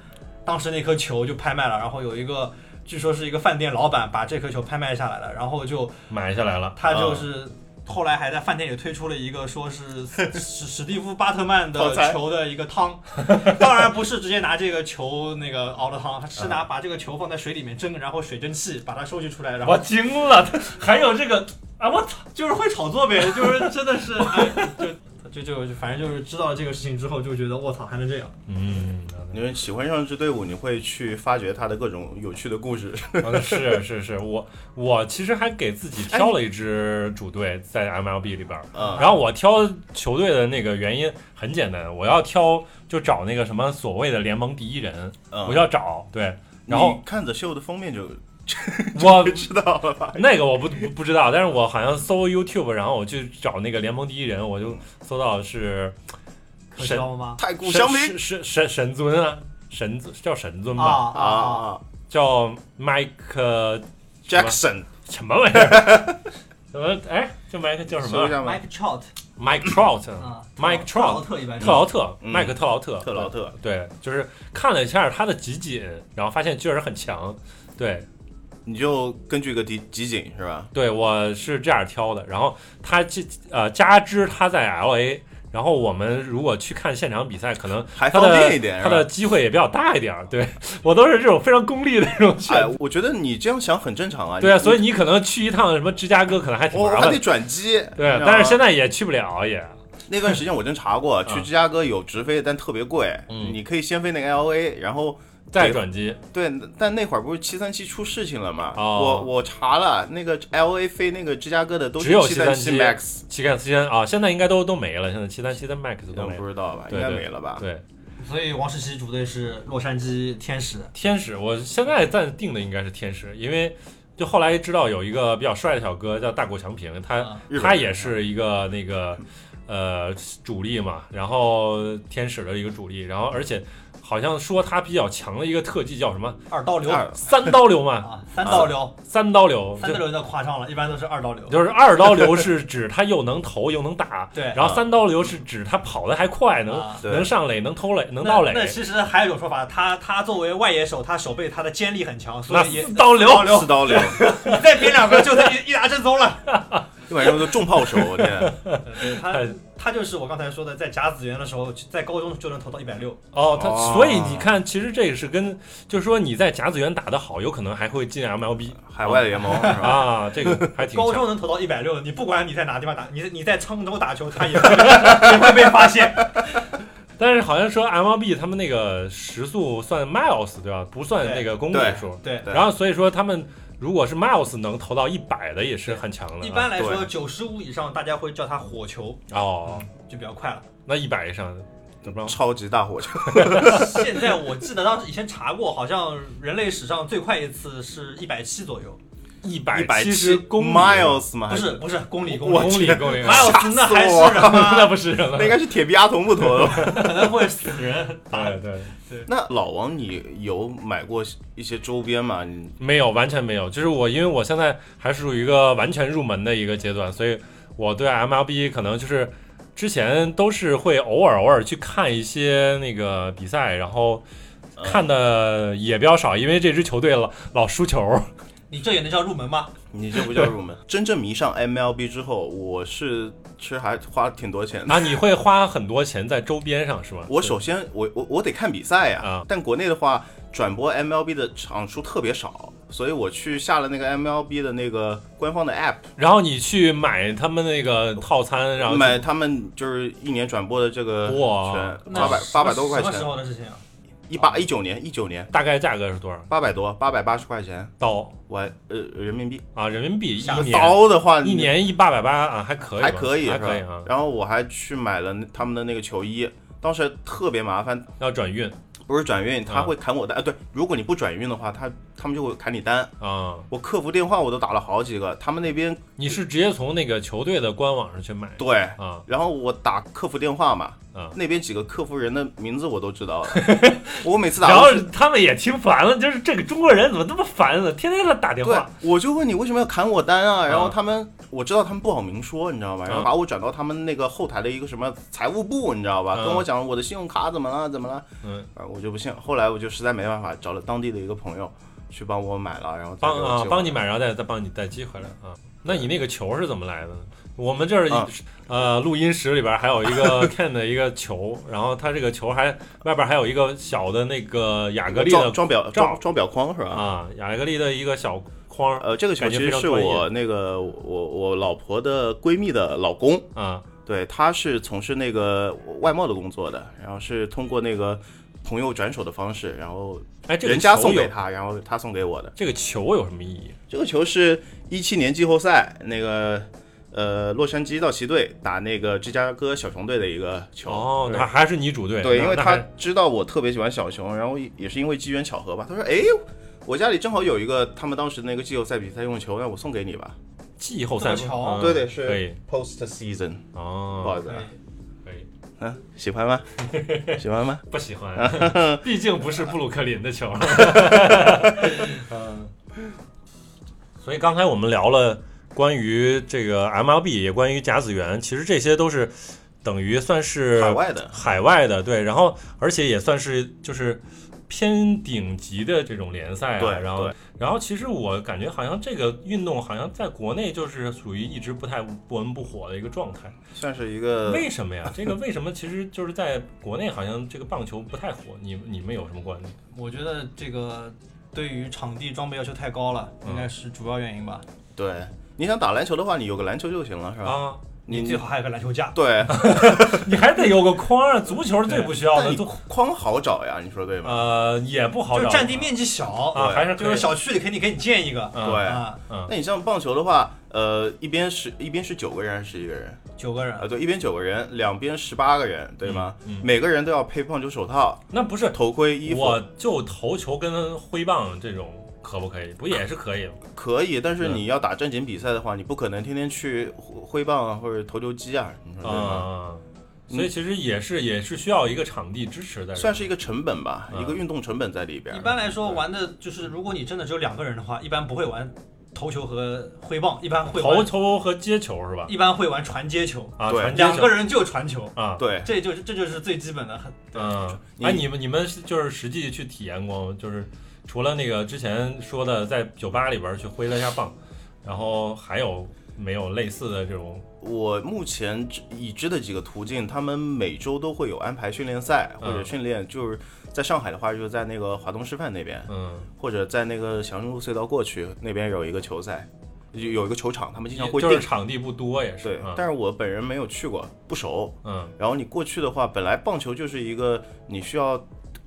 Speaker 3: 当时那颗球就拍卖了，然后有一个据说是一个饭店老板把这颗球拍卖下来了，然后就
Speaker 1: 买下来了，
Speaker 3: 他就是后来还在饭店里推出了一个说是史史蒂夫巴特曼
Speaker 2: 套
Speaker 3: 的
Speaker 2: 餐
Speaker 3: 球的一个汤，当然不是直接拿这个球那个熬的汤，是拿把这个球放在水里面蒸，然后水蒸气把它收集出来，然后
Speaker 1: 我惊了， 他还有这个啊，我操，
Speaker 3: 就是会炒作呗，就是真的是，哎、就就就就反正就是知道这个事情之后，就觉得卧槽还能这样。
Speaker 1: 嗯，
Speaker 2: 因为喜欢上这支队伍，你会去发掘它的各种有趣的故事。
Speaker 1: 嗯是是是，我我其实还给自己
Speaker 3: 哎
Speaker 1: 挑了一支主队在 MLB 里边儿，
Speaker 3: 啊
Speaker 2: 嗯
Speaker 1: 然后我挑球队的那个原因很简单，我要挑就找那个什么所谓的联盟第一人，
Speaker 2: 嗯
Speaker 3: 啊
Speaker 1: 我就要找 对，然后
Speaker 2: 你看着秀的封面就
Speaker 1: 我
Speaker 2: 就知道了 吧？
Speaker 1: 那个我不不不知道，但是我好像搜 YouTube，然后我去找那个联盟第一人，我就搜到是
Speaker 5: 可
Speaker 1: 神
Speaker 5: 消吗？
Speaker 2: 太古
Speaker 1: 神
Speaker 2: 香槟
Speaker 1: 神神神神尊啊，神尊叫神尊
Speaker 5: 啊
Speaker 1: 嗯吧，
Speaker 2: 啊啊
Speaker 1: 叫 Mike
Speaker 2: ，Jackson
Speaker 1: 什么玩意儿？ 怎么哎，这 Mike 叫什
Speaker 2: 搜一
Speaker 1: 么
Speaker 2: 下吗？
Speaker 5: ，Mike Trout
Speaker 1: ？Mike Trout，
Speaker 3: 嗯
Speaker 5: 啊
Speaker 1: Mike
Speaker 5: 特劳
Speaker 1: Trout
Speaker 5: 特一般是
Speaker 1: 特劳特，
Speaker 2: 嗯
Speaker 1: 麦克特劳特，
Speaker 2: 特劳特，
Speaker 1: 对，就是看了一下他的集锦，然后发现确实很强。对，
Speaker 2: 你就根据个集集锦是吧？
Speaker 1: 对，我是这样挑的。然后他这呃，加之他在 L A，然后我们如果去看现场比赛，可能
Speaker 2: 还
Speaker 1: 他
Speaker 2: 方
Speaker 1: 的
Speaker 2: 便一点
Speaker 1: 他
Speaker 2: 是吧
Speaker 1: 的？机会也比较大一点儿。对我都是这种非常功利的那种选
Speaker 2: 哎，我觉得你这样想很正常啊。
Speaker 1: 对啊，所
Speaker 2: 以
Speaker 1: 以你可能去一趟什么芝加哥，可能还挺
Speaker 2: 我
Speaker 1: 麻
Speaker 2: 还
Speaker 1: 烦
Speaker 2: 得
Speaker 1: 的。
Speaker 2: 转机。
Speaker 1: 对，啊但是现在也去不了，也
Speaker 2: 那段时间我真查过，去芝加哥有直飞，但特别贵。
Speaker 1: 嗯
Speaker 2: 你可以先飞那个 L A，然后
Speaker 1: 再转机
Speaker 2: 对，但那会儿不是七三七出事情了嘛？
Speaker 1: 哦
Speaker 2: 我我查了，那个 L A 飞那个芝加哥的都
Speaker 1: 只有
Speaker 2: 七三七
Speaker 1: 737
Speaker 2: Max，
Speaker 1: 七三七三啊，现在应该都都没了，现在七三七三 Max 都
Speaker 2: 我
Speaker 1: 没了。
Speaker 2: 嗯不知道吧？应
Speaker 1: 对
Speaker 2: 该
Speaker 1: 对
Speaker 2: 没了吧？
Speaker 1: 对，
Speaker 5: 所以王石奇主队是洛杉矶天使，
Speaker 1: 天使，我现在暂定的应该是天使，因为就后来知道有一个比较帅的小哥叫大谷翔平，他
Speaker 3: 嗯
Speaker 5: 啊
Speaker 2: 日本
Speaker 1: 他
Speaker 2: 人
Speaker 1: 也是一个那个呃主力嘛，然后天使的一个主力，然后而且好像说他比较强的一个特技叫什么
Speaker 5: 二刀流
Speaker 2: 二
Speaker 1: 三刀流嘛，
Speaker 5: 啊，三刀流，
Speaker 1: 三刀流，
Speaker 5: 三刀流有点夸张了，一般都是二刀流
Speaker 1: 就。就是二刀流是指他又能投又能打，
Speaker 5: 对
Speaker 1: 然后三刀流是指他跑得还快，能、
Speaker 5: 啊
Speaker 2: 对
Speaker 1: 能上垒，能偷垒，能
Speaker 5: 那
Speaker 1: 盗垒。
Speaker 5: 那其实还有一种说法，他他作为外野手，他手背他的肩力很强，所
Speaker 1: 那
Speaker 5: 以也
Speaker 1: 四刀流，
Speaker 2: 四刀流，
Speaker 5: 你再编两个就算一一打正宗 了。
Speaker 2: 一晚上都重炮手，我天！
Speaker 5: 他他就是我刚才说的，在甲子园的时候，在高中就能投到一百六。
Speaker 1: 哦，他
Speaker 2: 哦
Speaker 1: 所以你看，其实这个是跟就是说你在甲子园打得好，有可能还会进 MLB
Speaker 2: 海外联盟是 吧？
Speaker 1: 啊，这个还挺
Speaker 5: 高
Speaker 1: 强。
Speaker 5: 中能投到一百六，你不管你在哪地方打，你你在沧州打球，他 也会也会被发现。
Speaker 1: 但是好像说 MLB 他们那个时速算 miles 对吧？不算那个公里
Speaker 2: 对
Speaker 1: 数。
Speaker 5: 对，
Speaker 2: 对
Speaker 1: 然后所以说他们如果是 miles 能投到一百的也是很强的啊。
Speaker 5: 一般来说
Speaker 2: 对
Speaker 5: 九十五以上，大家会叫他火球，
Speaker 1: 哦，
Speaker 5: 就比较快了。
Speaker 1: 那一百以上怎么着？
Speaker 2: 超级大火车，
Speaker 5: 现在我记得当时以前查过，好像人类史上最快一次是一百七左右，
Speaker 1: 一
Speaker 2: 一
Speaker 1: 百
Speaker 2: 百
Speaker 1: 七
Speaker 2: 七
Speaker 1: 十公里
Speaker 2: miles 嘛？
Speaker 5: 不
Speaker 2: 还
Speaker 5: 是不是公里公
Speaker 1: 公
Speaker 5: 里，
Speaker 1: 里 公里，
Speaker 5: 哪有那还是人
Speaker 1: 那
Speaker 5: 吗？
Speaker 1: 不是人了
Speaker 2: 那应。该是铁臂阿童木头的吧。
Speaker 5: 可能会死人。
Speaker 1: 对对，
Speaker 2: 那老王，你有买过一些周边吗？你
Speaker 1: 没有，完全没有。就是我，因为我现在还属于一个完全入门的一个阶段，所以我对 MLB 可能就是之前都是会偶尔偶尔去看一些那个比赛，然后看的也比较少，因为这支球队老老输球。
Speaker 5: 你这也能叫入门吗？
Speaker 2: 你这不叫 入门。真正迷上 MLB 之后，我是其实还花挺多钱的。
Speaker 1: 啊，你会花很多钱在周边上是吗？
Speaker 2: 我首先，我我我得看比赛呀、
Speaker 1: 啊
Speaker 2: 但国内的话，转播 MLB 的场数特别少，所以我去下了那个 MLB 的那个官方的 app，
Speaker 1: 然后你去买他们那个套餐，然后
Speaker 2: 买他们就是一年转播的这个
Speaker 1: 哇
Speaker 2: 权，
Speaker 5: 那
Speaker 2: 八百
Speaker 5: 是
Speaker 2: 八百多块
Speaker 5: 什么时
Speaker 2: 钱，
Speaker 5: 候的事情啊？
Speaker 2: 一八一九年一九年
Speaker 1: 大概价格是多少
Speaker 2: 八百多八百八十块钱，
Speaker 1: 刀
Speaker 2: 我还呃人民币。
Speaker 1: 啊？人民币一年
Speaker 2: 刀的话，
Speaker 1: 一年一八百八啊，还可以吧，
Speaker 2: 还可以
Speaker 1: 还
Speaker 2: 是吧
Speaker 1: 可以啊，
Speaker 2: 然后我还去买了那他们的那个球衣，当时特别麻烦，
Speaker 1: 要转运
Speaker 2: 不是转运，他
Speaker 1: 嗯
Speaker 2: 会砍我单。啊，对，如果你不转运的话，他他们就会砍你单。
Speaker 1: 啊。
Speaker 2: 我客服电话我都打了好几个，他们那边
Speaker 1: 你是直接从那个球队的官网上去买
Speaker 2: 对，
Speaker 1: 啊？
Speaker 2: 然后我打客服电话嘛，
Speaker 1: 嗯
Speaker 2: 那边几个客服人的名字我都知道 了。我每次打
Speaker 1: 然
Speaker 2: 过
Speaker 1: 后
Speaker 2: 去，
Speaker 1: 他们也听烦了，就是这个中国人怎么这么烦呢？天天在打电
Speaker 2: 对
Speaker 1: 话，
Speaker 2: 我就问你为什么要砍我单啊？
Speaker 1: 嗯
Speaker 2: 然后他们我知道他们不好明说，你知道吧？然后
Speaker 1: 嗯
Speaker 2: 把我转到他们那个后台的一个什么财务部，你知道吧？
Speaker 1: 嗯
Speaker 2: 跟我讲我的信用卡怎么了，怎么了。
Speaker 1: 嗯，
Speaker 2: 啊，我就不信。后来我就实在没办法，找了当地的一个朋友去帮我买了，然后再给
Speaker 1: 帮
Speaker 2: 我
Speaker 1: 啊
Speaker 2: 寄
Speaker 1: 帮
Speaker 2: 回
Speaker 1: 你
Speaker 2: 来。
Speaker 1: 买，然后再再帮你再寄回来啊。那你那个球是怎么来的呢？我们这儿、
Speaker 2: 啊
Speaker 1: 呃录音室里边还有一 个 Ken 的一个球，然后他这个球还外边还有一个小的那个雅格丽
Speaker 2: 装
Speaker 1: 的
Speaker 2: 装表
Speaker 1: 罩
Speaker 2: 装装表框是吧？
Speaker 1: 啊雅格丽的一个小框
Speaker 2: 呃，这个球
Speaker 1: 感
Speaker 2: 其
Speaker 1: 觉
Speaker 2: 实
Speaker 1: 非常
Speaker 2: 是
Speaker 1: 专业
Speaker 2: 我那个我我老婆的闺蜜的老公，
Speaker 1: 啊
Speaker 2: 对，他是从事那个外贸的工作的，然后是通过那个朋友转手的方式，然后
Speaker 1: 哎，这个
Speaker 2: 人家
Speaker 1: 球
Speaker 2: 送
Speaker 1: 有
Speaker 2: 给他，然后他送给我的。
Speaker 1: 这个球有什么意义？
Speaker 2: 这个球是一七年季后赛那个呃洛杉矶道奇队打那个芝加哥小熊队的一个球。
Speaker 1: 哦，
Speaker 2: 对
Speaker 1: 那还是你组队，
Speaker 2: 对，
Speaker 1: 那
Speaker 2: 因为
Speaker 1: 那
Speaker 2: 他
Speaker 1: 还
Speaker 2: 知道我特别喜欢小熊，然后也是因为机缘巧合吧，他说：“哎，我家里正好有一个他们当时那个季后赛比赛用的球，那我送给你吧。
Speaker 1: 季后赛
Speaker 3: 这么巧
Speaker 1: 嗯
Speaker 2: 对对
Speaker 1: 可
Speaker 2: 是
Speaker 1: 以
Speaker 2: ”Post season，不好
Speaker 1: 哦，
Speaker 2: 意思啊，
Speaker 1: 可以，
Speaker 2: 嗯、喜 欢吗？喜欢吗？
Speaker 1: 不喜欢， 毕竟不是布鲁克林的球。嗯，所以刚才我们聊了关于这个 MLB，也关于甲子园，其实这些都是等于算是啊
Speaker 2: 海外的，
Speaker 1: 海外的对，然后而且也算是就是偏顶级的这种联赛啊，
Speaker 2: 对
Speaker 1: 然后
Speaker 2: 对
Speaker 1: 然后其实我感觉好像这个运动好像在国内就是属于一直不太不温不火的一个状态，
Speaker 2: 算是一
Speaker 5: 嗯
Speaker 2: 个
Speaker 1: 为什么呀？这个为什么其实就是在国内好像这个棒球不太火，你你们有什么观点？
Speaker 5: 我觉得这个对于场地装备要求太高了，
Speaker 1: 嗯
Speaker 5: 应该是主要原因吧。
Speaker 2: 对。你想打篮球的话，你有个篮球就行了，是吧？
Speaker 1: 啊，
Speaker 2: 你
Speaker 5: 最好还有个篮球架，
Speaker 2: 对，
Speaker 1: 你还得有个框啊，足球是最不需要
Speaker 2: 但
Speaker 1: 的，
Speaker 2: 你
Speaker 1: 足
Speaker 2: 框好找呀，你说对吗？
Speaker 1: 呃也不好
Speaker 5: 就
Speaker 1: 找，
Speaker 5: 是占地面积小，
Speaker 1: 啊还是
Speaker 5: 就
Speaker 1: 可以
Speaker 5: 是小区里给你给你建一个
Speaker 1: 嗯
Speaker 2: 对
Speaker 5: 啊，
Speaker 2: 那你像棒球的话，呃，一边是一边是九个人还是十一个人？
Speaker 5: 九个人
Speaker 2: 啊，对，一边九个人，两边十八个人，对吗？
Speaker 1: 嗯嗯
Speaker 2: 每个人都要配棒球手套、
Speaker 1: 那不是
Speaker 2: 头盔、衣服
Speaker 1: 我，就投球跟挥棒这种可不可以？不也是可以吗？
Speaker 2: 可以。但是
Speaker 1: 对
Speaker 2: 你要打正经比赛的话，你不可能天天去挥挥棒啊或者投球机啊，你说
Speaker 5: 嗯
Speaker 2: 对吗？
Speaker 1: 啊，所以其实也是也是需要一个场地支持在这儿，
Speaker 2: 算是一个成本吧，
Speaker 1: 嗯
Speaker 2: 一个运动成本在里边儿。
Speaker 5: 一般来说玩的就是，如果你真的只有两个人的话，一般不会玩投球和挥棒，一般会
Speaker 1: 投
Speaker 5: 玩
Speaker 1: 球和接球是吧？
Speaker 5: 一般会玩传接球，
Speaker 1: 啊，
Speaker 2: 对
Speaker 1: 传接
Speaker 5: 两
Speaker 1: 球
Speaker 5: 个人就传球，
Speaker 1: 啊，
Speaker 2: 对，
Speaker 5: 这就是这就是最基本的。很
Speaker 1: 嗯，
Speaker 2: 你
Speaker 1: 哎，你们你们是就是实际去体验过吗？就是除了那个之前说的在酒吧里边儿去挥了一下棒，然后还有没有类似的这种？
Speaker 2: 我目前知已知的几个途径，他们每周都会有安排训练赛或者
Speaker 1: 嗯
Speaker 2: 训练，就是在上海的话，就是在那个华东师范那边，
Speaker 1: 嗯，
Speaker 2: 或者在那个祥路隧道过去那边有一个球赛，有有一个球场，他们经常会
Speaker 1: 就
Speaker 2: 定。
Speaker 1: 是场地不多也是
Speaker 2: 对，，
Speaker 1: 嗯
Speaker 2: 但是我本人没有去过，不熟。
Speaker 1: 嗯
Speaker 2: 然后你过去的话，本来棒球就是一个你需要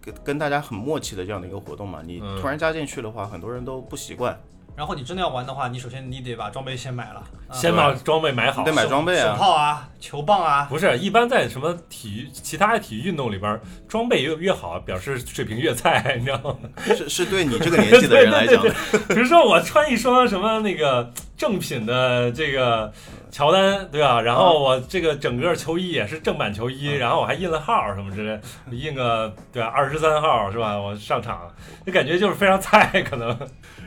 Speaker 2: 跟跟大家很默契的这样的一个活动嘛，你
Speaker 1: 嗯
Speaker 2: 突然加进去的话，很多人都不 习惯。
Speaker 5: 然后你真的要玩的话，你首先你得把装备先买了，啊
Speaker 1: 先把装备买好
Speaker 2: 你得。买装备
Speaker 5: 手
Speaker 2: 啊，
Speaker 5: 炮啊、球棒啊，
Speaker 1: 不是，一般在什么体育、其他体育运动里边儿，装备越越好，表示水平越菜，你知道吗？
Speaker 2: 是是对你这个 年纪的人来讲
Speaker 1: 对对 比如说我穿一双什么那个正品的这个乔丹，对吧？然后我这个整个球衣也是正版球衣，然后我还印了号什么之类，印个对吧二十三号是吧？我上场就感觉就是非常菜 可能，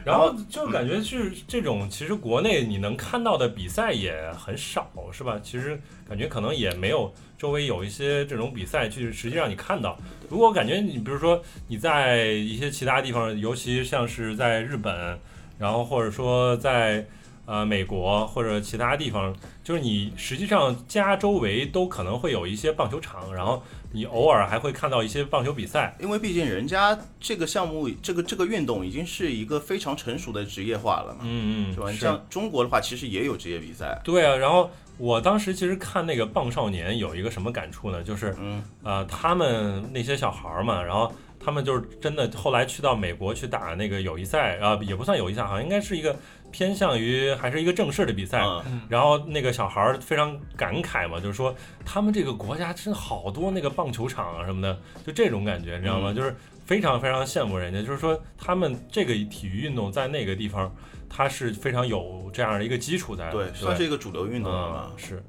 Speaker 1: 然后就感觉是这种，其实国内你能看到的比赛也很少，是吧？其实感觉可能也没有周围有一些这种比赛去实际让你看到。如果感觉你比如说你在一些其他地方，尤其像是在日本，然后或者说在呃美国或者其他地方，就是你实际上家周围都可能会有一些棒球场，然后你偶尔还会看到一些棒球比赛。
Speaker 2: 因为毕竟人家这个项目，这个这个运动已经是一个非常成熟的职业化了嘛，
Speaker 1: 嗯
Speaker 2: 是吧？你像中国的话，其实也有职业比赛，
Speaker 1: 对啊。然后我当时其实看那个《棒少年》有一个什么感触呢？就是
Speaker 2: 嗯，
Speaker 1: 呃，他们那些小孩儿嘛，然后他们就是真的后来去到美国去打那个友谊赛，啊、也不算友谊赛，好像应该是一个偏向于还是一个正式的比赛。
Speaker 2: 嗯
Speaker 1: 然后那个小孩儿非常感慨嘛，就是说他们这个国家真好多那个棒球场啊什么的，就这种感觉，你知道吗？
Speaker 2: 嗯
Speaker 1: 就是非常非常羡慕人家，就是说他们这个体育运动在那个地方，它是非常有这样的一个基础在的，
Speaker 2: 对，算是一个主流运动了嘛。
Speaker 1: 嗯是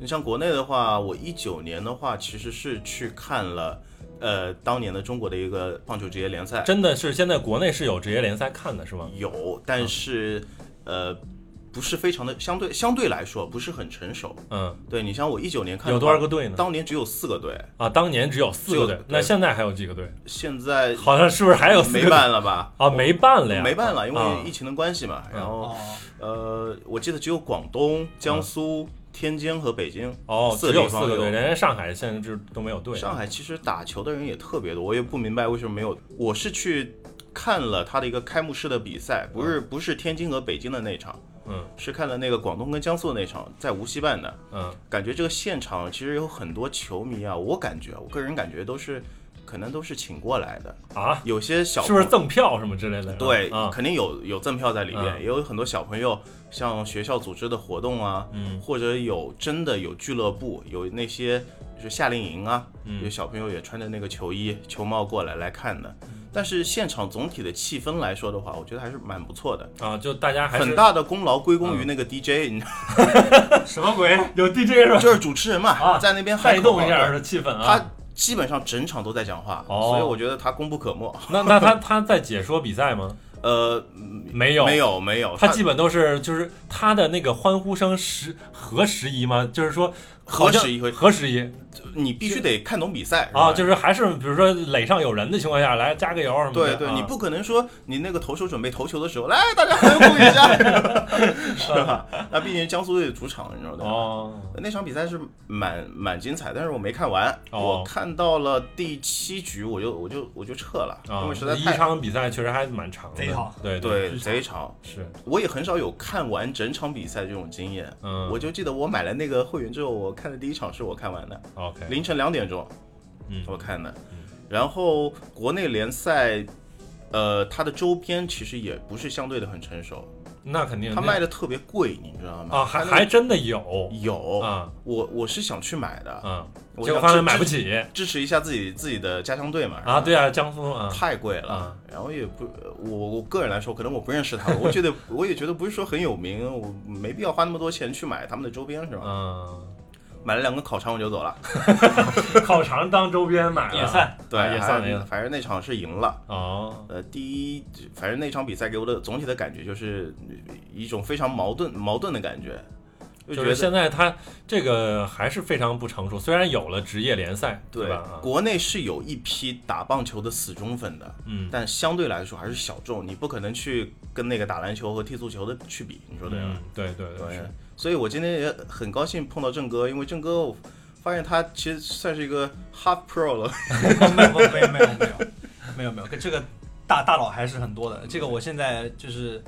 Speaker 2: 你像国内的话，我一九年的话，其实是去看了，呃，当年的中国的一个棒球职业联赛，
Speaker 1: 真的是现在国内是有职业联赛看的是吗？
Speaker 2: 有，
Speaker 1: 嗯
Speaker 2: 但是，呃，不是非常的相对相对来说不是很成熟。
Speaker 1: 嗯，
Speaker 2: 对你像我一九年看的
Speaker 1: 有
Speaker 2: 话
Speaker 1: 多少个队呢？
Speaker 2: 当年只有四个队，
Speaker 1: 啊，当年只有四个
Speaker 2: 只有
Speaker 1: 队，那
Speaker 2: 对
Speaker 1: 现在还有几个队？
Speaker 2: 现在
Speaker 1: 好像是不是 还有四
Speaker 2: 没
Speaker 1: 个队？
Speaker 2: 办了吧？
Speaker 1: 啊，没办了呀，嗯
Speaker 2: 没办了，因
Speaker 1: 啊
Speaker 2: 为疫情的关系嘛。然后，
Speaker 5: 哦，
Speaker 2: 呃，我记得只有广东、
Speaker 1: 嗯
Speaker 2: 江苏、天津和北京。
Speaker 1: 哦，
Speaker 2: 四
Speaker 1: 只
Speaker 2: 个
Speaker 1: 有
Speaker 2: 地
Speaker 1: 四
Speaker 2: 方
Speaker 1: 个队，
Speaker 2: 有
Speaker 1: 人家上海现在就都没有队。
Speaker 2: 上海其实打球的人也特别多，我也不明白为什么没有。我是去看了他的一个开幕式的比赛，不是不是天津和北京的那场，
Speaker 1: 嗯
Speaker 2: 是看了那个广东跟江苏的那场，在无锡办的。
Speaker 1: 嗯
Speaker 2: 感觉这个现场其实有很多球迷啊，我感觉我个人感觉都是可能都是请过来的，
Speaker 1: 啊，
Speaker 2: 有些小
Speaker 1: 是不是
Speaker 2: 朋
Speaker 1: 赠票什么之类的？
Speaker 2: 对，
Speaker 1: 啊，
Speaker 2: 肯定有有赠票在里面，
Speaker 1: 嗯
Speaker 2: 也有很多小朋友像学校组织的活动啊，
Speaker 1: 嗯
Speaker 2: 或者有真的有俱乐部，有那些就是夏令营啊，
Speaker 1: 嗯
Speaker 2: 有小朋友也穿着那个球衣、球帽过来来看的。
Speaker 1: 嗯
Speaker 2: 但是现场总体的气氛来说的话，我觉得还是蛮不错的，
Speaker 1: 啊，就大家还
Speaker 2: 很
Speaker 1: 是嗯
Speaker 2: 大的功劳归功于那个 DJ，、你知道
Speaker 6: 什么鬼？
Speaker 1: 有 DJ 是吧？
Speaker 2: 就是主持人嘛，
Speaker 1: 啊
Speaker 2: 在那边
Speaker 1: 带
Speaker 2: 喊口
Speaker 1: 动
Speaker 2: 号
Speaker 1: 一下
Speaker 2: 的，
Speaker 1: 的气氛啊。
Speaker 2: 他基本上整场都在讲话，
Speaker 1: 哦
Speaker 2: 所以我觉得他功不可没。
Speaker 1: 那那他他在解说比赛吗？
Speaker 2: 呃，
Speaker 1: 没有，
Speaker 2: 没。有没有，
Speaker 1: 他基本都是就是他的那个欢呼声时合时宜吗？就是说
Speaker 2: 合时宜
Speaker 1: 好像
Speaker 2: 会
Speaker 1: 合时宜
Speaker 2: 你必须得看懂比赛
Speaker 1: 啊，
Speaker 2: 是吧。
Speaker 1: 就是还是比如说垒上有人的情况下来加个油什么的。
Speaker 2: 对对，
Speaker 1: 啊
Speaker 2: 你不可能说你那个投手准备投球的时候，来大家欢呼一 下，是吧？那毕竟江苏队主场，你知道的。
Speaker 1: 哦
Speaker 2: 那场比赛是蛮蛮精彩，但是我没看完，
Speaker 1: 哦
Speaker 2: 我看到了第七局，我就我就我就撤了，
Speaker 1: 啊
Speaker 2: 因为实在，
Speaker 1: 一
Speaker 2: 太
Speaker 1: 场比赛确实还蛮长的
Speaker 6: 贼长。
Speaker 1: 对
Speaker 2: 对贼长。
Speaker 1: 是
Speaker 2: 我也很少有看完整场比赛这种经验。
Speaker 1: 嗯
Speaker 2: 我就记得我买了那个会员之后，我看的第一场是我看完的，
Speaker 1: OK
Speaker 2: 凌晨两点钟，
Speaker 1: 嗯
Speaker 2: 我看的。然后国内联赛，呃，它的周边其实也不是相对的很成熟，
Speaker 1: 那肯定
Speaker 2: 它卖的特别贵，你知道吗？
Speaker 1: 啊还
Speaker 2: 它那
Speaker 1: 还
Speaker 2: 个
Speaker 1: 真的有
Speaker 2: 有，
Speaker 1: 啊
Speaker 2: 我我是想去买的，
Speaker 1: 啊，
Speaker 2: 我
Speaker 1: 结果
Speaker 2: 想
Speaker 1: 发现
Speaker 2: 支
Speaker 1: 买不
Speaker 2: 支
Speaker 1: 起
Speaker 2: 支持一下自己自己的家乡队嘛。
Speaker 1: 啊，
Speaker 2: 是吧
Speaker 1: 对啊，江苏啊
Speaker 2: 太贵了，
Speaker 1: 啊
Speaker 2: 然后也不，我我个人来说，可能我不认识他们，我觉得 我也觉得不是说很有名，我没必要花那么多钱去买他们的周边，是吧？
Speaker 1: 嗯。
Speaker 2: 买了两个烤肠我就走了，
Speaker 1: 烤肠当周边买了，
Speaker 3: 也算
Speaker 2: 对，
Speaker 1: 啊也算了也
Speaker 2: 反正那场是赢了。
Speaker 1: 哦，
Speaker 2: 呃，第一，反正那场比赛给我的总体的感觉就是一种非常矛盾矛盾的感觉，就
Speaker 1: 就
Speaker 2: 觉
Speaker 1: 是
Speaker 2: 得
Speaker 1: 现在它这个还是非常不成熟，虽然有了职业联赛，对
Speaker 2: 对
Speaker 1: 吧？啊
Speaker 2: 国内是有一批打棒球的死忠粉的，
Speaker 1: 嗯
Speaker 2: 但相对来说还是小众，你不可能去跟那个打篮球和踢足球的去比，你说对吗
Speaker 1: 嗯？，对对对，
Speaker 2: 对
Speaker 1: 是，
Speaker 2: 所以我今天也很高兴碰到郑哥，因为郑哥我发现他其实算是一个 half pro 了，
Speaker 3: 没有没有没有没有没有没有没有，跟这个大大佬还是很多的。这个我现在就是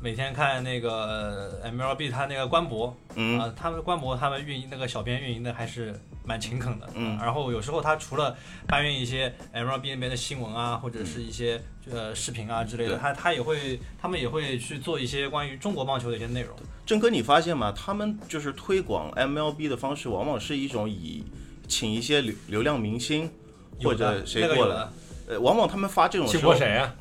Speaker 3: 每天看那个呃 MLB 他那个官博啊、
Speaker 2: 嗯
Speaker 3: 他们官博他们运营那个小编运营的还是蛮勤恳的。
Speaker 2: 嗯
Speaker 3: 然后有时候他除了搬运一些呃 MLB 那边的新闻啊，或者是一些、呃视频啊之类的，
Speaker 2: 嗯对
Speaker 3: 他他也会他们也会去做一些关于中国棒球的一些内容。
Speaker 2: 郑哥，你发现吗？他们就是推广 MLB 的方式，往往是一种以请一些流流量明星或
Speaker 3: 有的
Speaker 2: 者谁
Speaker 3: 那个
Speaker 2: 过
Speaker 3: 有
Speaker 2: 来
Speaker 3: 的，
Speaker 2: 呃，往往他们发这种
Speaker 1: 请
Speaker 2: 时
Speaker 1: 过
Speaker 2: 候，
Speaker 1: 谁啊？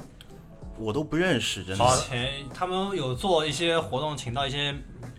Speaker 2: 我都不认识，真
Speaker 3: 之
Speaker 2: 的。
Speaker 3: 前他们有做一些活动，请到一些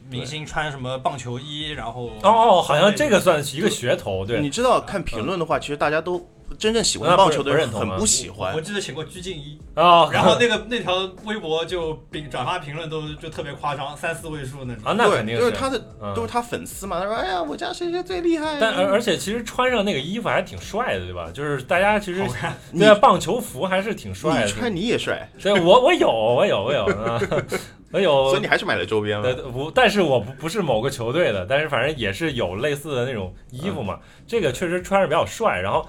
Speaker 3: 明星穿什么棒球衣，然后
Speaker 1: 哦，好像这个算是一个噱头，
Speaker 2: 你
Speaker 1: 对，嗯
Speaker 2: 知道看评论的话，其实大家都真正喜
Speaker 1: 那
Speaker 2: 欢
Speaker 1: 不
Speaker 2: 棒球的人
Speaker 1: 不认同啊
Speaker 2: 很
Speaker 1: 吗
Speaker 2: 不喜欢
Speaker 3: 我。记得请过鞠婧祎，
Speaker 1: 哦，
Speaker 3: 然后那个那条微博就评转发评论都就特别夸张，三四位数那种。
Speaker 1: 啊，那肯定
Speaker 2: 对，就是是他的
Speaker 1: 嗯
Speaker 2: 都是他粉丝嘛。他说：“哎呀，我家谁谁最厉害。”
Speaker 1: 但而而且其实穿上那个衣服还挺帅的，对吧？就是大家其实
Speaker 3: 好看
Speaker 1: 对啊棒球服还是挺帅
Speaker 2: 你
Speaker 1: 的。
Speaker 2: 穿你也帅，
Speaker 1: 对，我我有我有我有啊， 我有
Speaker 2: 所以你还是买了周边
Speaker 1: 对，
Speaker 2: 了。
Speaker 1: 不，但是我不不是某个球队的，但是反正也是有类似的那种衣服嘛。这个确实穿着比较帅。然后，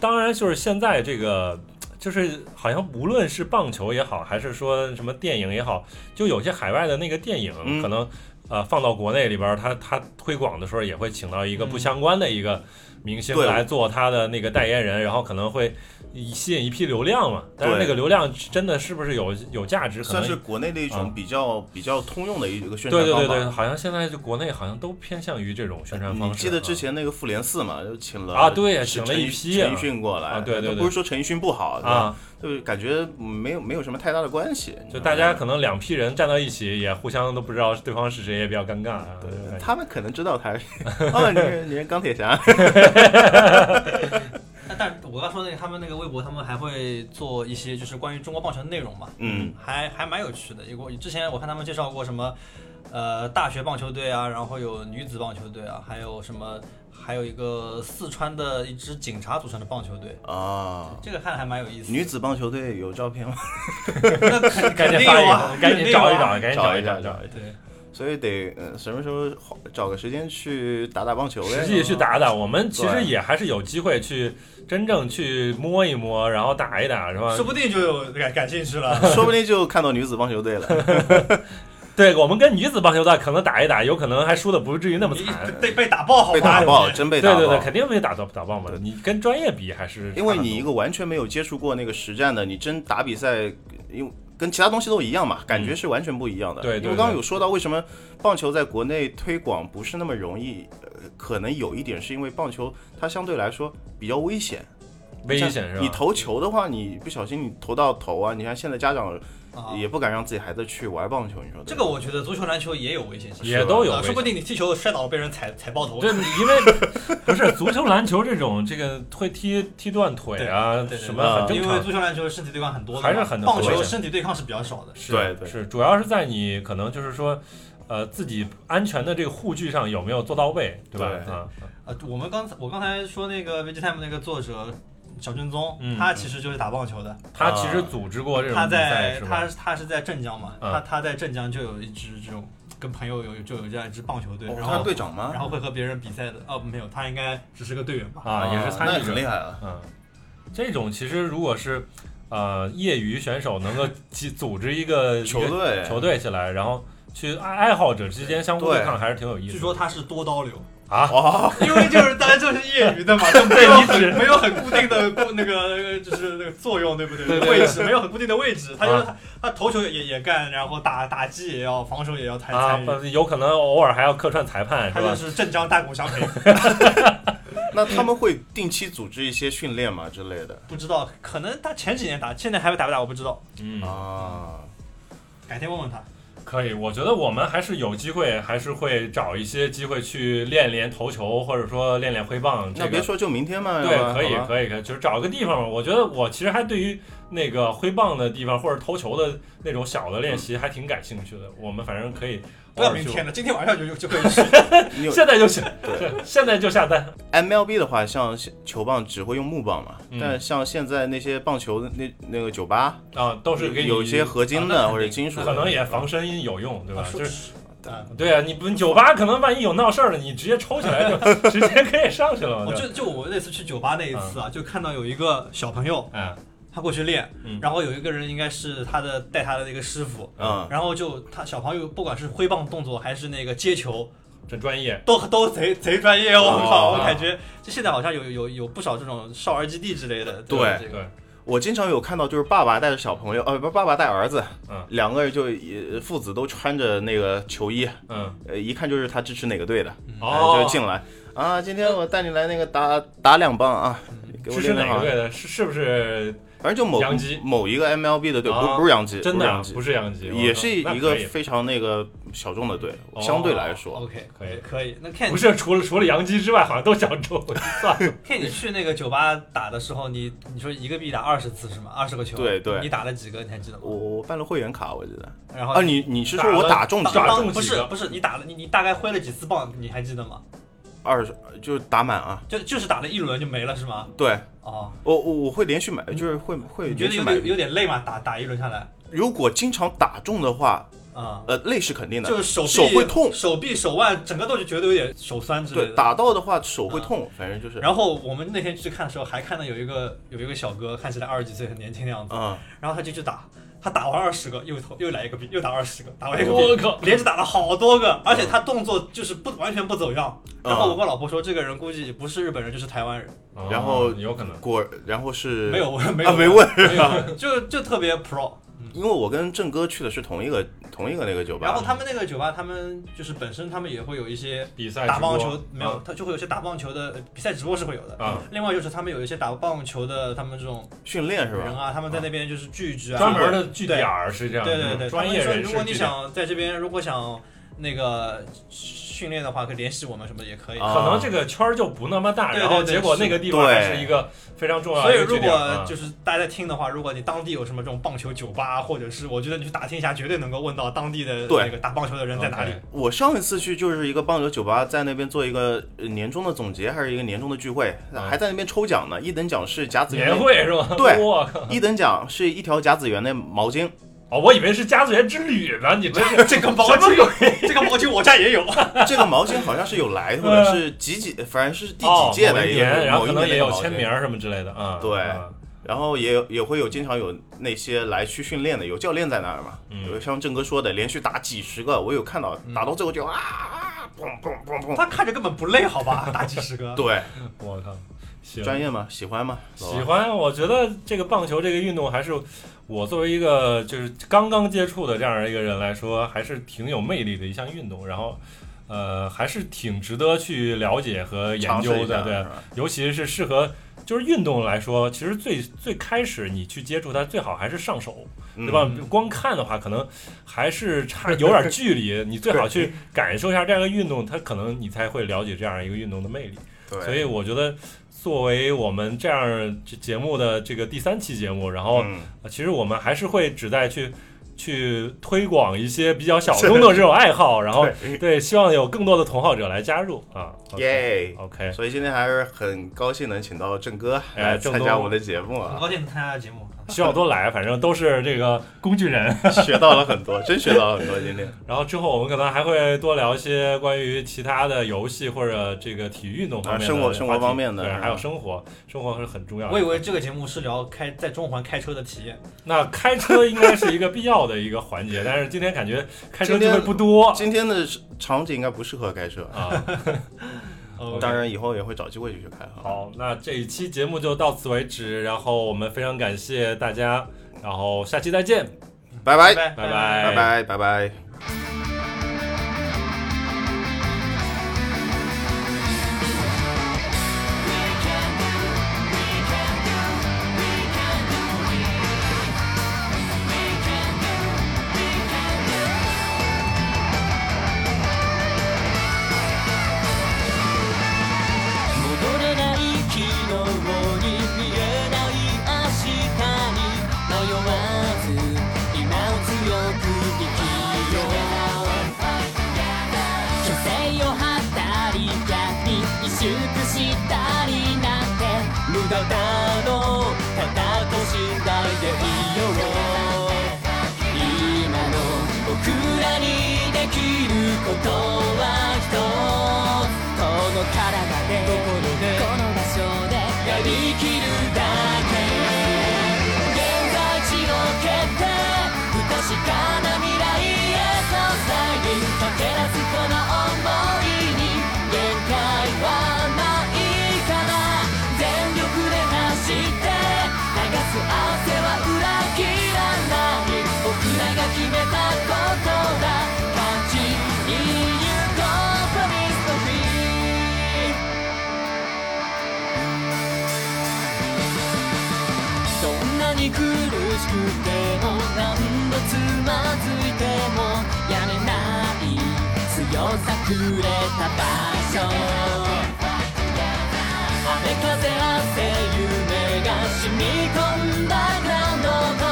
Speaker 1: 当然就是现在这个，就是好像无论是棒球也好，还是说什么电影也好，就有些海外的那个电影、
Speaker 2: 嗯
Speaker 1: 可能呃放到国内里边儿，它它推广的时候也会请到一个不相关的一个明星
Speaker 2: 对
Speaker 1: 来做他的那个代言人，然后可能会吸引一批流量嘛。但是
Speaker 2: 对
Speaker 1: 那个流量真的是不是有有价值，可能
Speaker 2: 算是国内的一种
Speaker 1: 嗯
Speaker 2: 比较比较通用的一个宣
Speaker 1: 对
Speaker 2: 传
Speaker 1: 对
Speaker 2: 方法。
Speaker 1: 对对，好像现在就国内好像都偏向于这种宣传方式。
Speaker 2: 你记得之前那个复联四嘛，就请了
Speaker 1: 啊对
Speaker 2: 是
Speaker 1: 请了
Speaker 2: 陈
Speaker 1: 一
Speaker 2: 奕
Speaker 1: 批
Speaker 2: 陈
Speaker 1: 啊
Speaker 2: 奕迅过来
Speaker 1: 啊对对
Speaker 2: 都
Speaker 1: 对
Speaker 2: 不是说陈奕迅不好，
Speaker 1: 啊，
Speaker 2: 就是感觉没有没有什么太大的关系，你
Speaker 1: 就
Speaker 2: 知道吗
Speaker 1: 大家可能两批人站到一起，也互相都不知道对方是谁，也比较尴尬啊。
Speaker 2: 对哎
Speaker 1: 这种感觉
Speaker 2: 嗯他们可能知道他， 哦，你是你是钢铁 侠，
Speaker 3: 但但我刚说那个他们那个微博，他们还会做一些就是关于中国棒球的内容嘛，
Speaker 2: 嗯，
Speaker 3: 还还蛮有趣的。有我之前我看他们介绍过什么，呃，大学棒球队啊，然后有女子棒球队啊，还有什么，还有一个四川的一支警察组成的棒球队，
Speaker 2: 啊，
Speaker 3: 这个看着还蛮有意思的。
Speaker 2: 女子棒球队有照片吗？
Speaker 3: 那肯
Speaker 1: 赶紧
Speaker 3: 定
Speaker 1: 发一
Speaker 3: 有
Speaker 1: 个
Speaker 3: 啊，，
Speaker 1: 赶紧找一找，
Speaker 3: 肯定有啊
Speaker 1: 赶紧一 找
Speaker 2: 找找。一下，
Speaker 3: 对，
Speaker 2: 所以得呃什么时候花找个时间去打打棒球呗，
Speaker 1: 实际 去打打，我们其实
Speaker 2: 对
Speaker 1: 也还是有机会去真正去摸一摸，然后打一打，是吧？
Speaker 3: 说不定就有感感兴趣了。
Speaker 2: 说不定就看到女子棒球队了。
Speaker 1: 对我们跟女子棒球队可能打一打，有可能还输的不至 于那么惨。
Speaker 3: 被被打爆好
Speaker 2: 被
Speaker 3: 吧
Speaker 2: 打？爆，真被
Speaker 1: 对
Speaker 2: 打
Speaker 1: 对
Speaker 2: 爆
Speaker 1: 对，。肯定被打到打爆嘛。你跟专业比还是
Speaker 2: 因为你一个完全没有接触过那个实战的，你真打比赛，因为跟其他东西都一样嘛，感觉是完全不一样的。
Speaker 1: 嗯对对
Speaker 2: 因为刚刚有说到为什么棒球在国内推广不是那么容易，呃，可能有一点是因为棒球它相对来说比较危险，
Speaker 1: 危险是吧？
Speaker 2: 你投球的话，你不小心你投到头啊，你看现在家长
Speaker 3: 啊
Speaker 2: 也不敢让自己孩子去玩棒球，你说对吧
Speaker 3: 这个我觉得足球、篮球也有危险性，
Speaker 1: 也都有
Speaker 3: 啊
Speaker 1: 危
Speaker 3: 说不
Speaker 1: 险
Speaker 3: 定你踢球摔倒了被人踩踩爆 头，
Speaker 1: 对，因为不是足球、篮球这种，这个会踢踢断腿啊，
Speaker 3: 对对对
Speaker 1: 什么很正
Speaker 3: 因
Speaker 1: 常
Speaker 3: 为。足球、篮球身体对抗很多的嘛，
Speaker 1: 还是很多
Speaker 3: 棒球
Speaker 1: 对
Speaker 3: 身体对抗是比较少的。
Speaker 1: 是
Speaker 2: 对对
Speaker 1: 是，主要是在你可能就是说，呃，自己安全的这个护具上有没有做到位，对吧？
Speaker 2: 对
Speaker 1: 啊，
Speaker 3: 呃，我们刚才我刚才说那个《VG Time》那个作者小正宗，
Speaker 1: 嗯
Speaker 3: 他
Speaker 1: 嗯
Speaker 3: 其实就是打棒球的，
Speaker 1: 他其实组织过这种
Speaker 3: 他
Speaker 1: 比赛
Speaker 3: 在
Speaker 1: 是
Speaker 3: 他
Speaker 1: 吧？
Speaker 3: 他是在镇江嘛，
Speaker 1: 嗯
Speaker 3: 他他在镇江就有一支这种跟朋友有就有这样一支棒球队，
Speaker 2: 哦
Speaker 3: 然
Speaker 2: 他是
Speaker 3: 后
Speaker 2: 队长吗？
Speaker 3: 然后会和别人比赛的。哦，没有，他应该只是个队员吧？
Speaker 1: 啊，也是参
Speaker 2: 那
Speaker 1: 与
Speaker 2: 很
Speaker 1: 者。
Speaker 2: 厉害啊。
Speaker 1: 嗯，这种其实如果是呃业余选手能够集组织一个
Speaker 2: 球
Speaker 1: 一个
Speaker 2: 队，
Speaker 1: 球队起来，然后去爱爱好者之间相互对
Speaker 2: 对
Speaker 1: 抗，还是挺有意思的。
Speaker 3: 据说他是多刀流，
Speaker 1: 啊，
Speaker 2: 哦，
Speaker 3: 因为就是大家就是业余 的嘛，就没有很没有很固定的固那个就是那个作用，对不对？
Speaker 1: 对啊对对
Speaker 3: 位置没有很固定的位置，他就是他他投球也也干，然后打打击也要，防守也要参
Speaker 1: 啊，
Speaker 3: 参与，
Speaker 1: 不有可能偶尔还要客串裁判
Speaker 3: 他
Speaker 1: 是
Speaker 3: 就
Speaker 1: 吧？
Speaker 3: 是镇江大鼓相陪。
Speaker 2: 那他们会定期组织一些训练嘛之类的
Speaker 3: 不知道，可能他前几年打，现在还打不打我不知道，
Speaker 1: 嗯
Speaker 2: 啊？
Speaker 3: 改天问
Speaker 1: 哦
Speaker 3: 问他。
Speaker 1: 可以，我觉得我们还是有机会，还是会找一些机会去练练投球，或者说练练挥棒。这
Speaker 2: 那
Speaker 1: 个
Speaker 2: 别说就明天嘛，要不
Speaker 1: 对，
Speaker 2: 然
Speaker 1: 可以
Speaker 2: 好吧，
Speaker 1: 可以，可以，就是找个地方嘛。我觉得我其实还对于那个挥棒的地方或者投球的那种小的练习
Speaker 2: 嗯
Speaker 1: 还挺感兴趣的。我们反正可以
Speaker 3: 不
Speaker 1: 偶
Speaker 3: 要
Speaker 1: 尔
Speaker 3: 明
Speaker 1: 去，
Speaker 3: 天了，今天晚上就就就可以去。
Speaker 2: 你有
Speaker 1: 现在就行，
Speaker 2: 对
Speaker 1: 对 现在就下单。
Speaker 2: MLB 的话，像球棒只会用木棒嘛，
Speaker 1: 嗯
Speaker 2: 但像现在那些棒球的那那个酒吧，
Speaker 1: 啊，都是给你
Speaker 2: 有一些合金
Speaker 3: 啊那肯
Speaker 2: 的
Speaker 3: 定
Speaker 2: 或者金属的，
Speaker 1: 可能也防身有用，对吧？
Speaker 3: 说
Speaker 1: 就是
Speaker 3: 啊
Speaker 1: 对啊，你不酒吧可能万一有闹事儿了，你直接抽起来就直接可以上去了嘛。
Speaker 3: 我
Speaker 1: 对吧
Speaker 3: 就就我那次去酒吧那一次啊，就看到有一个小朋友，
Speaker 1: 哎，
Speaker 3: 他过去练，
Speaker 1: 嗯
Speaker 3: 然后有一个人应该是他的带他的那个师傅，
Speaker 2: 嗯，
Speaker 3: 然后就他小朋友不管是挥棒动作还是那个接球，
Speaker 1: 真专业。
Speaker 3: 都都贼贼专业哦，我靠！
Speaker 2: 哦
Speaker 3: 我感觉就现在好像有有有不少这种少儿基地之类的，
Speaker 2: 对
Speaker 3: 吧这个
Speaker 1: 对，
Speaker 2: 我经常有看到就是爸爸带着小朋友，呃，不是爸爸带儿子，
Speaker 1: 嗯
Speaker 2: 两个人就也父子都穿着那个球衣，
Speaker 1: 嗯，
Speaker 2: 呃，一看就是他支持哪个队的，
Speaker 3: 嗯
Speaker 1: 哦
Speaker 3: 哎
Speaker 2: 呃，就进来啊，今天我带你来那个打打两棒啊，给
Speaker 1: 嗯
Speaker 2: 我
Speaker 1: 支持
Speaker 2: 练练
Speaker 1: 哪
Speaker 2: 好
Speaker 1: 个，队的？是是不是
Speaker 2: 反正就某
Speaker 1: 洋基
Speaker 2: 某一个 MLB 的队，不
Speaker 1: 啊
Speaker 2: 是不是洋基，
Speaker 1: 真
Speaker 2: 不
Speaker 1: 的
Speaker 2: 是
Speaker 1: 啊
Speaker 2: 洋基
Speaker 1: 不是洋基？
Speaker 2: 也是
Speaker 1: 那
Speaker 2: 一
Speaker 1: 可
Speaker 2: 个
Speaker 1: 以
Speaker 2: 非常那个小众的队，
Speaker 1: 哦
Speaker 2: 相对来说，
Speaker 3: OK
Speaker 1: 可以
Speaker 3: 可以。那 Ken
Speaker 1: 不是除了除了洋基之外，好像都想中算 了。
Speaker 3: Ken，你去那个酒吧打的时候，你你说一个币打二十次是吗？二十个球，
Speaker 2: 对对
Speaker 3: 你打了几个？你还记得吗？
Speaker 2: 我我办了会员卡，我记得。
Speaker 3: 然后
Speaker 2: 啊，你你是说
Speaker 1: 哦打
Speaker 2: 我
Speaker 1: 了
Speaker 2: 打中
Speaker 1: 打
Speaker 2: 几个？
Speaker 1: 中几个
Speaker 3: 不是不是，你打了你你大概挥了几次棒？你还记得吗？
Speaker 2: 二十就是打满啊？
Speaker 3: 就就是打了一轮就没了是吗？
Speaker 2: 对，
Speaker 3: 哦，
Speaker 2: 我我我会连续买，就是会会
Speaker 3: 你觉
Speaker 2: 连
Speaker 3: 得
Speaker 2: 续
Speaker 3: 有
Speaker 2: 买
Speaker 3: 点。有点累吗？打打一轮下来，
Speaker 2: 如果经常打中的话，
Speaker 3: 啊、
Speaker 2: 呃，累是肯定的，
Speaker 3: 就是手臂
Speaker 2: 手会痛。
Speaker 3: 手臂手腕整个都是觉得有点手酸之类
Speaker 2: 对，
Speaker 3: 的。
Speaker 2: 打到的话手会痛，反正就是。
Speaker 3: 然后我们那天去看的时候，还看到有一个有一个小哥，看起来二十几岁，很年轻的样子。
Speaker 2: 嗯，
Speaker 3: 然后他就去打，他打完二十个，又投又来一个币，又打二十个，打完一个币，
Speaker 1: 我靠！
Speaker 3: 连着打了好多个，而且他动作就是不完全不走样。
Speaker 2: 嗯
Speaker 3: 然后我跟我老婆说，这个人估计不是日本人就是台湾人，
Speaker 2: 然后
Speaker 1: 哦有可能
Speaker 2: 果然后是
Speaker 3: 没有我没有
Speaker 2: 啊，没问，
Speaker 3: 没有，就就特别 pro。
Speaker 2: 因为我跟郑哥去的是同一个同一个那个酒吧。
Speaker 3: 然后他们那个酒吧，他们就是本身他们也会有一些
Speaker 1: 比赛
Speaker 3: 打
Speaker 1: 直播
Speaker 3: 棒球，没
Speaker 2: 嗯
Speaker 3: 有，他就会有一些打棒球的呃比赛直播是会有的。
Speaker 1: 啊，
Speaker 3: 另外就是他们有一些打棒球的，他们这种
Speaker 2: 训练是
Speaker 3: 人
Speaker 2: 吧？
Speaker 3: 啊，他们在那边就是聚一聚啊，
Speaker 1: 专门的据点儿是这样的，
Speaker 3: 对对对，
Speaker 1: 专业
Speaker 3: 他们
Speaker 1: 人士。
Speaker 3: 说如果你，想在这边，如果想那个训练的话，可以联系我们什么的也可以。
Speaker 2: 啊
Speaker 1: 可能这个圈儿就不那么大，
Speaker 3: 对对
Speaker 1: 然后
Speaker 3: 对
Speaker 1: 结果
Speaker 3: 是
Speaker 1: 那个地方
Speaker 2: 对
Speaker 1: 还是一个非常重要
Speaker 3: 所
Speaker 1: 的
Speaker 3: 以
Speaker 1: 一个
Speaker 3: 如
Speaker 1: 据点啊。
Speaker 3: 果就是大家在听的话，如果你当地有什么这种棒球酒吧，或者是我觉得你去打听一下，绝对能够问到当地的
Speaker 2: 对
Speaker 3: 那个打棒球的人在哪里。
Speaker 1: OK
Speaker 2: 我上一次去就是一个棒球酒吧，在那边做一个呃年终的总结，还是一个年终的聚会，
Speaker 1: 嗯
Speaker 2: 还在那边抽奖呢。一等奖是甲子园
Speaker 1: 年会是吧？
Speaker 2: 对
Speaker 1: 我靠！
Speaker 2: 一等奖是一条甲子园的毛巾，
Speaker 1: 哦，我以为是家族园之旅呢，你这是
Speaker 3: 这个毛
Speaker 1: 什么
Speaker 3: 巾，这个毛巾我家 也有。
Speaker 2: 这个毛巾好像是有来头的， 是几几，反正是第
Speaker 1: 哦
Speaker 2: 几届
Speaker 1: 某
Speaker 2: 的
Speaker 1: 一
Speaker 2: 一个
Speaker 1: 年，然后
Speaker 2: 某一
Speaker 1: 可能
Speaker 2: 年的
Speaker 1: 也有
Speaker 2: 毛巾
Speaker 1: 签名。儿什么之类的啊。
Speaker 2: 对
Speaker 1: 啊
Speaker 2: 然后也也会有经常有那些来去训练的，有教练在那儿嘛，
Speaker 1: 嗯
Speaker 2: 有像郑哥说的，连续打几十个，我有看到打到最后就
Speaker 1: 嗯
Speaker 2: 啊啊，砰砰砰砰，
Speaker 5: 他看着根本不累，好吧？打几十个，
Speaker 2: 对，
Speaker 1: 我靠，行，
Speaker 2: 专业吗？啊喜欢吗？老
Speaker 1: 喜
Speaker 2: 王
Speaker 1: 欢，我觉得这个棒球这个运动还是我作为一个就是刚刚接触的这样一个人来说，还是挺有魅力的一项运动。然后，呃，还是挺值得去了解和研
Speaker 2: 尝试
Speaker 1: 究
Speaker 2: 一下
Speaker 1: 的，对啊
Speaker 2: 是，吧
Speaker 1: 尤其是适合就是运动来说，其实最最开始你去接触它，最好还是上手，
Speaker 2: 嗯
Speaker 1: 对吧？光看的话，可能还是差有点距离。你最好去感受一下这样一个运动，它可能你才会了解这样一个运动的魅力。
Speaker 2: 对，
Speaker 1: 所以我觉得，作为我们这样这节目的这个第三期节目，然后
Speaker 2: 嗯
Speaker 1: 呃其实我们还是会旨在去去推广一些比较小众的这种爱好，然后对，希望有更多的同好者来加入啊。
Speaker 2: 耶。
Speaker 1: OK，
Speaker 2: 所以今天还是很高兴能请到郑哥
Speaker 1: 哎
Speaker 2: 来
Speaker 1: 郑
Speaker 2: 参
Speaker 1: 东
Speaker 2: 加我的节目
Speaker 5: 很
Speaker 2: 啊，
Speaker 5: 高兴参加节目。
Speaker 1: 希望多来，反正都是这个工具人。
Speaker 2: 学到了 很多，真学到了很多。今天
Speaker 1: 然后之后我们可能还会多聊一些关于其他的游戏或者这个体育运动方面的
Speaker 2: 啊生活
Speaker 1: 话题
Speaker 2: 生活方面的
Speaker 1: 对，
Speaker 2: 嗯
Speaker 1: 还有生活，生活是很重要的。
Speaker 5: 我以为这个节目是聊开在中环开车的体验，
Speaker 1: 那开车应该是一个必要的一个环节，但是今天感觉开车
Speaker 2: 今
Speaker 1: 机
Speaker 2: 天
Speaker 1: 会不多
Speaker 2: 今天的场景应该不适合开车，
Speaker 1: 啊。OK
Speaker 2: 当然以后也会找机会继续开啊。
Speaker 1: 好，那这一期节目就到此为止，然后我们非常感谢大家，然后下期再见，
Speaker 2: 拜拜，
Speaker 5: 拜
Speaker 1: 拜
Speaker 2: 拜拜，拜拜。
Speaker 7: 戻れない昨日に見えない明日に迷わず今を強く生きよう虚勢を張ったり逆に萎縮したりなんて無駄だろうただと信頼でいよう今の僕らにできることは一つこの体でこの場所でやりきるだけ現在地を蹴って不確かな未来へと遮り駆け出すこの想いに限界はないから全力で走って流す汗は裏切らない僕らが決めたことだ勝ちに行こう Promise to be どんなに苦しくても何度つまずいてもやめない強さくれた場所雨風汗夢が染み込んだグラウンドと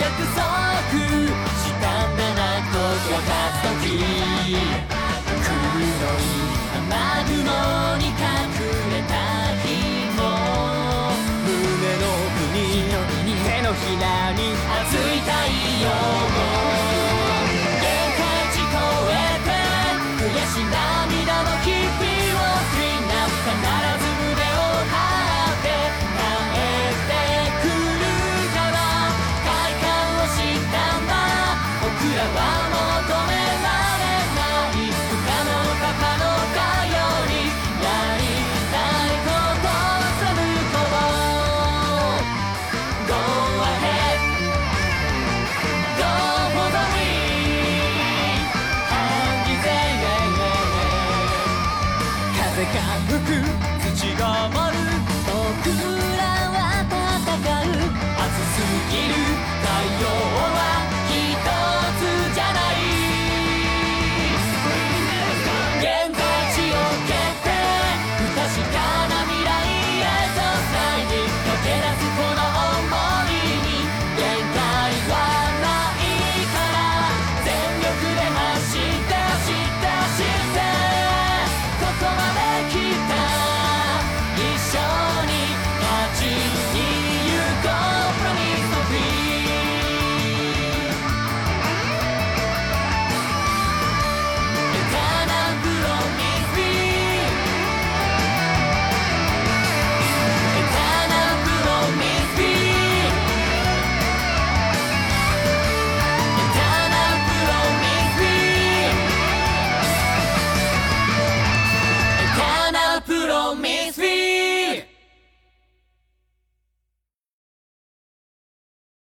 Speaker 7: 約束したんだなと分かった時黒い雨雲に隠れた日も胸の奥に手のひらに熱い太陽も限界地越えて悔し涙の日々を Clean up 必ず胸を張って帰ってくるから快感を知ったんだ僕らは求められない不可能不可能かよりやりたいことをすること Go ahead Go for the win 反撃風が吹く土が舞る僕らは戦う熱すぎる太陽は